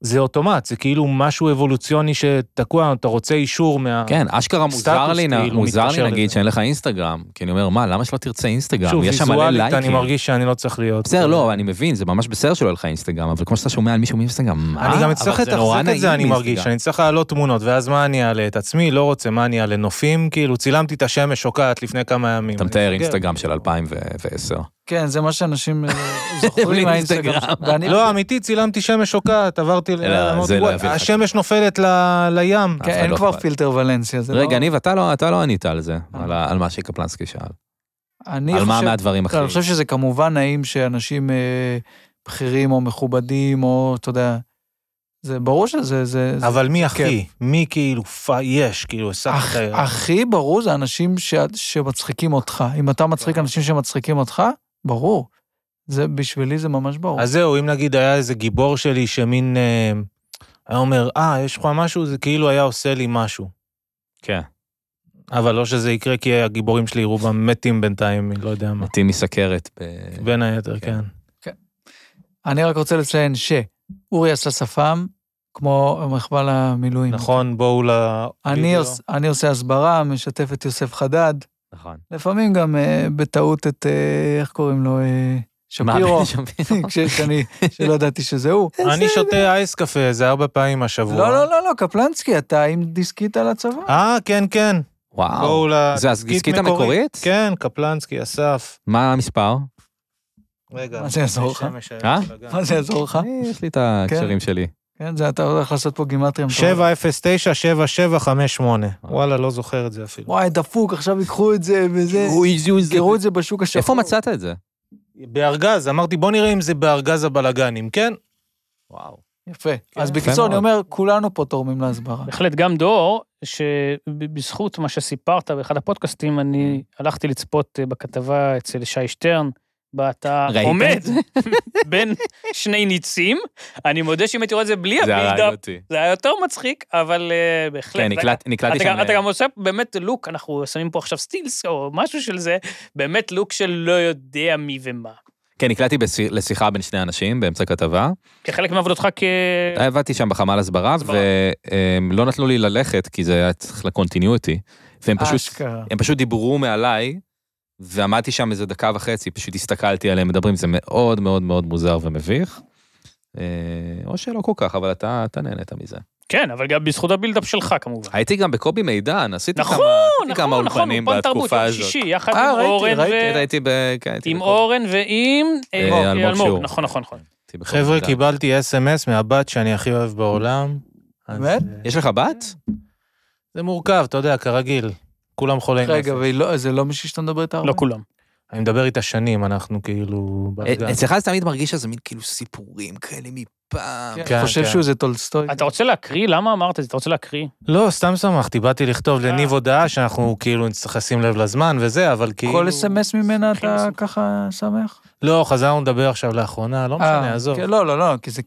זה אוטומט, זה כאילו משהו אבולוציוני שתקוע, אתה רוצה אישור מה... כן, אשכרה מוזר סטטוס, לי, נ- כאילו, מוזר לי מתקשר נגיד לזה. שאין לך אינסטגרם, כי אני אומר, מה, למה שלא תרצה אינסטגרם? שוב, יש שם מלא ויזואלית, אני לייקים. מרגיש שאני לא צריך להיות... בסדר, לא, אבל אני מבין, זה ממש בסדר שלא יהיה לך אינסטגרם, אבל כמו שאתה שומע על מישהו מאינסטגרם, מה? אני גם אה? אבל אצטרך זה נורא לתחזק את נעים זה, אני מרגיש, מאינסטגרם. אני צריך להעלות תמונות, ואז מה אני אעלה? את עצמי? לא רוצה, מה אני אעלה? נופים? כאילו, צילמתי את השמש שוקעת לפני כמה ימים. אתה אני מתאר מפגר. אינסטגרם של 2010. כן, זה מה שאנשים אה, זוכרים בלי מהאינסטגרם. אינסטגרם. ואני- לא, אמיתי, צילמתי שמש שוקעת, עברתי ל... לא, אמרתי, זה לא "וואי, יביא לך השמש נופלת ל- לים. אף כן, אחד אין לא כבר אכפת. פילטר ולנסיה, זה לא... אה. רגע, ניב, אתה לא- אתה לא ענית על זה, על ה- על מה שקפלנסקי שאל. אני על מה חושב- מהדברים לא, הכי... אני חושב שזה כמובן נעים שאנשים אה, בכירים או מכובדים, או, אתה יודע, זה ברור שזה... זה, זה- אבל מי אחי? כן. מי כאילו, פ- יש, כאילו, הכ- הסחת... הכי ברור זה אנשים ש... שמצחיקים אותך. אם אתה מצחיק נכון. אנשים שמצחיקים אותך, ברור. זה, בשבילי זה ממש ברור. אז זהו, אם נגיד היה איזה גיבור שלי שמין... אה, היה אומר, אה, יש לך משהו? זה כאילו היה עושה לי משהו. כן. אבל לא שזה יקרה, כי הגיבורים שלי רובם מתים בינתיים, לא יודע מה. מתים מסכרת. ב- בין היתר, כן. כן. אני רק רוצה לציין שאורי עשה שפם, כמו מחבל המילואים. נכון, בואו ל... כן. אני, וידאו. עוש, אני עושה הסברה, משתף את יוסף חדד, נכון. לפעמים גם אה, בטעות את, אה, איך קוראים לו? אה, שפירו. מה, שפירו. כש- כשאני, כן, שלא ידעתי שזה הוא. אני שותה אייס קפה, זה ארבע פעמים השבוע. לא, לא, לא, לא, קפלנסקי, אתה עם דיסקית על הצוואר. אה, כן, כן. וואו. בואו ל... זה הדיסקית מקורית. המקורית? כן, קפלנסקי, אסף. מה המספר? רגע. מה זה יעזור לך? שמש היום אה? של הגן. מה זה יעזור לך? אני, יש לי את ההקשרים שלי. כן, זה אתה הולך לעשות פה גימטריה. מטורפת. 709-7758. אה. וואלה, לא זוכר את זה אפילו. וואי, דפוק, עכשיו ייקחו את זה וזה. יראו את זה בשוק השחור. איפה מצאת את זה? בארגז, אמרתי, בוא נראה אם זה בארגז הבלגנים, כן? וואו. יפה. אז יפה בקיצור, אני מאוד. אומר, כולנו פה תורמים להסברה. בהחלט, גם דור, שבזכות מה שסיפרת באחד הפודקאסטים, אני כן. הלכתי לצפות אה, בכתבה אצל שי שטרן, בה אתה ראית עומד את זה? בין שני ניצים. אני מודה שאם הייתי רואה את זה בלי זה הרג הבילדאפ, אותי. זה היה יותר מצחיק, אבל אה, בהחלט. כן, כן, זה- נקלט- נקלטתי אתה גם, אתה שם. אה. גם עושה באמת לוק, אנחנו שמים פה עכשיו סטילס או משהו של זה, באמת לוק של לא יודע מי ומה. כן, נקלעתי בסי- לשיחה בין שני אנשים באמצע כתבה. כחלק מעבודתך כ... עבדתי שם בחמ"ל הסברה, כן. הסברה. ולא נתנו לי ללכת, כי זה היה צריך לקונטיניוטי. והם אה, פשוט, אשכרה. הם פשוט דיברו מעליי, ועמדתי שם איזה דקה וחצי, פשוט הסתכלתי עליהם מדברים, זה מאוד מאוד מאוד מוזר ומביך. אה, או שלא כל כך, אבל אתה, אתה נהנית מזה. כן, אבל גם בזכות הבילדאפ שלך כמובן. הייתי גם בקובי מידן, עשיתי נכון, כמה, עשיתי נכון, כמה נכון, אולפנים אולפן תרבות, בתקופה יום הזאת. שישי, יחד אה, עם ראיתי, אורן ראיתי, ו... הייתי ב... כן, הייתי עם בקובי. אורן ועם אה, אה, אלמוג שיעור. נכון, נכון, נכון. הייתי בקובי חבר'ה, מידן. קיבלתי אס.אם.אס מהבת שאני הכי אוהב בעולם. אז, באמת? אה, יש לך בת? זה מורכב, אתה יודע, כרגיל. כולם חולי נפש. רגע, וזה לא מישהי שאתה מדבר איתה הרבה? לא כולם. אני מדבר איתה שנים, אנחנו אה, כאילו... בהפגנה. אצלך זה תמיד מרגיש איזה מין כאילו סיפורים כאלה מפעם. כן, כן, חושב כן. שהוא איזה טולסטוי. אתה רוצה להקריא? למה אמרת את זה? אתה רוצה להקריא? לא, סתם שמחתי, באתי לכתוב אה. לניב הודעה שאנחנו כאילו נצטרך לשים לב לזמן וזה, אבל כאילו... כל אס.אם.אס ממנה הכי אתה מסוכן. ככה שמח? לא, חזרנו לדבר עכשיו לאחרונה, לא אה, משנה, עזוב. כן, לא, לא, לא, כי זה...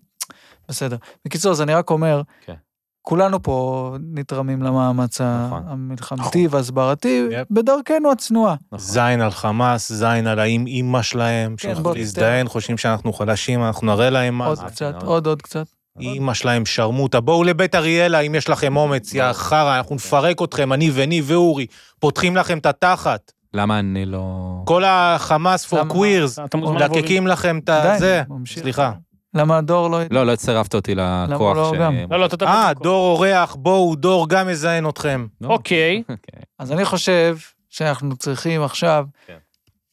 בסדר. בקיצור, אז אני רק אומר, כן. כולנו פה נתרמים למאמץ ה- נכון. המלחמתי וההסברתי, יפ. בדרכנו הצנועה. נכון, זין על חמאס, זין על האם אימא שלהם, שאנחנו כן, בוא נזדיין, חושבים שאנחנו חלשים, אנחנו נראה להם מה עוד זה. אהבתי קצת, מאוד. עוד עוד קצת. אימא שלהם שרמוטה, בואו לבית אריאלה אם יש לכם אומץ, יא חרא, אנחנו נפרק אתכם, אני וניב ואורי, פותחים לכם את התחת. למה אני לא... כל החמאס for למה? queers, אתה מוזמן לבוא. מלקקים לכם את נכון. די, זה. ממשיך. סליחה. למה הדור לא... לא, לא הצטרפת אותי לכוח לא ש... גם? לא, לא, אתה תבוא אה, במקום. דור אורח, בואו, דור גם מזיין אתכם. אוקיי, אז אני חושב שאנחנו צריכים עכשיו כן.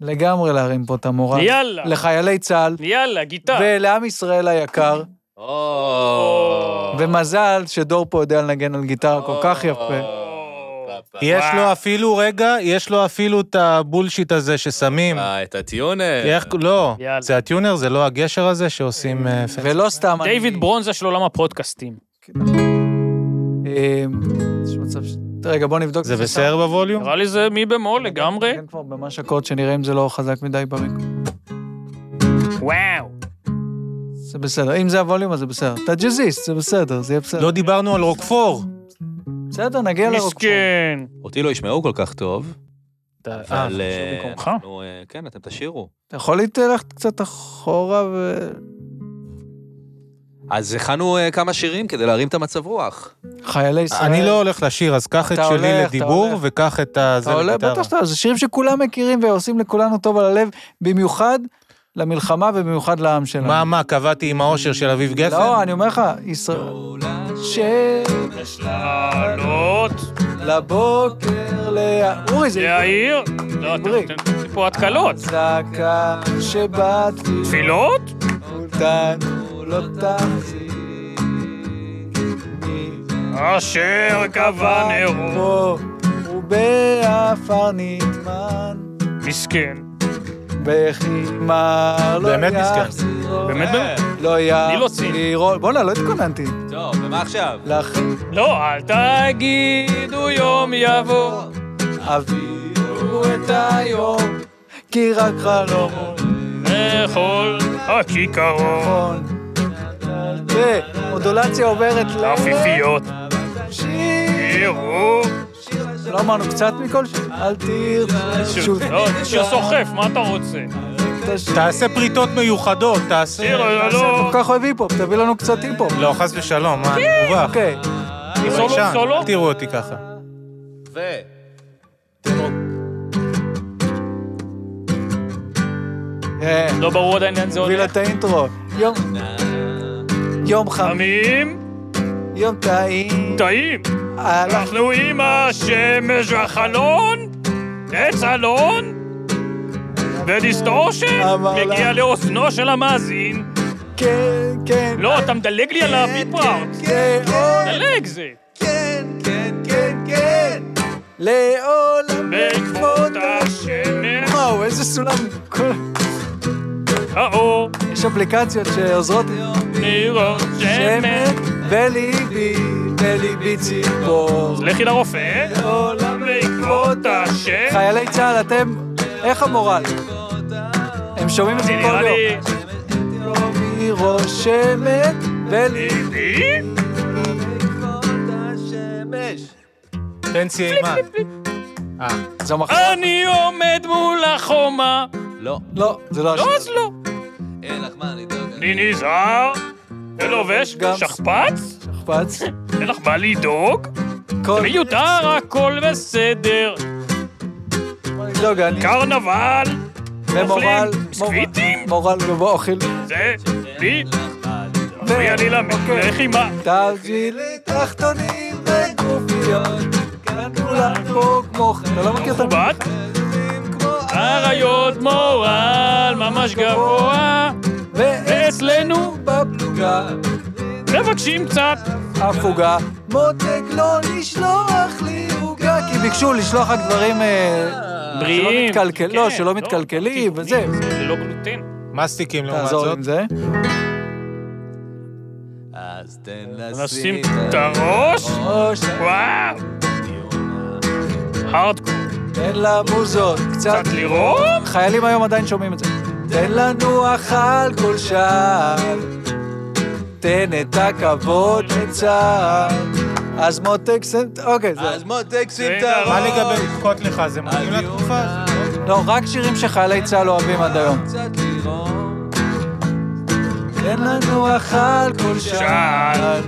לגמרי להרים פה את המורל. יאללה, לחיילי צה"ל, יאללה, גיטר. ולעם ישראל היקר, או. ומזל שדור פה יודע לנגן על גיטרה כל כך יפה. אה. יש לו אפילו, רגע, יש לו אפילו את הבולשיט הזה ששמים. אה, את הטיונר. איך, לא, יאללה. זה הטיונר, זה לא הגשר הזה שעושים... אה, פ- ולא סתם... אני- דיוויד ברונזה של עולם הפודקאסטים. אה, כן, יש מצב ש... רגע, בוא נבדוק. זה את בסדר בווליום? נראה לי זה מי במול לגמרי. נגן כבר ממש הקוד, שנראה אם זה לא חזק מדי במיקרו. וואו. זה בסדר. אם זה הווליום, אז זה בסדר. אתה ג'אזיסט, זה בסדר, זה יהיה בסדר. לא דיברנו על רוקפור. בסדר, נגיע לרוקפור. מסכן. אותי לא ישמעו כל כך טוב, אה, אבל... אה, במקומך. אנחנו, אה, כן, אתם תשאירו. אתה יכול ללכת קצת אחורה ו... אז הכנו אה, כמה שירים כדי להרים את המצב רוח. חיילי ישראל. אני לא הולך לשיר, אז קח את אה, אתה הולך, שלי אתה לדיבור הולך. וקח את ה- זה אתה עולה, לגיטרה. בטח שאתה, זה שירים שכולם מכירים ועושים לכולנו טוב על הלב, במיוחד למלחמה ובמיוחד לעם שלנו. מה, מה, קבעתי עם האושר של אביב גפן? לא, אני אומר לך, ישראל... של לעלות, לבוקר ל... אורי, זה... להעיר. לא, עברי. אתם עושים פה התקלות. צעקה שבאת תפילות? אותנו לא תחזיר. אשר קבע נרו. פה ובעפר נטמן, מסכן. בחימר לא באמת מסכן. יחזירו. באמת באמת? לא לא צינית. יחזירו. בואנה, לא התכוננתי. טוב, ומה עכשיו? לך לא, אל תגידו יום יבוא. אבינו את היום, כי רק חלום לכל הכיכרות. נכון. ומודולציה עוברת ל... עפיפיות. שיר. תראו. לא אמרנו קצת מכל שיר? אל תרצה שוב. לא, זה שיר סוחף, מה אתה רוצה? תעשה פריטות מיוחדות, שיר, תעשה... לא, לא. כל כך אוהב היפ-הופ, תביא לנו קצת היפ-הופ. לא, חס ושלום, מה, אני מובך. אוקיי. סולו, בבקשה, סולו. אל תראו אותי ככה. ו... אה, לא ברור עדיין לאן זה תביא לה הולך. את האינטרו. יום... יום חם, עמים, יום טעים. טעים. הלך אנחנו עם השמש והחלון, עץ אלון, ודיסטורשן אבל- מגיע לאוזנו של המאזין. כן, כן. לא, אתה מדלג לי על הביפרארט. כן, כן. דלג זה. לא- כן, כן, כן, כן, לעולם בעקבות בעקבות השמש וואו, איזה סולם. כל- האור, יש אפליקציות שעוזרות נראות שמש. שמן בליבי, בליבי ציפור. לכי לרופא. לעולם בעקבות השמש. חיילי צה"ל, אתם, איך המורל? הם שומעים את לא. זה זה כל נראה לי... יום. היא רושמת בליבי. לי? תן סיימן. זו מחלה. אני עומד מול החומה. לא. לא, זה לא לא, השיר. אז לא. אין לך מה לדאוג. אני נזהר ולובש גם- שכפ"ץ. שכפ"ץ. אין לך מה לדאוג. כל... מיותר הכל בסדר. לא, גני. קרנבל. ומורל. אוכלים ביסקוויטים? מורל גבוה, אוכל. זה לי. מפריע לי ללחימה. תביא לי תחתונים וגופיות, כאן כולם פה כמו... אתה לא מכיר את מכובד. אריות מורל ממש גבוה. ואצלנו בפלוגה, מבקשים קצת. הפוגה, מותק לא לשלוח לי עוגה, כי ביקשו לשלוח רק דברים... אה, בריאים. שלא מתקלקל- לא, כן, שלא מתקלקלים, טבעונים, וזה. זה לא גלוטן. מסטיקים לעומת תעזור לי זאת. עם זה. אז תן אה, נשים את הראש. או ש... וואו. אה, הארדקור. תן למוזות קצת קצת לראות. חיילים היום עדיין שומעים את זה. תן לנוח על כל שער, תן את הכבוד לצה"ל. אז מותק סנט... אוקיי, זה... מותק שים את הראש. מה לגבי לבכות לך? זה מתאים לתקופה הזאת? לא, רק שירים שחיילי צה"ל אוהבים עד היום. תן לנוח על כל שער,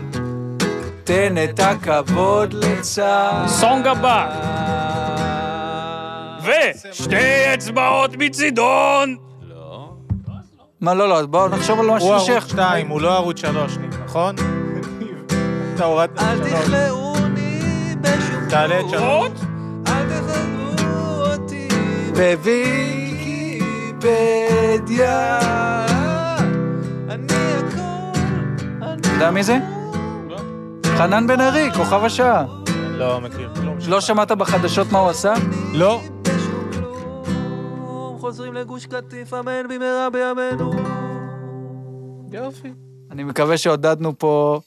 תן את הכבוד לצה"ל. סונג הבא. אה, ושתי אצבעות מצידון. לא. מה, לא, לא, אז בואו נחשוב על משהו הוא ערוץ שייך. 2, הוא לא ערוץ 3, נכון? אתה הורדת את אל שלוש. תכלאוני בשום תעלה את צורה. שלוש. אל תכלאו אותי בוויקיפדיה. אני הכל, אני... אתה יודע מי זה? חנן בן ארי, כוכב השעה. לא מכיר כלום. לא שמעת בחדשות מה הוא עשה? לא. חוזרים לגוש קטיף, אמן במהרה בימינו. יופי. אני מקווה שעודדנו פה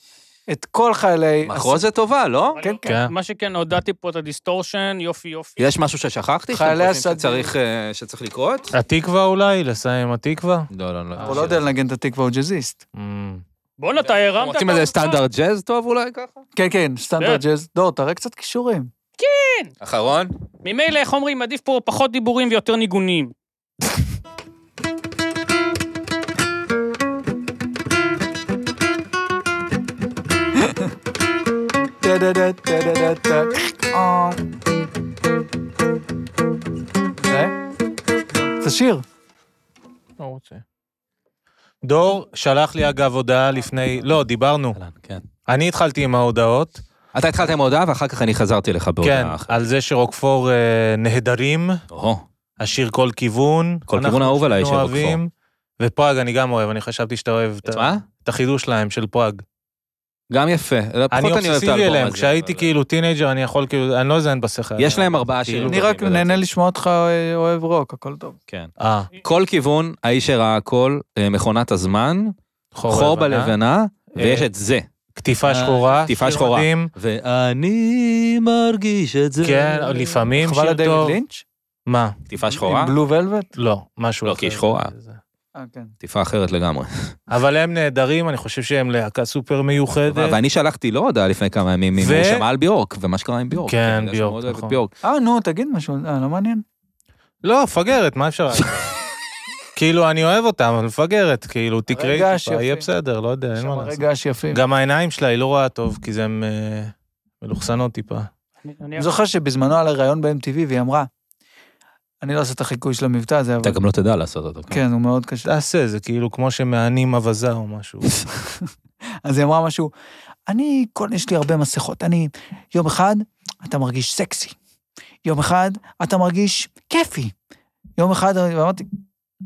את כל חיילי... מחרוזת טובה, לא? אבל כן. מה שכן, הודעתי פה את הדיסטורשן, יופי יופי. יש משהו ששכחתי? שאתם חיילי חושבים הסדיר. שצריך, אה, שצריך לקרות? התקווה אולי? לסיים עם התקווה? לא, לא, לא. אה, הוא לא יודע לנגן את התקווה, הוא ג'אזיסט. בואנה, אתה הרמת... אתם רוצים את איזה הקבוצה? סטנדרט ג'אז טוב אולי ככה? כן, כן, סטנדרט כן. ג'אז. דור, תראה קצת כישורים. אחרון? ממילא, איך אומרים, עדיף פה פחות דיבורים ויותר ניגונים. טה-דה-דה, טה-דה-דה-טה. אה. זה? זה שיר. לא רוצה. דור שלח לי אגב הודעה לפני... לא, דיברנו. אהלן, כן. אני התחלתי עם ההודעות. אתה התחלת עם ההודעה ואחר כך אני חזרתי לך כן, בהודעה אחרת. על זה שרוקפור אה, נהדרים, אוהו, השיר כל כיוון. כל אנחנו כיוון אהוב עליי של שנינו רוקפור. אוהבים. ופראג אני גם אוהב, אני חשבתי שאתה אוהב את את ה- מה? את החידוש להם של פראג. גם יפה. פחות אני אוהב את אובססיבי האלבום אליהם, הזה, כשהייתי אבל- כאילו טינג'ר אני יכול כאילו, אני לא אזיין בשכל. יש להם ארבעה שירים. אני רק נהנה לשמוע אותך אה, אוהב רוק, הכל טוב. כן. אה, כל כיוון, האיש שראה הכל, אה, מכונת הזמן, חור לבנה. בלבנה, אה, ויש את זה. קטיפה אה, שחורה. קטיפה שיר שחורה. מדהים. ואני מרגיש את זה. כן, לפעמים אה, חבל על שיר דיוויד טוב. לינץ'? מה? טיפה שחורה? עם בלו ולווט? לא, משהו לא, אחר. כי היא שחורה. זה- אה, כן. טיפה אחרת לגמרי. אבל הם נהדרים, אני חושב שהם להקה סופר מיוחדת. ואני שלחתי לו הודעה לפני כמה ימים, אם ו- הוא שמע על ביורק, ומה שקרה עם ביורק. כן, אני יודע שהוא ביורק, מאוד אוהב את נכון. ביורק. אה, נו, תגיד משהו, אה, לא מעניין. לא, מפגרת, מה אפשר לעשות? כאילו, אני אוהב אותם, אבל מפגרת, כאילו, תקראי הרגש טיפה, יהיה יפים. בסדר, לא יודע, אין שם מה לעשות. רגע שיפים. גם העיניים שלה, היא לא רואה טוב, כי זה הם אה, מלוכסנות טיפה. אני- אני- אני זוכר שבזמנו על הראיון ב-MTV, והיא אמרה, אני לא עושה את החיקוי של המבטא הזה, אתה אבל... גם לא תדע לעשות אותו. כן. כן, הוא מאוד קשה. תעשה, זה כאילו כמו שמענים אווזה או משהו. אז היא אמרה משהו, אני, כל, יש לי הרבה מסכות, אני, יום אחד אתה מרגיש סקסי, יום אחד אתה מרגיש כיפי, יום אחד, ואמרתי,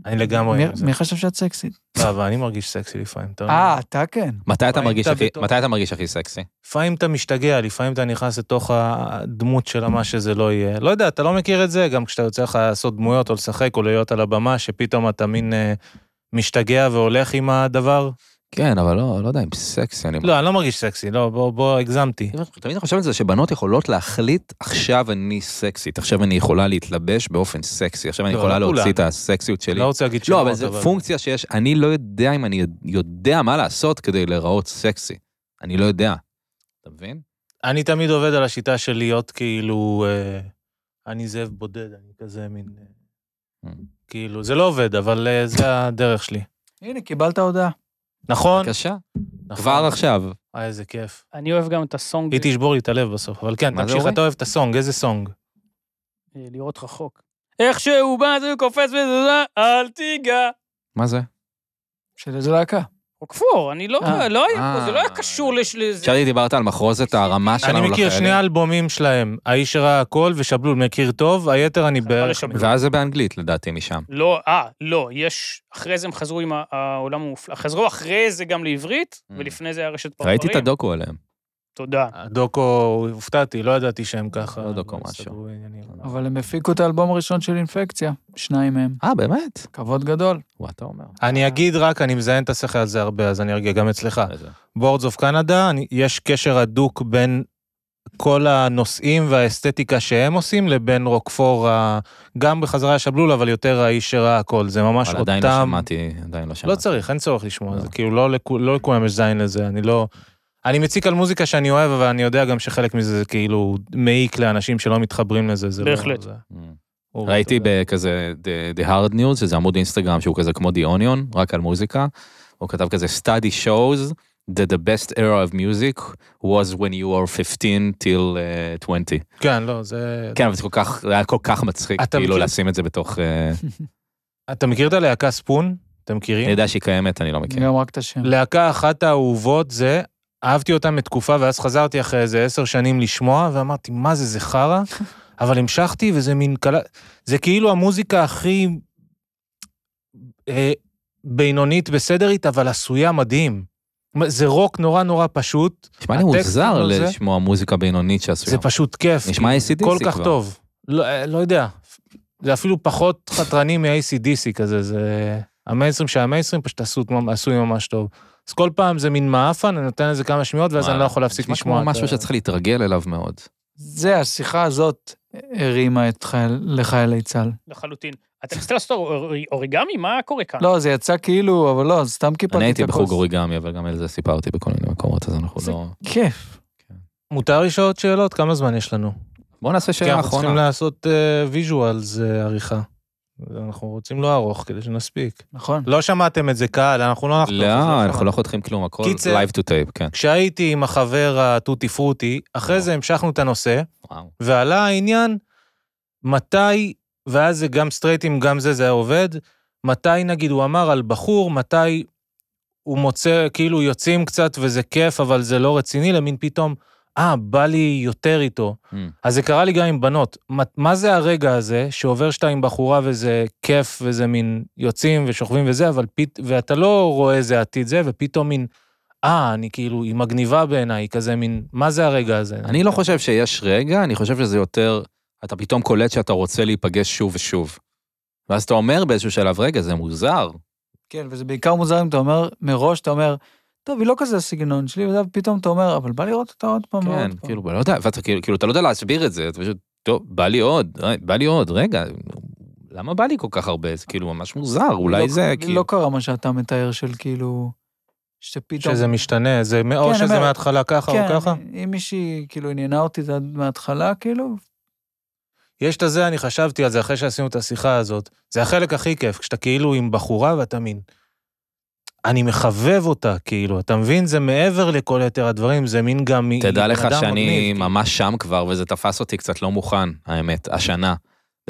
אני לא לגמרי "מי- עם זה. מי חשב שאת סקסית? לא, אבל אני מרגיש סקסי לפעמים. לא. אתה- אה, אתה כן. מתי אתה לפעמים מרגיש אתה הכי- בתוך- מתי אתה מרגיש הכי סקסי? לפעמים אתה משתגע, לפעמים אתה נכנס לתוך הדמות של מה שזה לא יהיה. לא יודע, אתה לא מכיר את זה, גם כשאתה יוצא לך לעשות דמויות או לשחק או להיות על הבמה, שפתאום אתה מין אה, משתגע והולך עם הדבר. כן, אבל לא לא יודע אם סקסי. אני לא, אני לא מרגיש סקסי, לא, בוא, בוא, הגזמתי. תמיד אני חושב על זה שבנות יכולות להחליט, עכשיו אני סקסית, עכשיו אני יכולה להתלבש באופן סקסי, עכשיו אני לא, יכולה לא להוציא כולן. את הסקסיות אני שלי. לא רוצה להגיד לא, שמות, אבל זו פונקציה שיש, אני לא יודע אם אני יודע מה לעשות כדי להיראות סקסי. אני לא יודע. אתה מבין? אני תמיד עובד על השיטה של להיות כאילו, אה, אני זאב בודד, אני כזה מין... אה, Mm. כאילו, זה לא עובד, אבל אה, זה הדרך שלי. הנה, קיבלת הודעה. נכון? בבקשה, נכון. אוקיי, כבר עכשיו. אה, איזה כיף. אני אוהב גם את הסונג, היא תשבור לי את הלב בסוף, אבל כן, מה זה, תמשיך, אורי? אתה אוהב את הסונג, איזה סונג? אה, לראות רחוק. איך שהוא בא, זה קופץ וזה, אל תיגע. מה זה? של איזה להקה. כפור, אני לא, אה. לא היה פה, זה לא היה אה. קשור לש- לזה. שרי, דיברת על מחרוזת הרמה שלנו אני מכיר שני אלבומים שלהם, האיש שראה הכל ושבלול מכיר טוב, היתר אני אתה בערך... יכול לשבלול. ואז זה באנגלית, לדעתי, משם. לא, אה, לא, יש, אחרי זה הם חזרו עם ה- העולם המופלא. חזרו אחרי זה גם לעברית, Mm. ולפני זה היה רשת פרפרים. ראיתי את הדוקו עליהם. תודה. הדוקו, הופתעתי, לא ידעתי שהם ככה. לא דוקו, אבל משהו. סגרו עניינים. אבל הם הפיקו את האלבום הראשון של אינפקציה, שניים מהם. אה, באמת? כבוד גדול. וואו, אתה אומר. אני אגיד רק, אני מזיין את השכל על זה הרבה, אז אני ארגיע גם אצלך. איזה- בורדס אוף קנדה, יש קשר הדוק בין כל הנושאים והאסתטיקה שהם עושים לבין רוקפור, ה- גם בחזרה לשבלול, אבל יותר האיש שראה הכל. זה ממש אבל אותם... עדיין לא שמעתי, עדיין לא שמעתי. לא צריך, אין צורך לשמוע, לא. זה כאילו לא לכו- לא לכולם יש זין לזה, אני לא... אני מציק על מוזיקה שאני אוהב, אבל אני יודע גם שחלק מזה זה כאילו מעיק לאנשים שלא מתחברים לזה, זה לא... בהחלט. זה- Mm. אורי, ראיתי אתה יודע. בכזה The- The Hard News, שזה עמוד אינסטגרם שהוא כזה כמו The Onion, רק על מוזיקה. הוא כתב כזה study shows that the best era of music was when you were 15 till uh, 20. כן, לא, זה... כן, אבל זה כל כך, זה היה כל כך מצחיק, אתה כאילו מכיר? כן. לשים את זה בתוך... אה, אתה מכיר את הלהקה ספון? אתם מכירים? אני יודע שהיא קיימת, אני לא מכיר. גם רק את השם. להקה אחת האהובות זה, אהבתי אותם לתקופה, ואז חזרתי אחרי איזה עשר שנים לשמוע, ואמרתי, מה זה, זה חרא? אבל המשכתי, וזה מין קלה... זה כאילו המוזיקה הכי אה, בינונית בסדר איתה, אבל עשויה מדהים. זה רוק נורא נורא פשוט, נשמע לי הטקסט מוזר על זה- לשמוע מוזיקה בינונית שעשויה. זה פשוט כיף. נשמע ACDC כל כבר. כך טוב. לא, אה, לא יודע, זה אפילו פחות חתרני מ-ACDC כזה, זה... המיינסטרים שהמיינסטרים פשוט עשו, עשוי ממש טוב. אז כל פעם זה מין מעפן, אני נותן לזה כמה שמיעות, ואז וואלה, אני לא יכול להפסיק נשמע לשמוע. כמו משהו את ה- שצריך להתרגל אליו מאוד. זה, השיחה הזאת הרימה את חייל, לחיילי צה"ל. לחלוטין. אתה מסתכל לעשות אור- אוריגמי? מה קורה כאן? לא, זה יצא כאילו, אבל לא, סתם קיפלתי את הכוס. אני הייתי בחוג אוריגמי, אבל גם על זה סיפרתי בכל מיני מקומות, אז אנחנו זה- לא... כיף. מותר לשאול עוד שאלות? כמה זמן יש לנו? בואו נעשה כי שאלה אוקיי, אנחנו צריכים אחרונה. לעשות ויז'ואלס עריכה. אנחנו רוצים לא ארוך כדי שנספיק. נכון. לא שמעתם את זה קהל, אנחנו לא נחתוך. אז לא, אנחנו שמענו. לא חותכים כלום, הכל קיצר- live to tape, כן. כשהייתי עם החבר התותי פרוטי, לא. אחרי זה המשכנו את הנושא, וואו. ועלה העניין מתי, ואז זה גם סטרייטים, גם זה, זה היה עובד, מתי נגיד הוא אמר על בחור, מתי הוא מוצא, כאילו יוצאים קצת וזה כיף, אבל זה לא רציני, למין פתאום, אה, בא לי יותר איתו. Mm. אז זה קרה לי גם עם בנות. מה, מה זה הרגע הזה שעובר שאתה עם בחורה וזה כיף וזה מין יוצאים ושוכבים וזה, אבל פת... ואתה לא רואה איזה עתיד זה, ופתאום מין, אה, אני כאילו, היא מגניבה בעיניי, היא כזה מין, מה זה הרגע הזה? אני לא חושב שיש רגע, אני חושב שזה יותר, אתה פתאום קולט שאתה רוצה להיפגש שוב ושוב. ואז אתה אומר באיזשהו שלב, רגע, זה מוזר. כן, וזה בעיקר מוזר אם אתה אומר, מראש אתה אומר, טוב, היא לא כזה הסגנון שלי, וזה, ופתאום אתה אומר, אבל בא לראות אותה עוד פעם. ועוד כן, פעם." כאילו, לא יודע, ואתה כאילו, כאילו, אתה לא יודע להסביר את זה, אתה פשוט, טוב, בא לי עוד, אה, בא לי עוד, רגע, למה בא לי כל כך הרבה? זה כאילו ממש מוזר, לא- אולי זה, לא כאילו, קרה מה שאתה מתאר של כאילו, שפתאום... שזה משתנה, זה מא- כן, או אני שזה אומר- מההתחלה ככה או כן, ככה. אם מישהי כאילו עניינה אותי זה עד מההתחלה, כאילו, יש את הזה, אני חשבתי על זה אחרי שעשינו את השיחה הזאת. זה החלק הכי כיף, כשאתה כאילו עם בחורה ואתה מין... אני מחבב אותה, כאילו, אתה מבין? זה מעבר לכל יתר הדברים, זה מין גם... היא תדע בן לך אדם שאני מגניב, כאילו. ממש שם כבר, וזה תפס אותי קצת לא מוכן, האמת, השנה.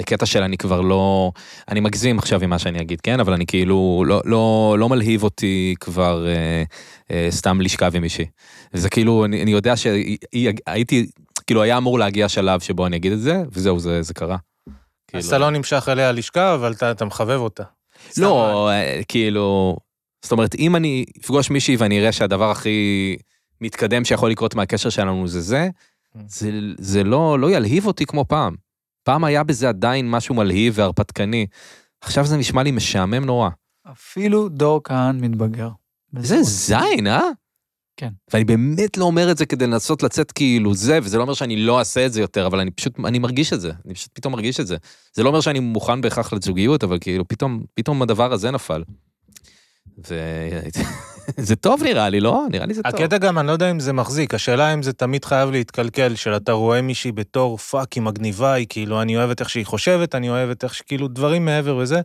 בקטע של אני כבר לא, אני מגזים עכשיו עם מה שאני אגיד, כן? אבל אני כאילו, לא, לא, לא מלהיב אותי כבר אה, אה, סתם לשכב עם מישהי. זה כאילו, אני, אני יודע שהייתי, כאילו היה אמור להגיע שלב שבו אני אגיד את זה, וזהו, זה, זה קרה. כאילו. אז אתה לא נמשך אליה ללשכה, אבל אתה, אתה מחבב אותה. לא, אה, כאילו, זאת אומרת, אם אני אפגוש מישהי ואני אראה שהדבר הכי מתקדם שיכול לקרות מהקשר שלנו זה זה, זה, זה לא, לא ילהיב אותי כמו פעם. פעם היה בזה עדיין משהו מלהיב והרפתקני. עכשיו זה נשמע לי משעמם נורא. אפילו דור כהן מתבגר. זה זין, אה? כן. ואני באמת לא אומר את זה כדי לנסות לצאת כאילו זה, וזה לא אומר שאני לא אעשה את זה יותר, אבל אני פשוט, אני מרגיש את זה. אני פשוט פתאום מרגיש את זה. זה לא אומר שאני מוכן בהכרח לזוגיות, אבל כאילו פתאום, פתאום הדבר הזה נפל. ו... זה טוב נראה לי, לא? נראה לי זה טוב. הקטע גם, אני לא יודע אם זה מחזיק, השאלה אם זה תמיד חייב להתקלקל, של אתה רואה מישהי בתור פאק, היא מגניבה, היא כאילו, אני אוהבת איך שהיא חושבת, אני אוהבת איך ש... כאילו, דברים מעבר וזה.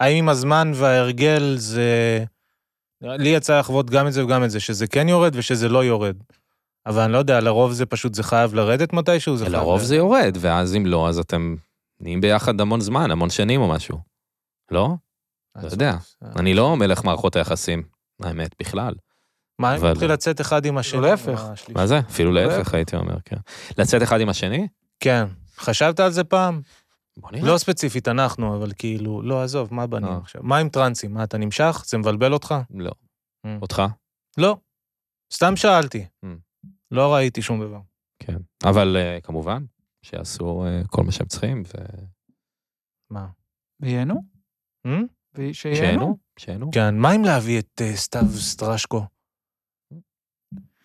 האם עם הזמן וההרגל זה... לי יצא לחוות גם את זה וגם את זה, שזה כן יורד ושזה לא יורד. אבל אני לא יודע, לרוב זה פשוט, זה חייב לרדת מתישהו, זה חייב... לרוב זה יורד, ואז אם לא, אז אתם נהיים ביחד המון זמן, המון שנים או משהו. לא? אז- אתה יודע. אני לא מלך מערכות היחסים, האמת, בכלל. מה, אם אבל- נתחיל לצאת אחד עם השני? להפך. עם השלישי? מה זה? אפילו לא. להפך, הייתי אומר, כן. לצאת אחד עם השני? כן. חשבת על זה פעם? בוא נראה. לא ספציפית אנחנו, אבל כאילו, לא, עזוב, מה בנים אה. עכשיו? מה עם טרנסים? מה, אתה נמשך? זה מבלבל אותך? לא. Mm. אותך? לא. סתם שאלתי. Mm. לא ראיתי שום דבר. כן. אבל אה, כמובן, שיעשו אה, כל מה שהם צריכים, מה? וייהנו? Hmm? ושיהנו? ושיהנו, שיהנו. כן, מה אם להביא את אה, סתיו סטרשקו?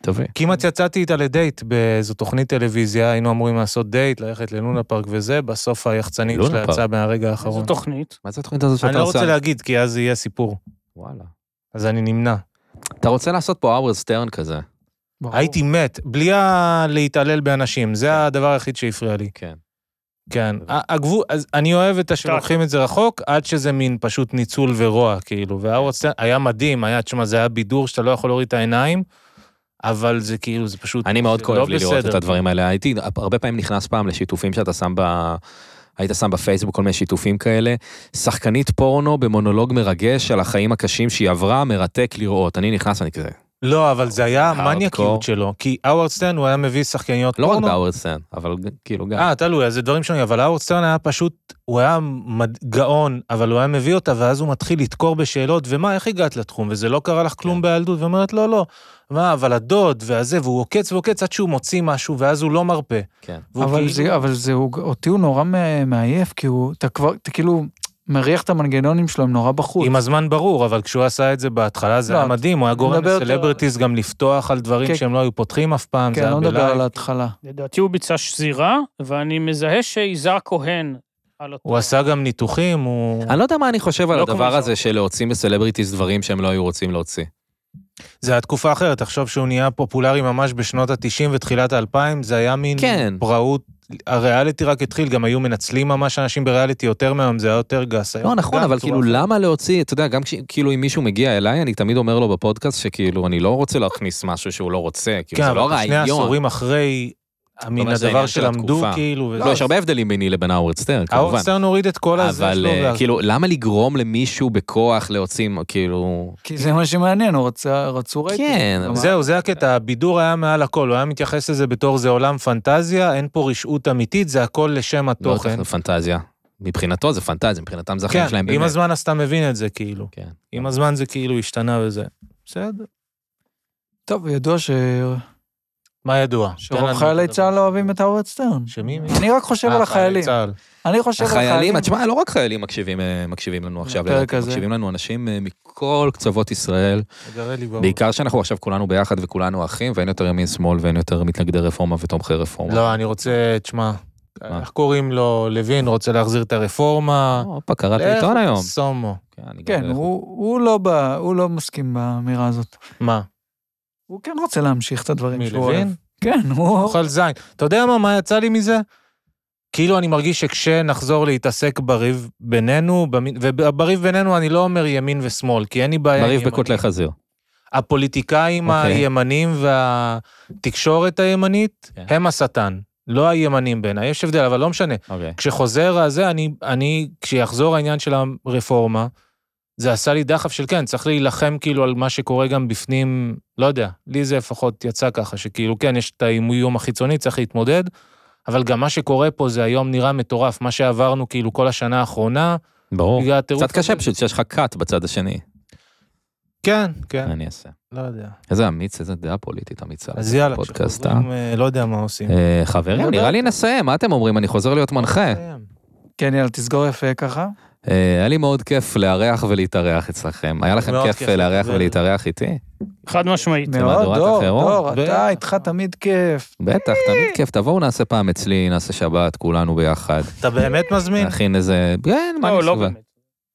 תביא. כמעט יצאתי איתה לדייט באיזו תוכנית טלוויזיה, היינו אמורים לעשות דייט, ללכת ללונה פארק וזה, בסוף היחצנית לונה שלה פארק. יצאה מהרגע האחרון. זו תוכנית. מה זה התוכנית הזאת אני שאתה לא עושה? רוצה להגיד, כי אז יהיה סיפור. וואלה. אז אני נמנע. אתה רוצה לעשות פה האוור סטרן כזה. ברור. הייתי מת, בלי ה- להתעלל באנשים, זה הדבר היחיד שהפריע לי. כן. כן. ה- הגבול, אז אני אוהב את השלוקחים את זה רחוק, עד שזה מין פשוט ניצול ורוע, כאילו. והאורסטיין היה מדהים, היה, תשמע, זה היה בידור שאתה לא יכול להוריד את העיניים, אבל זה כאילו, זה פשוט... אני מאוד זה כואב לא לי לראות בסדר. את הדברים האלה. הייתי, הרבה פעמים נכנס פעם לשיתופים שאתה שם ב... היית שם בפייסבוק כל מיני שיתופים כאלה. שחקנית פורנו במונולוג מרגש על החיים הקשים שהיא עברה, מרתק לראות. אני נכנס ואני כזה. לא, אבל זה היה הארדקור. המניאקיות שלו, כי האוורד סטרן הוא היה מביא שחקניות לא רק פורנו. באוורד סטרן, אבל ג- כאילו גם. אה, תלוי, אז זה דברים שונים, אבל האוורד סטרן היה פשוט, הוא היה מד... גאון, אבל הוא היה מביא אותה, ואז הוא מתחיל לדקור בשאלות, ומה, איך הגעת לתחום, וזה לא קרה לך כלום בילדות, ואומרת, לא, לא, מה, אבל הדוד, והזה, והוא עוקץ ועוקץ עד שהוא מוציא משהו, ואז הוא לא מרפה. כן. והוא אבל כאילו- זה, אבל זה, הוא- אותי הוא נורא מ- מעייף, כי הוא, אתה כבר, אתה כאילו מריח את המנגנונים שלו, הם נורא בחוץ. עם הזמן ברור, אבל כשהוא עשה את זה בהתחלה זה לא, היה מדהים, הוא היה גורם מדבר יותר- לסלברטיז גם לפתוח על דברים כן. שהם לא היו פותחים אף פעם, כן, זה אני לא היה מדבר על בלייב. ההתחלה. לדעתי הוא ביצע שזירה, ואני מזהה שיזהר כהן על אותו... הוא עשה גם ניתוחים, הוא... אני לא יודע מה אני חושב על לא כמו הדבר ז'אן. הזה של להוציא מסלבריטיז דברים שהם לא היו רוצים להוציא. זה היה תקופה אחרת, תחשוב שהוא נהיה פופולרי ממש בשנות ה-90 ותחילת ה-2000, זה היה מין כן. פראות. הריאליטי רק התחיל, גם היו מנצלים ממש אנשים בריאליטי יותר מהיום, זה היה יותר גס. לא היום נכון, גם אבל בצורה כאילו אחרת. למה להוציא, אתה יודע, גם כש- כאילו אם מישהו מגיע אליי, אני תמיד אומר לו בפודקאסט שכאילו אני לא רוצה להכניס משהו שהוא לא רוצה, כאילו כן, זה לא אבל שני רעיון. עשורים אחרי, זה מן העניין הדבר של שלמדו, התקופה. כאילו, וזה- לא, יש הרבה הבדלים ביני לבין האוורד סטרן, האורד כמובן. סטרן הוריד את כל הזה אבל שלו, אה, ואז- כאילו, למה לגרום למישהו בכוח להוציא, כאילו... כי זה מה שמעניין, הוא רצה, רצו רייטינג. כן, כלומר, זהו, זה הקטע, הבידור היה מעל הכל, הוא היה מתייחס לזה בתור זה עולם פנטזיה, אין פה רשעות אמיתית, זה הכל לשם לא התוכן. צריך פנטזיה. מבחינתו זה פנטזיה, מבחינתם זה החיים כן, שלהם עם באמת. הזמן אז אתה מבין את זה, כאילו. כן. עם הזמן זה כאילו השתנה וזה. בסדר. טוב, ידוע ש... כן, מה ידוע? תן שרוב לנו חיילי את הדבר. צה"ל לא אוהבים את האורד סטרן. שמי? מי? אני רק חושב על אה, החיילים. צה"ל. אני חושב על החיילים, החיילים. תשמע, לא רק חיילים מקשיבים, אה, מקשיבים לנו עכשיו, לפרק לדעתי, הזה. מקשיבים לנו אנשים אה, מכל קצוות ישראל, תגרה לי ברור. בעיקר שאנחנו עכשיו כולנו ביחד וכולנו אחים, ואין יותר ימין שמאל ואין יותר מתנגדי רפורמה ותומכי רפורמה. לא, אני רוצה, תשמע, מה? איך קוראים לו? לוין רוצה להחזיר את הרפורמה. הופה, קראת עיתון לך, היום. סומו. כן, אני גם כן, אלך. הוא הוא לא בא- הוא לא מסכים באמירה הזאת. מה? הוא כן רוצה להמשיך את הדברים מי, שהוא אוהב. לוין? כן, הוא... אוכל זין. אתה יודע מה, מה יצא לי מזה? כאילו אני מרגיש שכשנחזור להתעסק בריב בינינו, במ- ובריב בינינו אני לא אומר ימין ושמאל, כי אין לי בעיה עם מריב ימנים. בקוטלי חזיר. הפוליטיקאים אוקיי. הימנים והתקשורת הימנית כן. הם השטן, לא הימנים בעיניי, יש הבדל, אבל לא משנה. אוקיי. כשחוזר הזה, אני, אני, כשיחזור העניין של הרפורמה, זה עשה לי דחף של כן, צריך להילחם כאילו על מה שקורה גם בפנים, לא יודע, לי זה לפחות יצא ככה, שכאילו כן, יש את האיום החיצוני, צריך להתמודד, אבל גם מה שקורה פה זה היום נראה מטורף, מה שעברנו כאילו כל השנה האחרונה, ברור. בגלל הטירוף קצת הזה. קשה פשוט שיש לך קאט בצד השני. כן, כן, מה אני אעשה? לא יודע. איזה אמיץ, איזה דעה פוליטית אמיצה. אז יאללה, פודקאסט, כשחוזרים, אה, לא יודע מה עושים. אה, חברים, לא נראה יודעת. לי נסיים, מה אתם אומרים? אני חוזר להיות מנחה. נסיים. כן, יאללה, תסגור יפה ככה. אה, היה לי מאוד כיף לארח ולהתארח אצלכם. היה לכם מאוד כיף כיף אה, לארח לדבר. ולהתארח איתי? חד משמעית. מאוד, מהדורת דור, החירום. דור, בטח. אתה איתך תמיד כיף. בטח, אה. תמיד כיף. תבואו נעשה פעם אצלי, נעשה שבת, כולנו ביחד. אתה באמת מזמין? נכין איזה... כן, מה אני לא, לא מסוגל? באמת.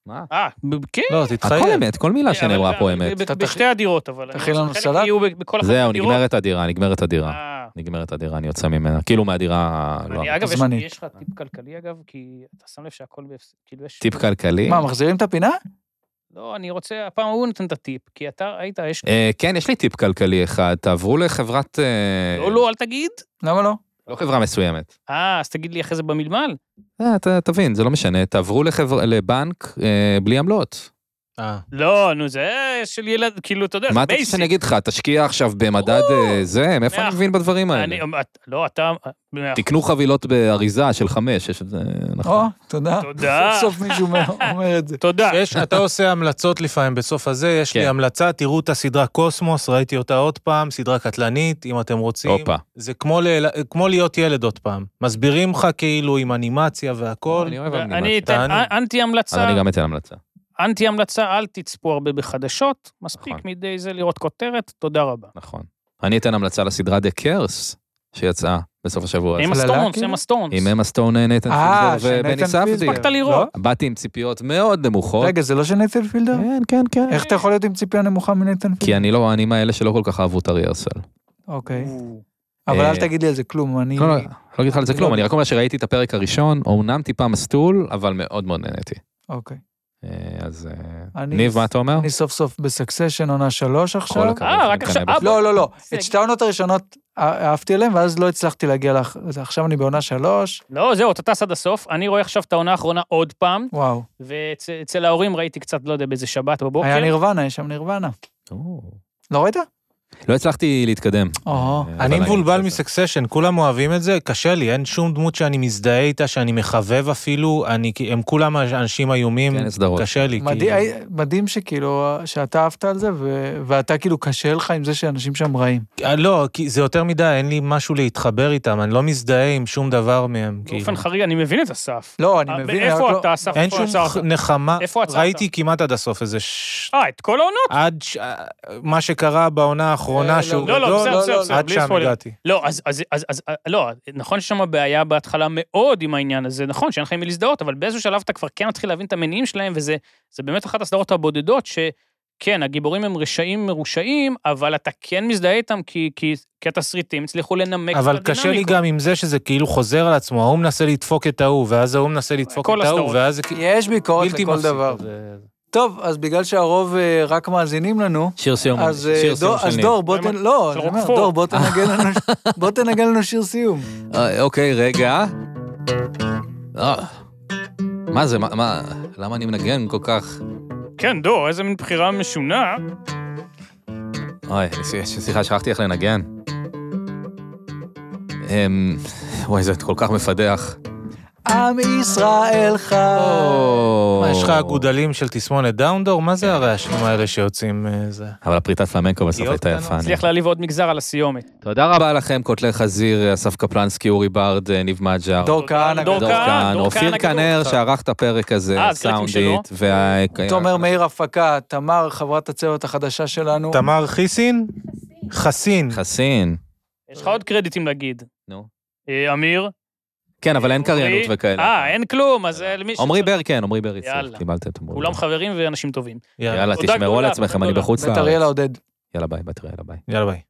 מה? אה, ב- כן. לא, הכל תתחייב. אמת, כל מילה שנאמרה אבל- פה אמת. ב- אתה בשתי הדירות, אבל. לא- תכין לנו חלק סלט? יהיו ב- בכל אחת זהו, מהדירות. נגמרת הדירה, נגמרת הדירה. אה, נגמרת הדירה, אני יוצא ממנה. כאילו מהדירה... ה- לא, אני, אגב, יש- זמנית. יש לך טיפ כלכלי, אגב, כי אתה שם לב שהכל בהפס... כאילו יש... טיפ כלכלי. מה, מחזירים את הפינה? לא, אני רוצה, הפעם הוא נותן את הטיפ, כי אתה ראית, יש... אה, כן, יש לי טיפ כלכלי אחד, תעברו לחברת... אה, לא, לא, אל תגיד. למה לא? לא חברה מסוימת. אה, אז תגיד לי אחרי זה במלמל. אה, אתה תבין, זה לא משנה. תעברו לחבר- לבנק אה, בלי עמלות. אה. לא, נו, זה של ילד, כאילו, אתה יודע, מה זה אתה רוצה basic. שאני אגיד לך, תשקיע עכשיו במדד אה, זה, מאיפה אני מאה. מבין בדברים האלה? אני- את- לא, אתה... מאה אחוז. תקנו חבילות באריזה של חמש, יש את זה, או, נכון. תודה. תודה. סוף סוף מישהו אומר את זה. תודה. יש, אתה עושה המלצות לפעמים בסוף הזה, יש לי כן. המלצה, תראו את הסדרה קוסמוס, ראיתי אותה עוד פעם, סדרה קטלנית, אם אתם רוצים. הופה. זה כמו, ל... כמו להיות ילד עוד פעם. מסבירים לך כאילו עם אנימציה והכל. אני אוהב אני אנימציה. אתן תענוג. אנטי אז המלצה, אני גם אתן המלצה. אנטי המלצה, אל תצפו הרבה בחדשות, מספיק נכון. מדי זה לראות כותרת, תודה רבה. נכון. אני אתן המלצה לסדרה דה קרס, שיצאה בסוף השבוע הזה. עם הצללה, הסטונס, כאילו? עם הסטונס. עם אמה סטון, נתן אה, לא? פילדר של ובני נתן ספדי. פילדר. הספקת לראות? באתי עם ציפיות מאוד נמוכות. רגע, זה לא של נייתן פילדר? כן, כן, כן. איך אתה יכול להיות עם ציפייה נמוכה מנייתן פילדר? כי אני לא, אני מאלה שלא כל כך אהבו את ארי הרסל. אוקיי. אבל אה, אל תגיד לי על זה כלום, אני... לא, לא, לא אגיד לך על זה כלום, אני רק אומר שראיתי את הפרק הראשון, אמנם טיפה מסטול, אבל מאוד מאוד נהניתי. אוקיי. אה, אז אה, אני- ניב, מה אתה אומר? אני סוף סוף בסקסשן עונה שלוש כל עכשיו. הכבוד. אה, רק מבחינה עכשיו, בפנים. אה, לא, לא, לא. זה- את שתי העונות הראשונות אה- אהבתי עליהן, ואז לא הצלחתי להגיע לך. אז עכשיו אני בעונה שלוש, לא, זהו, אתה טס עד הסוף. אני רואה עכשיו את העונה האחרונה עוד פעם, וואו. ואצל ההורים ראיתי קצת, לא יודע, באיזה שבת בבוקר. היה נירוונה, יש שם נירוונה. או, לא ראית? לא הצלחתי להתקדם. או, אה, אני אבל מבולבל בסדר. מסקסשן, כולם אוהבים את זה, קשה לי, אין שום דמות שאני מזדהה איתה, שאני מחבב אפילו, אני, כי הם כולם אנשים איומים, כן, סדרות. קשה לי. מדהים- כאילו. הי- מדהים שכאילו, שאתה אהבת על זה, ו- ואתה כאילו קשה לך עם זה שאנשים שם רעים. אה, לא, כי זה יותר מדי, אין לי משהו להתחבר איתם, אני לא מזדהה עם שום דבר מהם, כאילו. באופן חריג, אני מבין את הסף. לא, אני אה, מבין. רק איפה לא- אתה, אסף? אין איפה שום עצרת? נחמה, איפה עצרת? ראיתי כמעט עד הסוף איזה ש... אה, את כל העונות? עד ש... אה, מה שקרה בעונה אה, האחרונה שהוא לא, לא, גדול, בסדר, בסדר, בסדר, עד בלי שם ספוילר. הגעתי. לא, אז, אז, אז, אז, אה, לא, נכון שיש שם בעיה בהתחלה מאוד עם העניין הזה, נכון שאין לך עם מי להזדהות, אבל באיזשהו שלב אתה כבר כן מתחיל להבין את המניעים שלהם, וזה זה באמת אחת הסדרות הבודדות שכן, הגיבורים הם רשעים מרושעים, אבל אתה כן מזדהה איתם כי, כי, כי התסריטים הצליחו לנמק אבל את קשה לי הדינמיקות. גם עם זה שזה כאילו חוזר על עצמו, ההוא מנסה לדפוק את ההוא, ואז ההוא מנסה לדפוק כל את ההוא, הסדרות. ואז זה כאילו יש ביקורת בלתי לכל מפסיק. דבר. זה- טוב, אז בגלל שהרוב אה, רק מאזינים לנו, שיר סיום, אז אה, לא שיר סיום דור- אז של דור, בוא תן, למה? לא, של אני אומר, רוקפורט. דור, בוא תנגן לנו- בוא תנגן לנו שיר סיום. ניב. אה, אוקיי, רגע. אה, מה זה, מה- מה, למה אני מנגן כל כך? כן, דור, איזה מין בחירה משונה. אוי, ס- סליחה, שכחתי איך לנגן. אמ, וואי, זה כל כך מפדח. עם ישראל חי. או. מה, יש לך אגודלים של תסמונת דאונדור? מה כן. זה הרעשים האלה שיוצאים אה, זה? אבל הפריטת פלמנקו בסוף פגיעות הייתה קטנות. יפה. אני- הצליח להעליב עוד מגזר על הסיומת. תודה רבה לכם, קוטלי חזיר, אסף קפלנסקי, אורי ברד, אה, ניב מג'ר. דור כהנא. דור גדול. כהן, דור אופיר כהן הגדול. כנר שערך את הפרק הזה, אה, אז קלטים שלו. סאונדית, וה... תומר מאיר הפקה, תמר, חברת הצוות החדשה שלנו. תמר חיסין? חסין. חסין. יש לך עוד קרדיטים להגיד. נו. אה, אמיר? כן, אבל אין עמרי? קריינות וכאלה. אה, אין כלום, אז אה, למי ש... עמרי בר, כן, עמרי בר יצא, יאללה. קיבלתם את עמרי כולם בר. חברים ואנשים טובים. יאללה, יאללה, תודה תשמרו על גדולה, עצמכם, תודה אני גדולה. בחוץ בית אריאלה לארץ. עודד. יאללה, ביי, בית אריאלה, ביי. יאללה ביי.